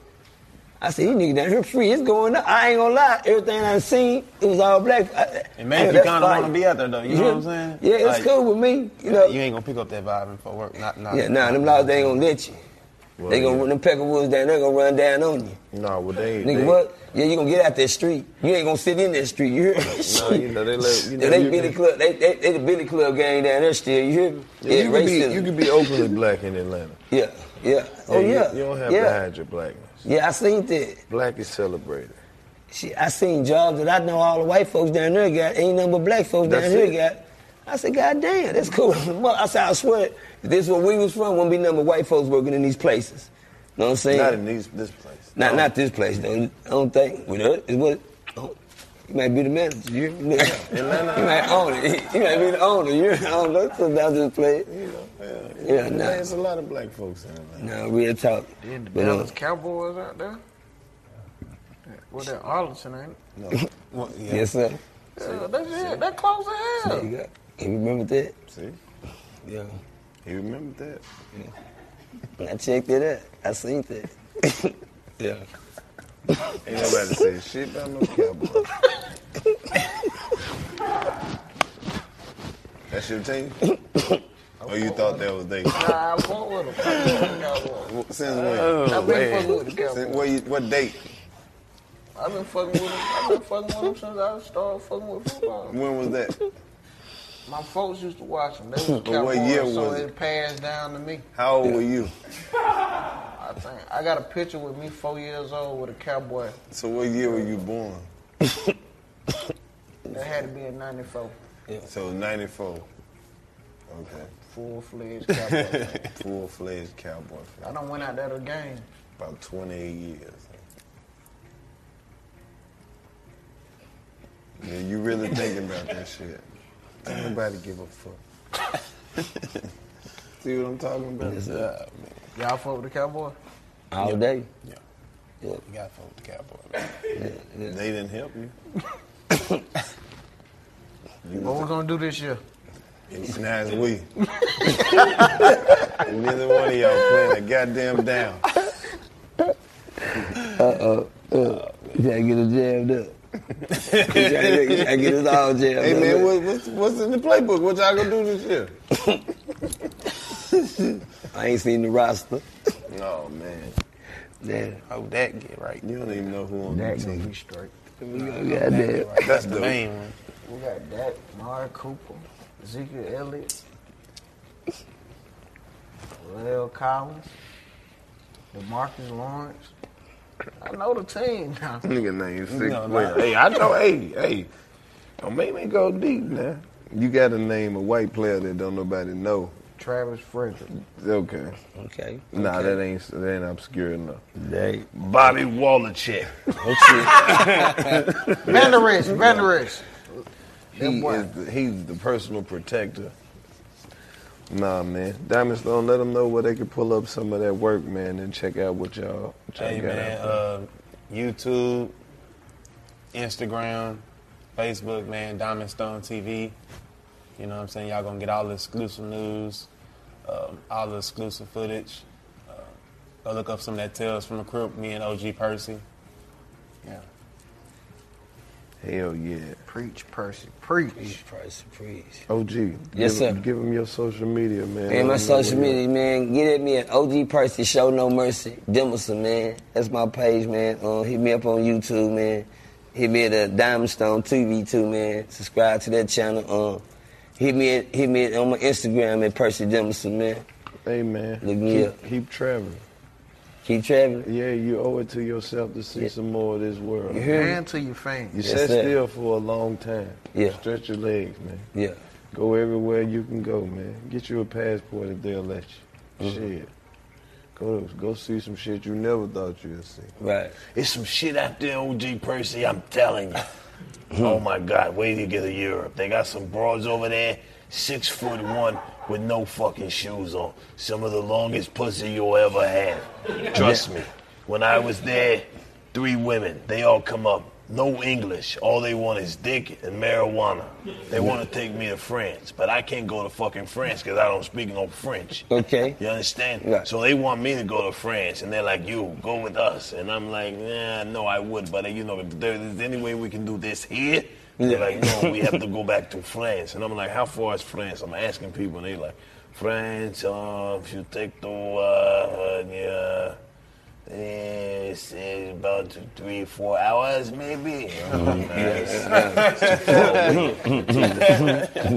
Speaker 5: I said, you niggas down here free. It's going up. I ain't gonna lie. Everything I seen, it was all black. I,
Speaker 2: It makes you kind of want to be out there, though. You know what I'm saying?
Speaker 5: Yeah, it's
Speaker 2: Like,
Speaker 5: cool with me. You know.
Speaker 2: You ain't gonna pick up that vibe and for work. Not, not
Speaker 5: yeah, nah, them laws they ain't gonna let you. they gonna run them peckerwoods down. They gonna run down on you.
Speaker 4: Nah, well they
Speaker 5: Nigga,
Speaker 4: they-
Speaker 5: what? Yeah, you gonna get out that street. You ain't gonna sit in that street. You hear? Nah,
Speaker 4: you know, they let- you know,
Speaker 5: they
Speaker 4: you
Speaker 5: Billy
Speaker 4: can-
Speaker 5: Club. They, they, they the Billy Club gang down there still. You hear? me?
Speaker 4: Yeah, you, could be,
Speaker 5: racism.
Speaker 4: you could be openly black in Atlanta.
Speaker 5: Yeah, yeah. Oh,
Speaker 4: you-
Speaker 5: yeah.
Speaker 4: You, don't have
Speaker 5: Yeah.
Speaker 4: to hide your blackness.
Speaker 5: Yeah, I seen that.
Speaker 4: Black is celebrated.
Speaker 5: Shit, I seen jobs that I know all the white folks down there got. Ain't nothing but black folks
Speaker 4: That's
Speaker 5: down here
Speaker 4: it.
Speaker 5: got. I said, God damn, that's cool. Well, I said, I swear, if this is where we was from, wouldn't be nothing but white folks working in these places. Know what I'm saying?
Speaker 4: Not in these this place.
Speaker 5: Not not this place though. I don't think. With us, it was. oh, You might be the manager. You, you know. You might own it. You might be the owner. You I don't know about this place. Yeah,
Speaker 4: Nah,
Speaker 5: nah,
Speaker 4: There's a lot of black folks in Atlanta.
Speaker 5: nah, real talk. But uh,
Speaker 15: Dallas Cowboys out there. Well, they're Arlington, ain't it?
Speaker 5: yes, sir.
Speaker 15: Yeah, they, yeah, they close as
Speaker 5: There
Speaker 15: hell.
Speaker 5: you go. You remember that?
Speaker 4: See?
Speaker 5: Yeah.
Speaker 4: You remember that?
Speaker 5: I checked it out. I seen that. yeah.
Speaker 4: Ain't nobody say shit about no cowboy. That's your team? oh, you thought that was they?
Speaker 15: Nah, I fuck with them.
Speaker 4: Since when?
Speaker 15: Oh, I've been man. fucking with the Cowboys.
Speaker 4: Since what, you, what date?
Speaker 15: I've been fucking with them. I've been fucking with them since I started fucking with football.
Speaker 4: When was that?
Speaker 15: My folks used to watch them. They was
Speaker 4: But what year
Speaker 15: Cowboys, so
Speaker 4: was
Speaker 15: it?
Speaker 4: it?
Speaker 15: passed down to me.
Speaker 4: How old were you?
Speaker 15: I think I got a picture with me four years old with a cowboy.
Speaker 4: So what year were you born?
Speaker 15: That had to be in '94.
Speaker 4: So 94. Okay.
Speaker 15: Full fledged cowboy. fan.
Speaker 4: Full fledged cowboy fan.
Speaker 15: I done went out there to the game.
Speaker 4: About 28 years. Yeah, you really thinking about that shit. Don't nobody give a fuck. See what I'm talking about?
Speaker 5: Yes, sir.
Speaker 15: Y'all fuck with the cowboy?
Speaker 5: All day. Yeah.
Speaker 2: You got to fuck with the cowboy.
Speaker 4: They didn't help you.
Speaker 15: What we gonna do this year?
Speaker 4: It's nice we. Neither one of y'all playing a goddamn down.
Speaker 5: Uh-oh.
Speaker 4: Oh,
Speaker 5: Uh, you gotta get it jammed up. you gotta get- you gotta get us all jammed
Speaker 4: Hey
Speaker 5: up.
Speaker 4: man, what, what's, what's in the playbook? What y'all gonna do this year?
Speaker 5: I ain't seen the roster.
Speaker 4: Oh man,
Speaker 5: Damn.
Speaker 2: Hope that get right.
Speaker 4: you don't even know who on
Speaker 15: That
Speaker 4: the
Speaker 15: gonna
Speaker 4: team.
Speaker 15: be straight.
Speaker 5: Yeah, damn.
Speaker 4: That's
Speaker 2: the
Speaker 4: dope.
Speaker 2: main one.
Speaker 15: We got Dak, Mari Cooper, Ezekiel Elliott, Lil Collins, Demarcus Lawrence. I know the team now.
Speaker 4: Nigga name six.
Speaker 15: No,
Speaker 4: Wait,
Speaker 15: nah.
Speaker 4: hey, I know. Hey, hey, don't make me go deep now. You got to name a white player that don't nobody know.
Speaker 15: Travis Frederick.
Speaker 4: Okay.
Speaker 5: Okay.
Speaker 4: Nah, that ain't that ain't obscure enough.
Speaker 5: They.
Speaker 4: Bobby Wallachek.
Speaker 15: Vanderess, Vanderess.
Speaker 4: He is the, he's the personal protector. Nah, man. Diamond Stone, let them know where they can pull up some of that work, man, and check out what y'all, what y'all
Speaker 2: Hey
Speaker 4: got
Speaker 2: man,
Speaker 4: out there.
Speaker 2: uh, YouTube, Instagram, Facebook, man, Diamond Stone TV. You know what I'm saying? Y'all gonna get all the exclusive news, um, all the exclusive footage. Uh, go look up some of that Tales from the Crypt, me and OG Percy. Yeah.
Speaker 4: Hell yeah.
Speaker 15: Preach, Percy. Preach.
Speaker 5: Preach, Percy, preach.
Speaker 4: OG.
Speaker 5: Yes,
Speaker 4: give,
Speaker 5: sir.
Speaker 4: Give them your social media, man.
Speaker 5: Man,
Speaker 4: Let
Speaker 5: my
Speaker 4: them know
Speaker 5: social
Speaker 4: where you
Speaker 5: media, man, get at me at OG Percy Show No Mercy Demerson, man. That's my page, man. Uh, hit me up on YouTube, man. Hit me at uh, Diamond Stone TV too, man. Subscribe to that channel. Uh, hit me at, hit me at, on my Instagram at Percy Demerson, man.
Speaker 4: Hey, man.
Speaker 5: Look
Speaker 4: at.
Speaker 5: me up.
Speaker 4: Keep, keep traveling.
Speaker 5: Keep traveling.
Speaker 4: Yeah, you owe it to yourself to see some more of this world.
Speaker 5: You hear me?
Speaker 15: And to your fans.
Speaker 4: You
Speaker 5: Yes,
Speaker 4: sat
Speaker 5: sir.
Speaker 4: still for a long time.
Speaker 5: Yeah.
Speaker 4: Stretch your legs, man.
Speaker 5: Yeah.
Speaker 4: Go everywhere you can go, man. Get you a passport if they'll let you.
Speaker 5: Mm-hmm.
Speaker 4: Shit. Go go see some shit you never thought you'd see.
Speaker 1: Right.
Speaker 17: It's some shit out there, OG Percy, I'm telling you.
Speaker 4: Hmm.
Speaker 17: oh my God, wait till you get to Europe. They got some broads over there, six foot one, with no fucking shoes on. Some of the longest pussy you'll ever have. Trust me. When I was there, three women, they all come up. No English. All they want is dick and marijuana. They want to take me to France, but I can't go to fucking France because I don't speak no French.
Speaker 5: Okay.
Speaker 17: You understand? So they want me to go to France, and they're like, "You go with us," and I'm like, "Nah, no, I would, but uh, you know, if there is any way we can do this here." They're
Speaker 1: Yeah.
Speaker 17: like, no, we have to go back to France. And I'm like, how far is France? I'm asking people, and they like, France, uh, if you take the, uh, uh, it's uh, about three, four hours, maybe.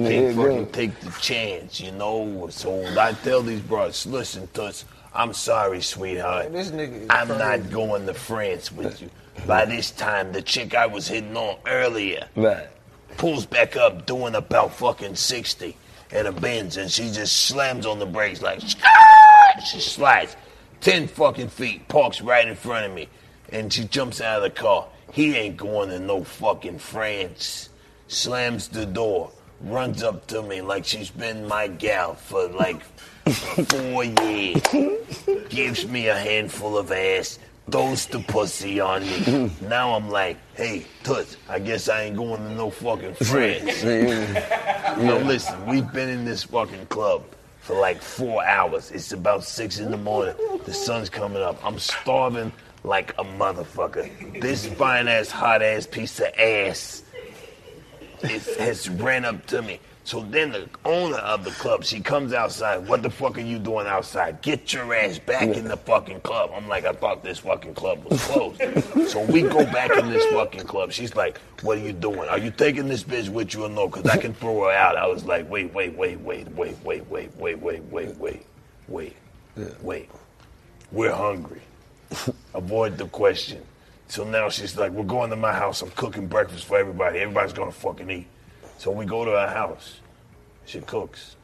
Speaker 17: they fucking take the chance, you know. So I tell these broads, listen, Tuts, I'm sorry, sweetheart.
Speaker 15: This nigga is
Speaker 17: I'm
Speaker 15: crazy.
Speaker 17: not going to France with you. By this time, the chick I was hitting on earlier
Speaker 5: Right.
Speaker 17: pulls back up, doing about fucking 60 and a bends, and she just slams on the brakes like, "Skrrt!" she slides 10 fucking feet, parks right in front of me, and she jumps out of the car. He ain't going to no fucking France. Slams the door, runs up to me like she's been my gal for like four years, gives me a handful of ass, throws the pussy on me. Now I'm like, hey, Toots, I guess I ain't going to no fucking France. No, listen, we've been in this fucking club for like four hours. It's about six in the morning. The sun's coming up. I'm starving like a motherfucker. This fine ass, hot ass piece of ass is, has ran up to me. So then the owner of the club, she comes outside. What the fuck are you doing outside? Get your ass back in the fucking club. I'm like, I thought this fucking club was closed. so we go back in this fucking club. She's like, what are you doing? Are you taking this bitch with you or no? Because I can throw her out. I was like, wait, wait, wait, wait, wait, wait, wait, wait, wait, wait, wait, wait, wait. We're hungry. Avoid the question. So now she's like, we're going to my house. I'm cooking breakfast for everybody. Everybody's going to fucking eat. So we go to her house. She cooks.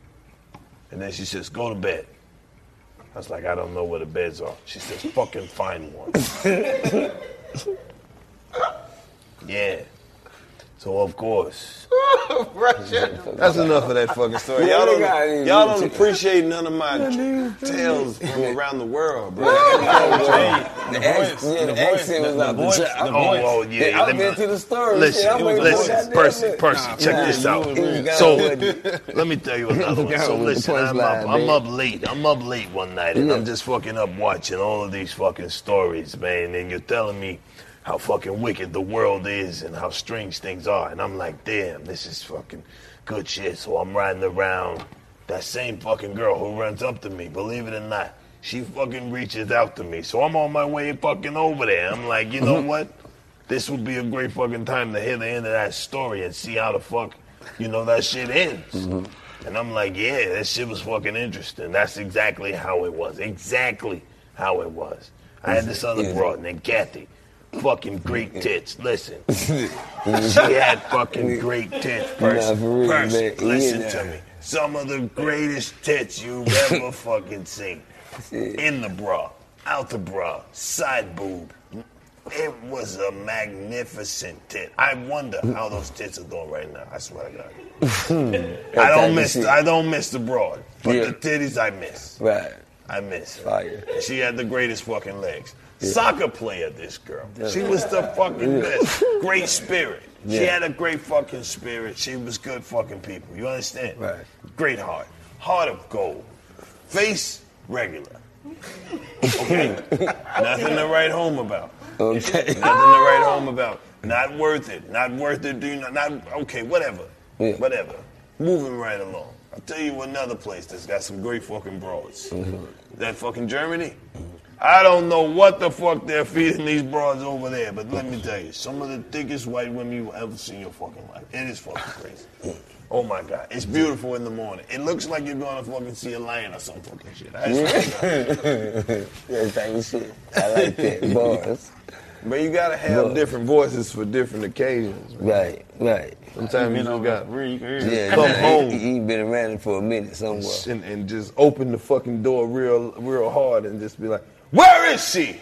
Speaker 17: And then she says, go to bed. I was like, I don't know where the beds are. She says, fucking find one. yeah. So of course.
Speaker 4: That's enough of that fucking story. Y'all don't, y'all don't appreciate none of my tales from around the world, bro.
Speaker 5: The ac- yeah, the accent was out the
Speaker 4: voice-
Speaker 5: job.
Speaker 4: the voice.
Speaker 17: Oh, oh, yeah,
Speaker 5: I've
Speaker 17: let
Speaker 5: been
Speaker 17: me-
Speaker 5: to the story.
Speaker 17: Listen,
Speaker 5: shit, I'm waiting for that
Speaker 17: listen,
Speaker 5: damn
Speaker 17: Percy,
Speaker 5: bit.
Speaker 17: Percy, check
Speaker 5: Nah,
Speaker 17: this
Speaker 5: you
Speaker 17: out.
Speaker 5: was really good.
Speaker 17: So,
Speaker 5: Good.
Speaker 17: let me tell you another one.
Speaker 5: Got
Speaker 17: So
Speaker 5: with the
Speaker 17: listen, I'm
Speaker 5: punchline,
Speaker 17: up, I'm
Speaker 5: man.
Speaker 17: up late. I'm up late one night, and I'm just fucking up watching all of these fucking stories, man. And you're telling me how fucking wicked the world is and how strange things are, and I'm like, damn, this is fucking good shit. So I'm riding around. That same fucking girl who runs up to me, believe it or not, she fucking reaches out to me. So I'm on my way fucking over there. I'm like, you know what? This would be a great fucking time to hear the end of that story and see how the fuck, you know, that shit ends.
Speaker 4: Mm-hmm.
Speaker 17: And I'm like, yeah, that shit was fucking interesting. That's exactly how it was. Exactly how it was. I had this other broad named Kathy. Fucking great tits. Listen. she had fucking great tits. Person.
Speaker 5: Nah, for real,
Speaker 17: Person,
Speaker 5: man.
Speaker 17: listen
Speaker 5: Yeah,
Speaker 17: to
Speaker 5: nah.
Speaker 17: me. Some of the greatest tits you've ever fucking seen. In the bra, out the bra, side boob. It was a magnificent tit. I wonder how those tits are doing right now. I swear to God. I don't miss. The, I don't miss the broad, but the titties I miss.
Speaker 5: Right.
Speaker 17: I miss. her. And She had the greatest fucking legs. Soccer player, this girl.
Speaker 4: Yeah.
Speaker 17: She was the fucking
Speaker 4: Yeah.
Speaker 17: best. Great spirit. She
Speaker 4: Yeah.
Speaker 17: had a great fucking spirit. She was good fucking people. You understand? Right. Great heart. Heart of gold. Face regular. Okay. Nothing to write home about.
Speaker 5: Okay.
Speaker 17: Nothing to write home about. Not worth it. Not worth it. Do you not, not okay, whatever. Whatever. Moving right along. I'll tell you another place that's got some great fucking broads.
Speaker 5: Mm-hmm.
Speaker 17: That fucking Germany. I don't know what the fuck they're feeding these broads over there, but let me tell you, some of the thickest white women you will ever see in your fucking life. It is fucking crazy. Oh my god, it's beautiful in the morning. It looks like you're going to fucking see a lion or some fucking shit. I swear to God.
Speaker 5: that type of shit. I like that. Bars.
Speaker 4: But you gotta have
Speaker 1: Look.
Speaker 4: different voices for different occasions.
Speaker 5: Right, right.
Speaker 4: Sometimes you just got
Speaker 5: Yeah,
Speaker 4: come
Speaker 5: nah,
Speaker 4: home
Speaker 5: He, he been around it for a minute somewhere.
Speaker 4: and, and just open the fucking door real, real hard and just be like, "Where is she?"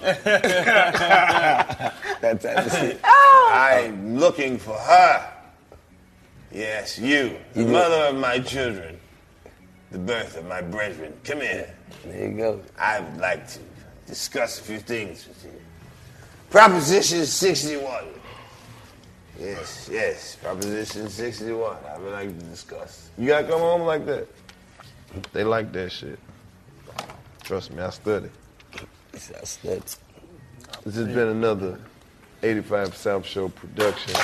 Speaker 1: That type of shit.
Speaker 4: I'm looking for her.
Speaker 17: Yes, you, the mother of my children, the birth of my brethren. Come here. There you go. I would like to discuss a few things with you. Proposition 61. Yes, yes, Proposition 61. I would like to discuss.
Speaker 4: You gotta come home like that. They like that shit. Trust me, I study. I study. This has been another 85 South Show production.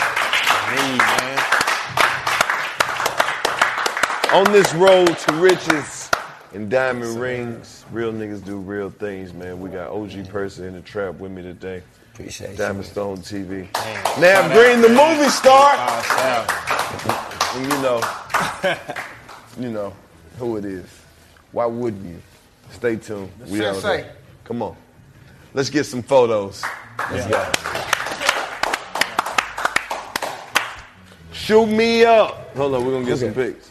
Speaker 4: On this road to riches and diamond rings, real niggas do real things, man. We got OG Person in the trap with me today. Appreciate Diamond Stone TV. Now Green, the movie star. Ah, And you know, you know who it is. Why wouldn't you? Stay tuned. We out
Speaker 3: Sensei.
Speaker 4: there. Come on. Let's get some photos. Let's go. Shoot me up. Hold on, we're gonna get some pics.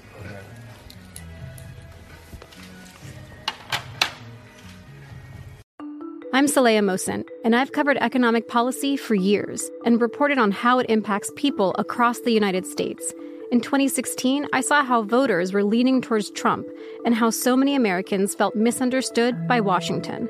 Speaker 16: I'm Saleha Mosin, and I've covered economic policy for years and reported on how it impacts people across the United States. In 2016, I saw how voters were leaning towards Trump and how so many Americans felt misunderstood by Washington.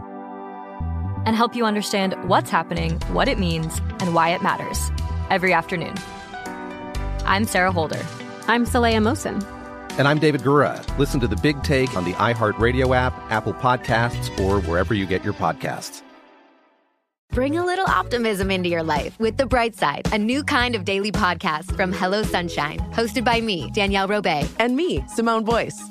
Speaker 12: and help you understand what's happening, what it means, and why it matters every afternoon. I'm Sarah Holder.
Speaker 16: I'm Saleya Mosin.
Speaker 9: And I'm David Gura. Listen to The Big Take on the iHeartRadio app, Apple Podcasts, or wherever you get your podcasts.
Speaker 18: Bring a little optimism into your life with The Bright Side, a new kind of daily podcast from Hello Sunshine, hosted by me, Danielle Robay.
Speaker 19: And me, Simone Boyce.